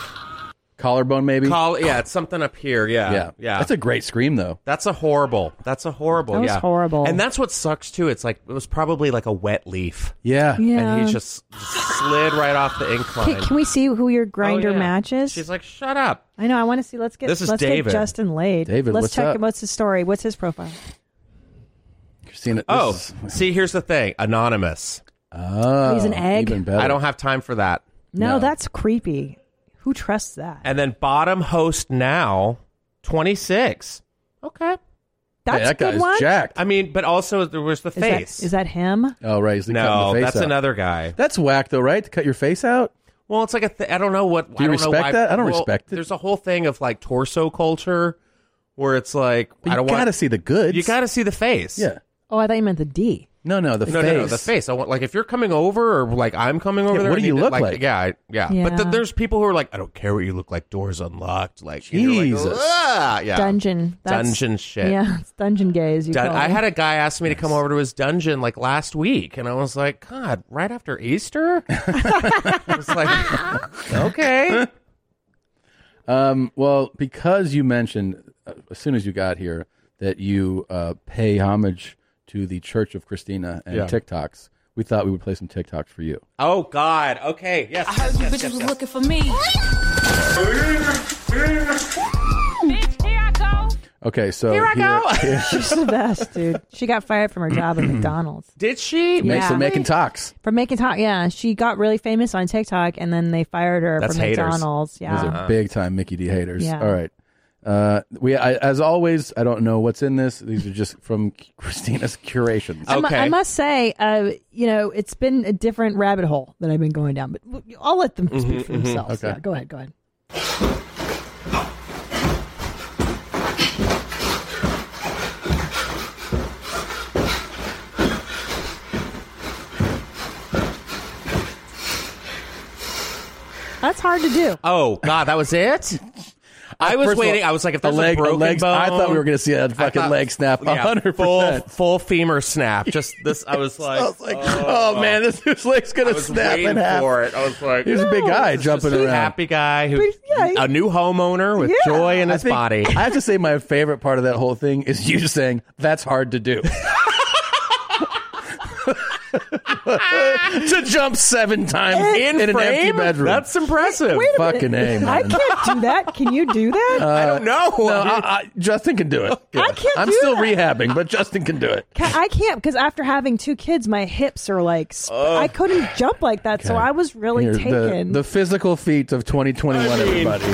S2: collarbone maybe.
S12: Call, yeah, it's something up here. Yeah.
S2: yeah, That's a great scream though.
S12: That's a horrible. That's a horrible.
S1: That was
S12: yeah.
S1: horrible.
S12: And that's what sucks too. It's like it was probably like a wet leaf.
S2: Yeah.
S1: Yeah.
S12: And he just, just slid right off the incline.
S1: Can, can we see who your grinder
S12: Oh, yeah.
S1: match is?
S12: She's like, shut up.
S1: I know. I want to see. Let's get.
S12: This is
S1: let's
S12: David.
S1: get Justin laid.
S2: David,
S1: let's
S2: what's
S1: check
S2: up?
S1: him. What's his story? What's his profile?
S2: You're seeing it.
S12: Oh,
S2: this is-
S12: see, here's the thing. Anonymous.
S2: oh,
S1: He's an egg?
S2: Even better.
S12: I don't have time for that.
S1: No,
S12: No.
S1: that's creepy. Who trusts that?
S12: And then bottom host now, twenty six.
S1: Okay,
S2: Hey,
S1: that's
S2: that
S1: a good
S2: guy's
S1: one.
S2: jacked.
S12: I mean, but also there was the
S1: Is that-
S12: face.
S1: is that him?
S2: Oh, right. He's cutting
S12: no,
S2: the face
S12: that's
S2: out.
S12: another guy.
S2: That's whack though, right? To cut your face out.
S12: Well, it's like a th- I don't know what.
S2: Do you
S12: I don't know
S2: respect
S12: why,
S2: that? I don't
S12: well,
S2: respect it.
S12: There's a whole thing of like torso culture, where it's like
S2: But
S12: I
S2: you
S12: don't
S2: gotta
S12: want
S2: see the goods.
S12: You got to see the face.
S2: Yeah.
S1: Oh, I thought you meant the D.
S2: No, no, the
S12: no,
S2: face.
S12: no, no, the face. I want like if you're coming over or like I'm coming over
S2: Yeah,
S12: there.
S2: what
S12: I
S2: do you
S12: need to,
S2: look like?
S12: Yeah, I- yeah, But
S1: Yeah.
S12: th- there's people who are like, I don't care what you look like. Doors unlocked. Like and you're like,
S2: Jesus.
S12: "Ah," yeah,
S1: Dungeon. That's,
S12: dungeon shit.
S1: Yeah, it's dungeon gaze. You
S12: Dun-
S1: call
S12: I
S1: it.
S12: had a guy ask me to come over to his dungeon like last week, and I was like, God, right after Easter? I was like, okay.
S2: Um, well, because you mentioned uh, as soon as you got here that you uh, pay homage to the Church of Christina and
S12: Yeah.
S2: TikToks, we thought we would play some TikToks for you.
S12: Oh, God. Okay. Yes.
S11: I heard you bitches was looking for me.
S15: Bitch, here I go.
S2: Okay, so
S15: Here I go.
S1: She's the best, dude. She got fired from her job at McDonald's.
S12: Did she?
S2: Make some
S1: Yeah.
S2: making talks.
S1: For making talk, yeah, she got really famous on TikTok, and then they fired her
S2: That's
S1: from
S2: haters.
S1: McDonald's.
S2: Those
S12: Uh-huh.
S1: Yeah,
S2: are big time Mickey D haters.
S1: Yeah.
S2: All right. Uh, we I, as always, I don't know what's in this. These are just from Christina's curations.
S1: I mu- I must say, uh, you know, it's been a different rabbit hole that I've been going down, but w- I'll let them
S2: Mhm,
S1: speak for
S2: mhm.
S1: themselves.
S2: Okay.
S1: Yeah, go ahead, go ahead. That's hard to do.
S12: Oh God, that was it. I was
S2: Uh, First of all,
S12: waiting. I was like, if
S2: the
S12: there's
S2: leg-
S12: a
S2: the
S12: broken
S2: legs-
S12: bone,
S2: I thought we were gonna see a
S12: I
S2: fucking leg snap,
S12: yeah,
S2: 100%.
S12: full full femur snap. Just this, I was like,
S2: Oh, man, this dude's leg's
S12: I
S2: gonna
S12: was
S2: snap
S12: waiting
S2: in half.
S12: for it. I was like,
S2: Here's a big guy
S12: this is
S2: jumping
S12: just a
S2: around.
S12: happy guy who a new homeowner with joy in
S2: I
S12: his
S2: think-
S12: body.
S2: I have to say, my favorite part of that whole thing is you just saying that's hard to do. to jump seven times
S12: In
S2: in, an empty
S12: frame?
S2: bedroom.
S12: That's impressive.
S1: Wait a minute.
S2: Fucking A,
S1: I
S2: man.
S1: can't do that. Can you do that?
S2: Uh, No, I, I, Justin can do it. I
S1: can't
S2: I'm
S1: do
S2: still
S1: that.
S2: rehabbing, but Justin can do it.
S1: Ca- I can't because after having two kids, my hips are like sp- I couldn't jump like that, so I was really
S2: Here, the,
S1: taken.
S2: the physical feat of 2021, everybody.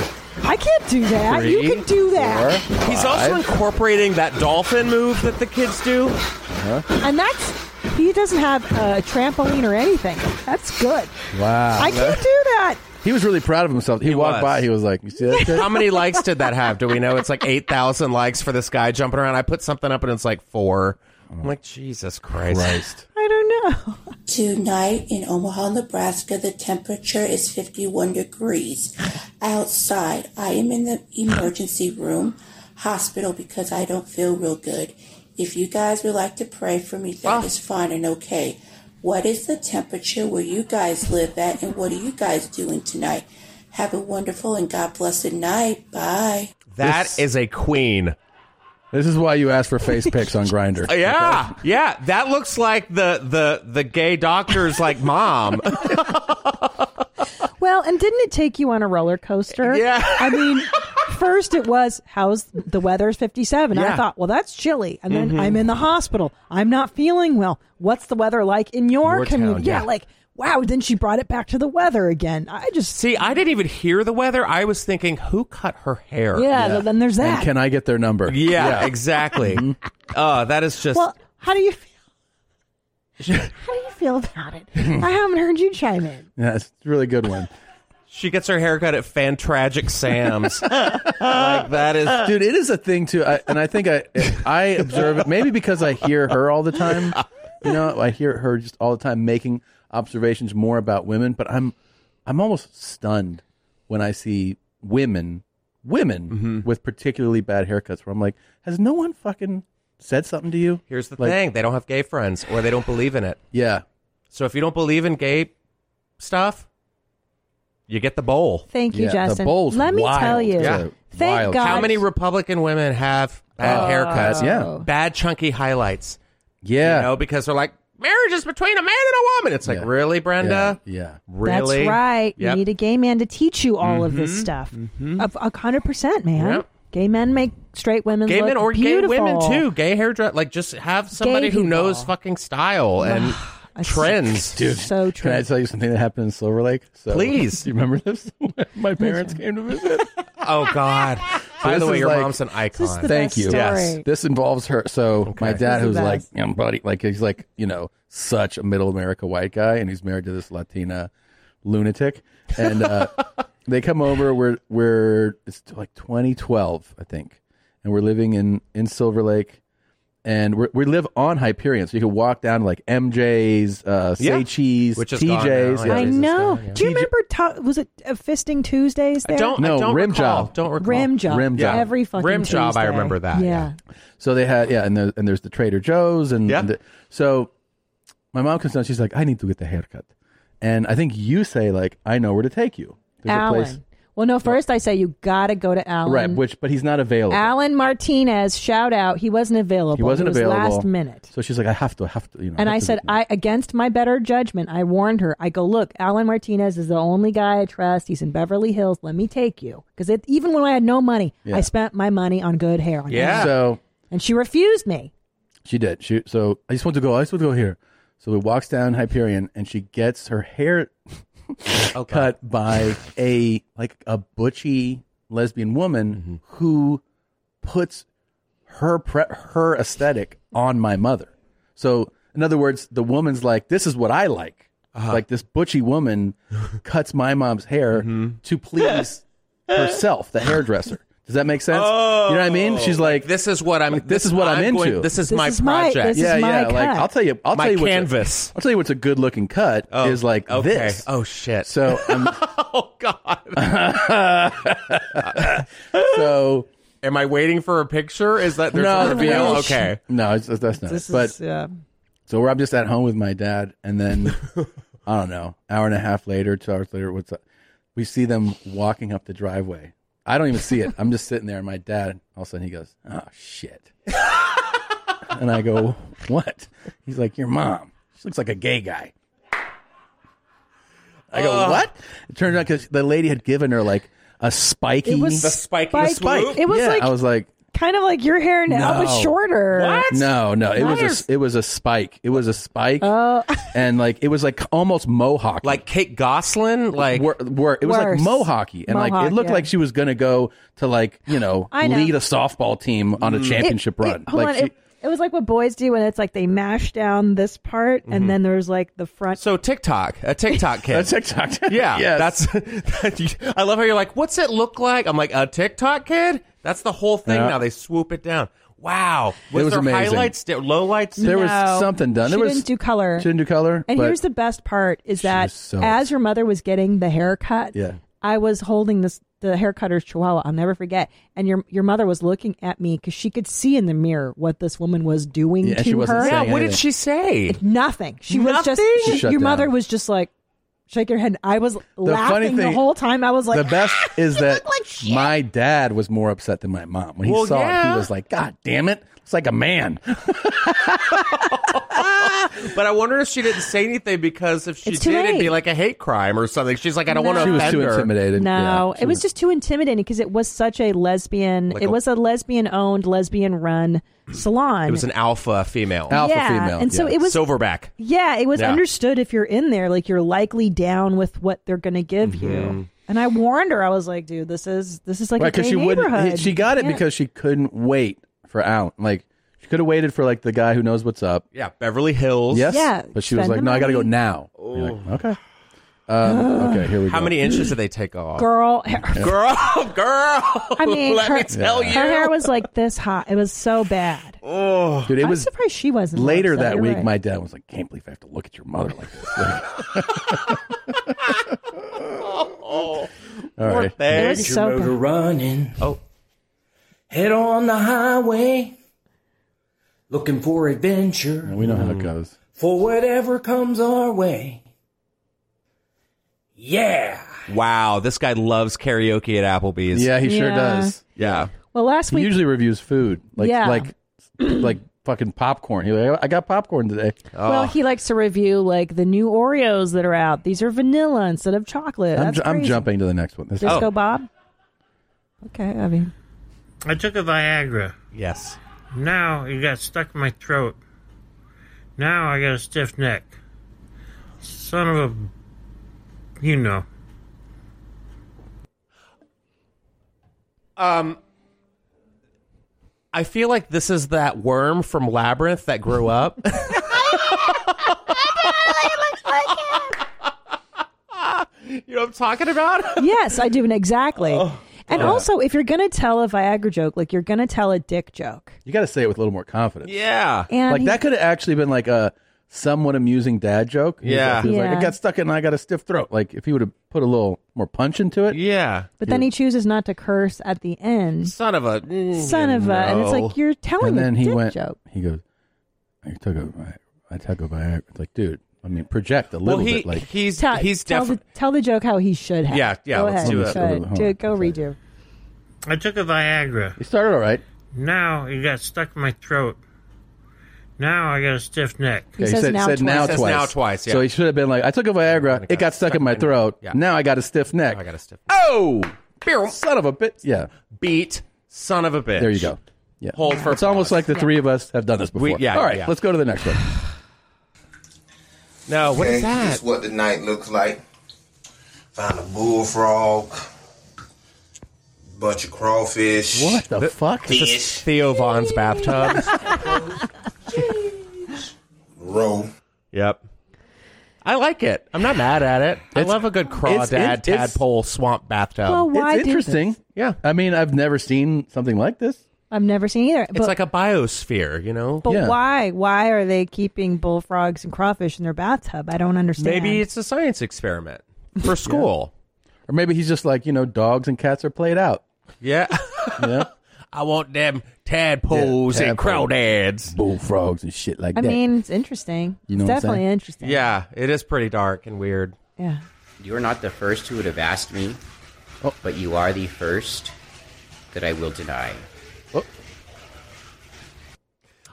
S1: I can't do that. you
S2: Three,
S1: can do that,
S2: four,
S12: He's also
S2: five.
S12: incorporating that dolphin move that the kids do.
S2: Uh-huh.
S1: and that's he doesn't have a trampoline or anything. That's good.
S2: Wow.
S1: I can't do that.
S2: He was really proud of himself. He,
S12: was.
S2: walked by. He was like, "You see that?" kid?"
S12: How many likes did that have? Do we know? It's like 8,000 likes for this guy jumping around. I put something up and it's like four. I'm like, Jesus Christ.
S1: I don't
S14: know. Tonight in Omaha, Nebraska, the temperature is 51 degrees. Outside, I am in the emergency room, hospital, because I don't feel real good. If you guys would like to pray for me, that is fine and okay. What is the temperature where you guys live at, and what are you guys doing tonight? Have a wonderful and God blessed night. Bye.
S12: That is a queen.
S2: This is why you ask for face pics on Grinder.
S12: Uh, Yeah, yeah. That looks like the the the gay doctor's like mom.
S1: Well, and didn't it take you on a roller coaster? Yeah. I mean, first it was how's the weather is 57. I
S7: Yeah.
S1: thought, well, that's chilly. And then
S7: Mhm.
S1: I'm in the hospital. I'm not feeling well. What's the weather like in your,
S12: Your town,
S1: community?
S12: yeah.
S1: like wow, then she brought it back to the weather again. I just
S12: See, I didn't even hear the weather. I was thinking, who cut her hair?
S1: Yeah, well, then there's that.
S2: And can I get their number? Mm-hmm.
S12: Yeah, exactly. Oh, that is just.
S1: Well, how do you feel? how do you feel about it? I haven't heard you chime in.
S2: Yeah, it's a really good one.
S12: she gets her haircut at Fantragic Sam's. like that is,
S2: dude. It is a thing too, I, and I think I I observe it maybe because I hear her all the time. You know, I hear her just all the time making observations more about women. But I'm I'm almost stunned when I see women women
S12: Mm-hmm.
S2: with particularly bad haircuts. Where I'm like, has no one fucking said something to you?
S12: Here's the
S2: Like-
S12: thing: they don't have gay friends, or they don't believe in it.
S2: Yeah.
S12: So if you don't believe in gay stuff, you get the bowl.
S1: Thank you, Yeah, the Justin. bowl's Let me wild. tell you.
S12: Yeah.
S1: Thank Wild. God-
S12: How many Republican women have bad
S1: Oh.
S12: haircuts?
S1: Yeah.
S12: Bad chunky highlights.
S2: Yeah.
S12: You know, because they're like, marriage is between a man and a woman. It's like, really, Brenda?
S2: Yeah.
S12: Really?
S1: That's right.
S12: Yep.
S1: You need a gay man to teach you all of this
S12: Mhm,
S1: stuff. A a hundred percent, man.
S12: Yep.
S1: Gay men make straight women
S12: Gay
S1: look
S12: men or
S1: beautiful.
S12: gay women too. Gay hairdresser. Like, just have somebody who
S1: people.
S12: knows fucking style and trends.
S2: Dude, Can I tell you something that happened in Silver Lake? So,
S12: Please.
S2: do you remember this? My parents came to visit.
S12: Oh, God. By
S2: this
S12: the way,
S2: is
S12: your
S2: like-
S12: mom's an icon.
S2: Thank you.
S12: Yes.
S2: This involves her. So my dad,
S12: This is
S2: who's
S12: the
S2: like,
S12: best.
S2: you know, buddy, like he's like, you know, such a middle America white guy, and he's married to this Latina lunatic, and uh, they come over. We're we're it's like 2012, I think, and we're living in in Silver Lake. And we're, we live on Hyperion, so you can walk down to like MJ's, uh,
S12: Yeah.
S2: Say Cheese,
S12: Which is gone now,
S2: TJ's. Oh, yeah.
S1: I know. Do you remember? To- was it uh, fisting Tuesdays? There,
S2: no rim job.
S1: Rim job.
S2: Rim job.
S1: Every fucking Tuesday. Yeah.
S2: So they had yeah, and there, and there's the Trader Joe's and, and the- so my mom comes down. She's like, I need to get the haircut, and I think you say like, I know where to take you. There's a
S1: Alan.
S2: place
S1: Well, no. First, I say you gotta go to Alan.
S2: right, which but he's not available.
S1: Alan Martinez, shout out. He wasn't available.
S2: He wasn't
S1: it was
S2: available.
S1: Last minute.
S2: So she's like, I have to, I have to, you know.
S1: And
S2: have
S1: I
S2: to
S1: said, I against my better judgment, I warned her. I go, look, Alan Martinez is the only guy I trust. He's in Beverly Hills. Let me take you, because even when I had no money,
S2: Yeah.
S1: I spent my money on good hair. on Alan.
S2: So
S1: and she refused me.
S2: She did. She so I just want to go. I just want to go here. So we walks down Hyperion, and she gets her hair cut by a like a butchy lesbian woman who puts her pre- her aesthetic on my mother. So, in other words, the woman's like, "This is what I like." Like this butchy woman cuts my mom's hair to please herself, the hairdresser. Does that make sense? you know what I mean? She's like,
S12: "This is what I'm.
S2: this, is what I'm, into.
S12: going- this is This my is my- project. this is
S2: yeah,
S12: my
S2: yeah. Like
S12: cut.
S2: I'll tell you, I'll
S12: My
S2: tell you what's a-
S12: canvas.
S2: I'll tell you what's a good looking cut is like
S12: okay.
S2: this.
S12: Oh, shit.
S2: So I'm, so
S12: am I waiting for a picture? Is that there's a reveal? Okay.
S2: No, it's, that's not.
S12: This
S2: it. But
S12: is, yeah.
S2: So we're I'm just at home with my dad, and then I don't know, hour and a half later, two hours later, what's up? We see them walking up the driveway. I don't even see it. I'm just sitting there, and my dad, all of a sudden, he goes, "Oh shit," and I go, "What?" He's like, "Your mom. She looks like a gay guy." I go,
S12: Ugh.
S2: "What?" It turns out because the lady had given her like a spiky,
S1: It was The
S12: spike
S1: and the spike. swoop? It was
S2: Yeah,
S1: like-
S2: I was like,
S1: Kind of like your hair now, but
S2: No.
S1: shorter.
S2: No, no, it was
S1: Liars.
S2: a, it was a spike. It was a spike,
S1: Oh.
S2: and like it was like almost mohawk, like
S12: Kate Goslin, like
S2: were, were- it was
S1: Worse.
S2: like mohawky, and like
S1: Mohawk,
S2: it looked
S1: yeah.
S2: like she was gonna go to like you know,
S1: I know.
S2: lead a softball team on a
S12: Mm.
S1: It-
S2: championship
S1: it-
S2: run.
S1: hold
S2: like
S1: on,
S2: she,
S1: it, it was like what boys do when it's like they mash down this part and then there's like the front.
S12: Mm-hmm. So TikTok, a TikTok kid,
S2: a TikTok.
S12: yeah,
S2: Yes.
S12: that's. that you- I love how you're like, what's it look like? I'm like a TikTok kid. That's the whole thing
S2: Yeah.
S12: now. They swoop it down. Wow,
S2: It was
S12: there
S2: amazing.
S12: highlights, there- lowlights?
S2: there was something done.
S1: She
S2: there was
S1: didn't do color.
S2: She didn't do color.
S1: and
S2: but-
S1: here's the best part is that
S2: so
S1: as your mother was getting the haircut,
S2: yeah.
S1: I was holding this the haircutter's chihuahua. I'll never forget. And your your mother was looking at me because she could see in the mirror what this woman was doing
S12: Yeah,
S1: to
S12: and she wasn't
S1: her.
S12: saying Yeah, what did anything. she say?
S1: Nothing. She was just.
S12: Nothing? She
S1: she-
S2: shut
S1: your
S2: down.
S1: mother was just like, shake your head. And I was
S2: funny
S1: laughing the
S2: thing-
S1: whole time. I was like,
S2: the best is that my dad was more upset than my mom when he
S1: Well,
S2: saw it.
S1: yeah.
S2: He was like, "God damn it!" It's like a man.
S12: But I wonder if she didn't say anything because if she
S1: It's
S12: did,
S1: too
S12: it'd be
S1: late.
S12: like a hate crime or something. She's like, I don't want to.
S2: She was too intimidated.
S1: No, it was just too intimidating because it was such a lesbian.
S12: Like
S1: it
S12: a-
S1: was a lesbian owned, lesbian run salon.
S12: It was an alpha female.
S1: Alpha Yeah, female, and so yeah. it was-
S12: silverback.
S1: yeah, it was
S12: Yeah.
S1: understood if you're in there, like you're likely down with what they're going to give
S2: Mhm.
S1: you. And I warned her. I was like, dude, this is this is like
S2: right
S1: a gay
S2: she
S1: neighborhood.
S2: wouldn't. She got it
S1: Yeah.
S2: because she couldn't wait for Alan. Like she could have waited for like the guy who knows what's up.
S12: Yeah, Beverly Hills.
S2: Yes.
S12: Yeah,
S2: But she was
S12: spend
S2: like,
S12: the
S2: no, I got to go
S12: money."
S2: now. And you're like, okay. Um, okay. Here we go.
S12: How many inches did they take off?
S1: girl.
S12: girl, girl.
S1: I mean,
S12: let
S1: her,
S12: me tell
S1: her
S12: you.
S1: hair was like this hot. It was so bad.
S12: Oh,
S2: dude, it
S1: I'm
S2: was
S1: surprised she wasn't
S2: later
S1: upset.
S2: that
S1: You're
S2: week.
S1: right.
S2: My dad was like, "Can't believe I have to look at your mother like this." Like,
S12: Oh,
S2: all right.
S6: Get your motor running.
S12: Oh.
S6: Head on the highway. Looking for adventure.
S2: We know how it goes.
S6: For whatever comes our way. Yeah.
S12: Wow, this guy loves karaoke at Applebee's.
S2: Yeah, he sure
S1: Yeah.
S2: does.
S12: Yeah.
S1: Well, last
S2: He
S1: week
S2: usually reviews food, like
S1: Yeah.
S2: like like fucking popcorn. He like, I got popcorn today. oh.
S12: Oh.
S1: Well, he likes to review like the new Oreos that are out. These are vanilla instead of chocolate.
S2: I'm,
S1: That's
S2: ju- I'm
S1: crazy.
S2: jumping Oh. to the next one. This
S1: Disco Bob. Okay, I mean,
S5: I took a Viagra.
S12: Yes.
S5: Now it got stuck in my throat. Now I got a stiff neck. Son of a. You know.
S12: Um, I feel like this is that worm from Labyrinth that grew up. you know what I'm talking about?
S1: yes, I do, and exactly.
S2: Oh.
S1: and
S2: Yeah.
S1: also, if you're gonna tell a Viagra joke, like you're gonna tell a dick joke.
S2: You got to say it with a little more confidence.
S12: Yeah.
S1: And
S2: like
S1: he-
S2: that could have actually been like a somewhat amusing dad joke. He was
S12: Yeah.
S2: Like, he was like,
S1: Yeah.
S2: it got stuck in and I got a stiff throat. Like if he would have put a little more punch into it.
S12: Yeah.
S1: But then he chooses not to curse at the end.
S12: Son of a. mm,
S2: Mm,
S1: Son of a, and it's like you're telling
S2: And
S1: a
S2: then he
S1: dick
S2: went,
S1: joke.
S2: he goes, I took a, I, I took a Viagra. It's like, dude, I mean, project a little
S12: he-
S2: bit. Like
S12: he's
S1: Tell, tell the, tell the joke how he should have.
S2: Yeah, yeah,
S1: Go
S2: let's
S1: ahead.
S2: do
S1: you
S2: it.
S1: should.
S2: Hold
S1: Do
S2: on.
S1: it. Go redo.
S5: I took a Viagra.
S2: He started all right.
S5: Now it got stuck in my throat. Now I got a stiff neck.
S2: Okay, said, said now twice. So he should have been like, I took a Viagra. It got stuck in my throat. Now I got a stiff neck. I got a stiff.
S12: Oh,
S2: son of a bitch. Yeah.
S12: Beat, son of a bitch.
S2: There you go. Yeah.
S12: Hold for
S2: It's almost like the three of us have done this before.
S12: We- yeah,
S2: All right,
S12: yeah.
S2: let's go to the next one.
S12: No, Oh, what
S22: Okay,
S12: is
S22: This
S12: that?
S22: is what the night looks like. Found a bullfrog,
S10: bunch of crawfish.
S12: What the fuck? This is Theo Vaughn's bathtub.
S10: Roll.
S12: Yep. I like it. I'm not mad at it. I love a good
S2: it's-
S12: crawdad,
S2: it's- it's-
S12: tadpole, swamp bathtub.
S1: Well, why
S2: Um, it's
S1: did
S2: interesting.
S1: this?
S12: Yeah.
S2: I mean, I've never seen something like this.
S1: I've never seen either. But,
S12: It's like a biosphere, you know?
S1: but why? Why are they keeping bullfrogs and crawfish in their bathtub? I don't understand.
S12: Maybe it's a science experiment for school.
S2: Or maybe he's just like, you know, dogs and cats are played out.
S12: Yeah. I want them tadpoles and
S2: tadpole.
S12: crawdads.
S2: Bullfrogs and shit like
S1: I
S2: that.
S1: mean, it's interesting.
S2: You know
S1: it's
S2: what I'm
S1: definitely
S2: saying?
S1: interesting.
S12: Yeah, it is pretty dark and weird.
S1: Yeah.
S22: You're not the first who would have asked me,
S2: Oh.
S22: but you are the first that I will deny.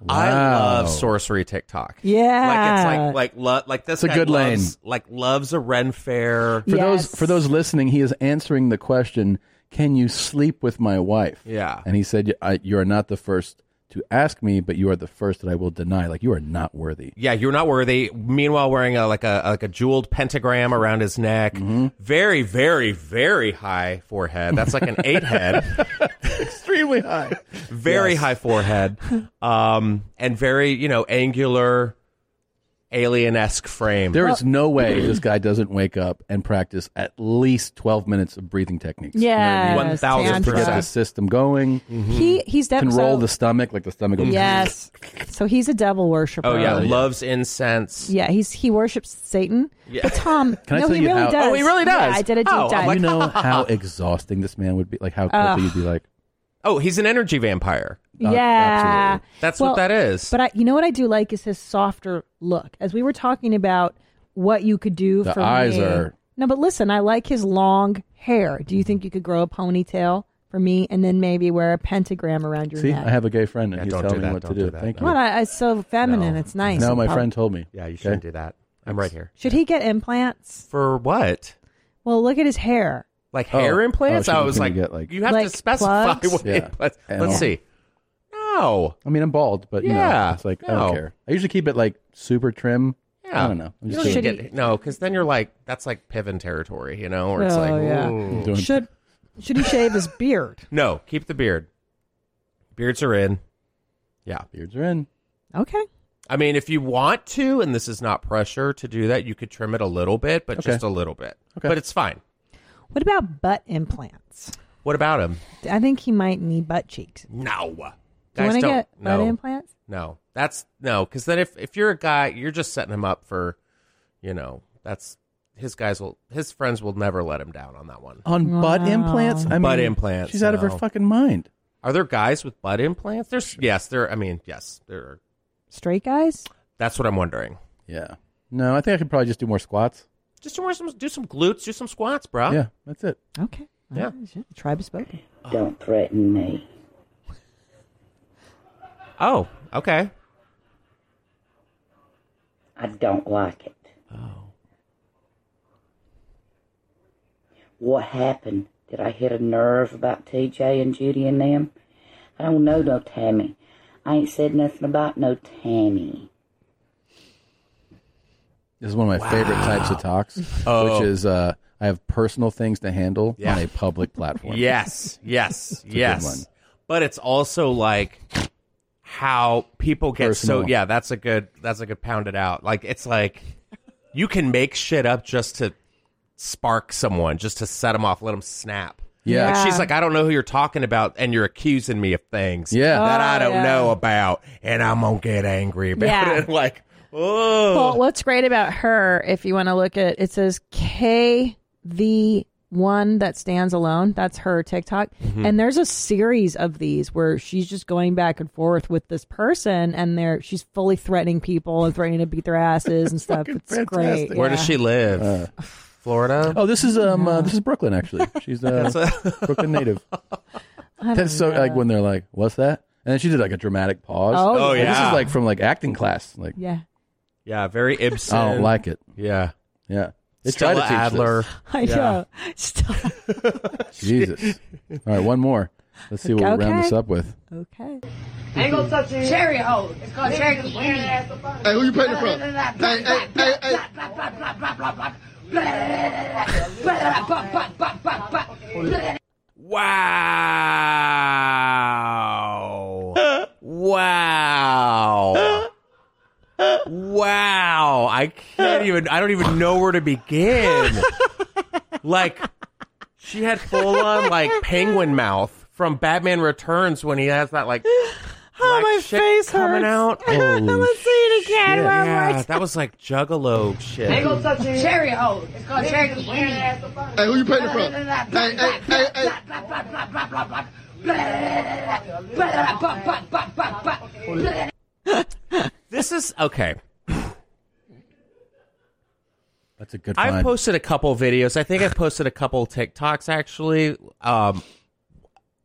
S12: I
S22: Wow.
S12: love sorcery TikTok. like
S1: Yeah.
S12: it's like like lo- like this.
S2: It's a
S12: guy
S2: good lane.
S12: loves, Like loves a Ren Fair
S2: For those for those listening, he is answering the question, "Can you sleep with my wife?"
S12: Yeah.
S2: and he said, I, "You are not the first to ask me, but you are the first that I will deny. Like you are not worthy."
S12: Yeah, you're not worthy. Meanwhile, wearing a like a like a jeweled pentagram around his neck,
S2: Mm-hmm.
S12: very very very high forehead. That's like an eight head,
S2: Extremely high.
S12: very
S2: Yes.
S12: high forehead, um, and very you know angular, alien esque frame.
S2: There is no way this guy doesn't wake up and practice at least twelve minutes of breathing techniques.
S1: Yes,
S2: to get
S1: Tantra.
S2: the system going.
S12: Mm-hmm.
S1: He- he's def-
S2: can roll
S1: so-
S2: the stomach like the stomach. will-
S1: Yes. So he's a devil worshiper.
S12: Oh yeah, loves incense.
S1: Yeah, he's he worships Satan.
S12: Yeah. Oh,
S1: But Tom,
S2: Can I
S1: no,
S2: tell
S1: he
S2: you
S1: really
S2: how? Oh,
S1: does. Yeah, I did a deep dive.
S2: you know how exhausting this man would be. Like how
S1: Ugh.
S2: quickly you'd be like,
S12: Oh, he's an energy vampire.
S2: Uh,
S1: yeah,
S12: That's what that is.
S1: But I, you know what I do like is his softer look. As we were talking about what you could do
S2: The
S1: for
S2: eyes
S1: me-
S2: are-
S1: no, but listen, I like his long hair. Do you think you could grow a ponytail for me, and then maybe wear a pentagram around your
S2: "See,
S1: neck?
S2: I have a gay friend, and
S12: Yeah,
S2: he's
S12: don't
S2: telling
S12: do
S2: me
S12: that,
S2: what to
S12: don't
S2: do."
S12: do that,
S2: Thank
S1: What?
S2: you.
S1: I, it's so feminine. It's nice.
S2: No,
S1: and
S2: my
S1: pop-
S2: friend told me.
S12: Yeah, you shouldn't do that. I'm right here.
S1: Should he get implants?
S12: For what?
S1: Well, look at his hair.
S12: Like hair
S1: Oh.
S12: implants?
S2: Oh, she
S12: I
S2: was
S12: was
S2: gonna
S12: like,
S2: get, like-
S12: you have
S1: Like
S12: to specify
S1: plugs?
S12: what
S2: Yeah.
S12: implants.
S2: And
S12: Let's
S2: all-
S12: see. No.
S2: I mean, I'm bald, but you
S12: Yeah,
S2: know, it's like I
S12: no.
S2: don't care. I usually keep it like super trim.
S12: Yeah.
S2: I don't know. I'm
S12: You
S2: just
S12: don't need to
S2: doing-
S12: get, no, because then you're like, that's like Piven territory, you know? Or it's like, ooh.
S1: Oh, should should he shave his beard?
S12: No, keep the beard. Beards are in. Yeah.
S2: Beards are in.
S1: Okay.
S12: I mean, if you want to, and this is not pressure to do that, you could trim it a little bit, but
S1: Okay.
S12: just a little bit.
S1: Okay.
S12: But it's fine.
S1: What about butt implants?
S12: What about him?
S1: I think he might need butt cheeks.
S12: No.
S1: you
S12: Guys
S1: want to
S12: don't-
S1: get butt
S12: no.
S1: implants?
S12: No, that's no, because then if if you're a guy, you're just setting him up for, you know, that's his guys will his friends will never let him down on that one.
S2: on butt implants. I mean,
S12: butt implants.
S2: She's out of her
S12: no.
S2: fucking mind.
S12: Are there guys with butt implants? There's yes, there. I mean, yes, there. Are.
S1: Straight guys?
S12: That's what I'm wondering.
S2: Yeah. No, I think I could probably just do more squats.
S12: Just do some do some glutes, do some squats, bro.
S2: Yeah, that's it.
S1: Okay.
S12: Yeah.
S1: Oh, The tribe is spoken.
S23: Don't threaten me.
S12: Oh, okay.
S23: I don't like it. Oh. What happened? Did I hit a nerve about TJ and Judy and them? I don't know no Tammy. I ain't said nothing about no Tammy.
S2: This is one of my favorite types of talks,
S12: Oh.
S2: which is uh, I have personal things to handle
S12: Yeah.
S2: on a public platform.
S12: Yes, yes,
S2: It's a good one.
S12: yes. But it's also like how people get so
S2: Personal.
S12: yeah, that's a good that's a good pound it out. Like it's like you can make shit up just to spark someone, just to set them off, let them snap.
S2: Yeah.
S12: Like, she's
S2: Yeah.
S12: like, I don't know who you're talking about, and you're accusing me of things
S2: Yeah.
S12: that I
S2: Oh,
S12: don't
S2: yeah.
S12: know about, and I'm gonna get angry about
S1: Yeah.
S12: it. Like, oh,
S1: Well, what's great about her, if you want to look at it says K the one that stands alone. That's her TikTok.
S12: Mm-hmm.
S24: Mhm.
S1: And there's a series of these where she's just going back and forth with this person and they're she's fully threatening people and threatening to beat their asses and stuff. It's great.
S12: where
S1: yeah.
S12: does she live? Florida.
S2: Uh, Oh, this is um, uh, this is Brooklyn actually. She's uh, Brooklyn native.
S1: I don't
S2: That's so
S1: know.
S2: like when they're like, "What's that?" And then she did like a dramatic pause.
S1: Oh, Oh,
S2: Like, this
S12: yeah.
S2: is like from like acting class. Like,
S1: Yeah.
S12: Yeah, very Ibsen.
S2: I don't like it.
S12: Yeah,
S2: yeah. They tried
S12: Stella
S2: to teach this.
S12: Adler.
S1: I
S12: Yeah.
S1: know. Stop.
S2: Jesus. All right, one more. Let's see what we round
S25: Okay.
S2: this up with.
S1: Okay.
S25: Ain't gonna touch you. Cherry hole. It's called cherry hole. Hey, who you paying it from? Hey, hey, hey, hey. Wow.
S12: don't even know where to begin. like, she had full on like
S1: Oh
S12: penguin mouth from Batman Returns when he has that like
S1: Oh, my face
S12: coming
S1: hurts.
S12: out.
S1: Let's see it again. One more
S12: yeah,
S1: time.
S12: that was like juggalo shit.
S25: They gonna touch your cherry hole. It's called cherry hole. Hey, who you paying painting it from? Hey, hey, hey, hey.
S12: This is okay.
S2: That's a good.
S12: I've
S2: find.
S12: posted a couple videos. I think I've posted a couple TikToks actually, um,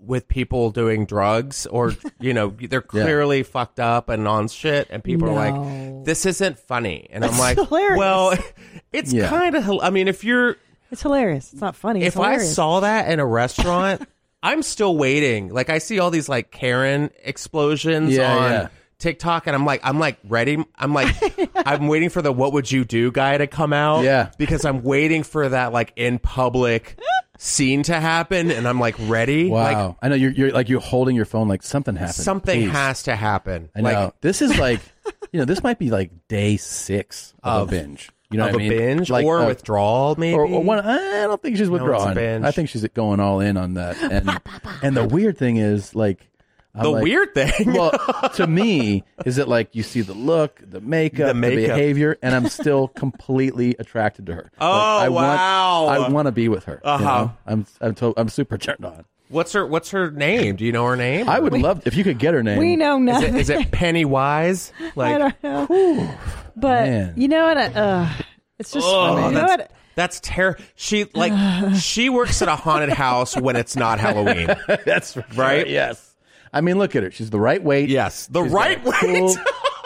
S12: with people doing drugs or you know they're clearly fucked up and on shit, and people are like, "This isn't funny," and I'm
S1: That's
S12: like,
S1: hilarious.
S12: "Well, it's
S1: Yeah.
S12: kind of. I mean, if you're
S1: It's hilarious. It's not funny. It's
S12: if I
S1: hilarious.
S12: saw that in a restaurant, I'm still waiting. Like I see all these like Karen explosions
S2: Yeah,
S12: on
S2: yeah.
S12: TikTok, and I'm like, I'm like ready. I'm like, I'm waiting for the "What would you do" guy to come out.
S2: Yeah.
S12: because I'm waiting for that like in public scene to happen, and I'm like ready.
S2: Wow,
S12: Like,
S2: I know you're, you're like you're holding your phone like something happened.
S12: Something
S2: Please.
S12: has to happen.
S2: I know
S12: Like-
S2: this is like, you know, this might be like day six of,
S12: Of-
S2: a binge. You know
S12: of
S2: what I
S12: a
S2: mean? uh,
S12: binge or withdrawal,
S2: Or,
S12: maybe?
S2: or one, I don't think she's
S12: No, it's a
S2: withdrawing.
S12: binge.
S2: I think she's going all in on that. And and the weird thing is like. I'm
S12: The
S2: like-
S12: weird thing?
S2: well, to me, is that like you see the look, the makeup, the,
S12: makeup.
S2: behavior, and I'm still completely attracted to her.
S12: Oh,
S2: Like, I
S12: wow.
S2: Want, I want to be with her. you
S12: Uh-huh.
S2: know? I'm I'm, to, I'm super turned on.
S12: What's her What's her name? Do you know her name?
S2: I would love if you could get her name.
S1: We know
S12: Is it,
S1: nothing.
S12: is it Pennywise? Like
S1: I don't know. but
S12: man.
S1: you know what? I- Uh, it's just funny. You know
S12: that's,
S1: what?
S12: that's terrible. She like she works at a haunted house when it's not Halloween.
S2: That's right.
S12: Yes.
S2: I mean, look at her. She's the right weight.
S12: Yes, the right weight.
S2: Cool,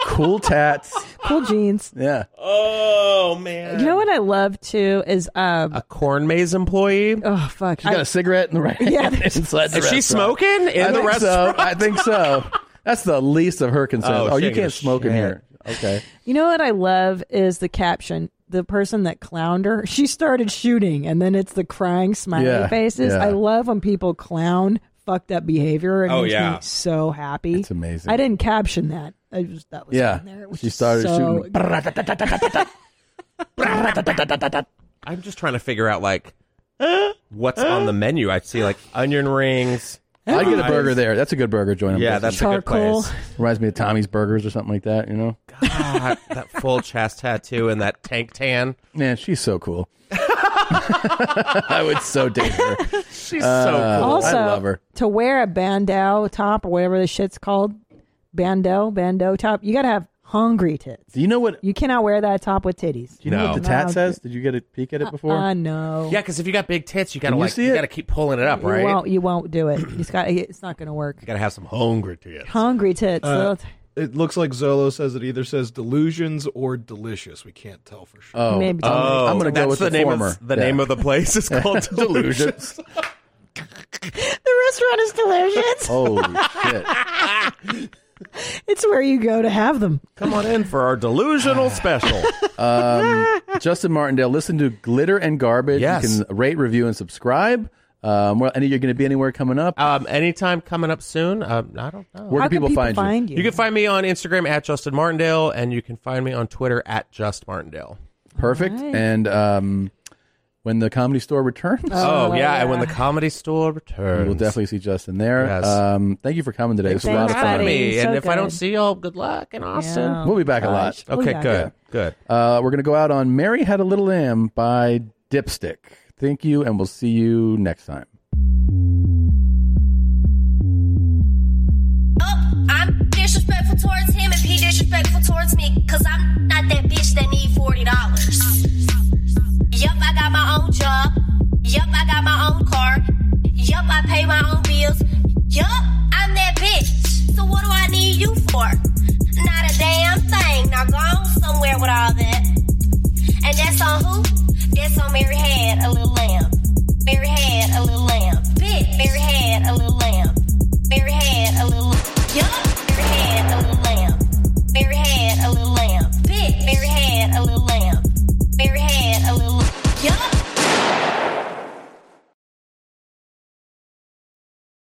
S2: cool tats.
S1: Cool jeans.
S2: Yeah.
S12: Oh man.
S1: You know what I love too is um,
S12: a corn maze employee.
S1: Oh fuck!
S2: She's got a cigarette in the right
S1: Yeah.
S2: hand inside the
S12: Is she
S2: restaurant.
S12: smoking in
S2: I
S12: the
S2: think
S12: restaurant?
S2: So. I think so. That's the least of her concerns.
S12: Oh,
S2: Oh,
S12: she
S2: you
S12: ain't gonna
S2: can't smoke in
S12: shit.
S2: here. Okay.
S1: You know what I love is the caption. The person that clowned her, she started shooting, and then it's the crying smiley
S2: Yeah,
S1: faces.
S2: yeah.
S1: I love when people clown fucked up behavior. It
S2: Oh,
S1: makes
S2: yeah.
S1: me so happy. It's
S2: amazing.
S1: I didn't caption that. I just that was
S2: Yeah.
S1: in there. It was
S2: She
S1: just
S2: started
S1: so-
S2: shooting.
S12: I'm just trying to figure out like what's on the menu. I see like onion rings.
S2: I'd get a
S12: fries.
S2: burger there. That's a good burger joint. I'm
S12: Yeah,
S2: guessing.
S12: that's a good Charcoal. place.
S2: Reminds me of Tommy's Burgers or something like that. You know.
S12: God, Ah, that full chest tattoo and that tank tan.
S2: Man, she's so cool. I would so date her.
S12: She's
S2: Uh,
S1: Also,
S2: I love her.
S1: to wear a bandeau top or whatever the shit's called, bandeau, bandeau top, you gotta have hungry tits.
S2: Do you know what?
S1: You cannot wear that top with titties.
S2: Do you know what the tat
S1: No.
S2: says? Did you get a peek at it before?
S1: Uh, no.
S12: Yeah, because if you got big tits, you gotta
S2: Can you
S12: like
S2: see
S12: you
S2: it?
S12: gotta keep pulling it up, right?
S1: You won't. You won't do it. It's got. It's not gonna work.
S12: You gotta have some hungry to you.
S1: Hungry tits.
S4: Uh,
S1: little-
S4: it looks like Zolo says it either says delusions or delicious. We can't tell for sure.
S2: Oh,
S1: Maybe
S12: Oh,
S2: I'm gonna go
S12: that's
S2: with the,
S12: name
S2: former.
S12: Of, the
S2: Yeah.
S12: name of the place is called Delusions.
S1: the restaurant is delicious.
S2: Holy shit!
S1: it's where you go to have them.
S12: Come on in for our delusional special.
S2: Um, Justin Martindale, listen to Glitter and Garbage.
S12: Yes.
S2: You can rate, review, and subscribe. Um, well, any you're going to be anywhere coming up?
S12: Um, anytime coming up soon. Um, I don't know.
S2: Where How can people people find you? find you?
S12: You can find me on Instagram at Justin Martindale, and you can find me on Twitter at Just Martindale.
S2: Perfect. And um, when the comedy store returns,
S12: Oh, yeah, and when the comedy store returns,
S2: we'll definitely see Justin there.
S12: Yes.
S2: Um, thank you for coming today.
S12: Thanks
S2: This was
S12: for
S2: a lot of fun.
S12: having me.
S2: So
S12: and if I don't
S2: good.
S12: see y'all, good luck in Austin.
S2: Yeah. We'll be back a lot.
S12: Okay,
S2: Oh, yeah.
S12: good, good.
S2: Uh, we're going to go out on "Mary Had a Little Lamb" by Dipstick. Thank you, and we'll see you next time.
S8: Oh, I'm disrespectful towards him if he disrespectful towards me. Cause I'm not that bitch that need forty dollars. Yup, I got my own job. Yup, I got my own car. Yup, I pay my own bills. Yup, I'm that bitch. So what do I need you for? Not a damn thing. Now go on somewhere with all that. And that's on who? That's on Mary Had a Little Lamb. Mary Had a Little Lamb. Bitch, Mary Had a Little Lamb.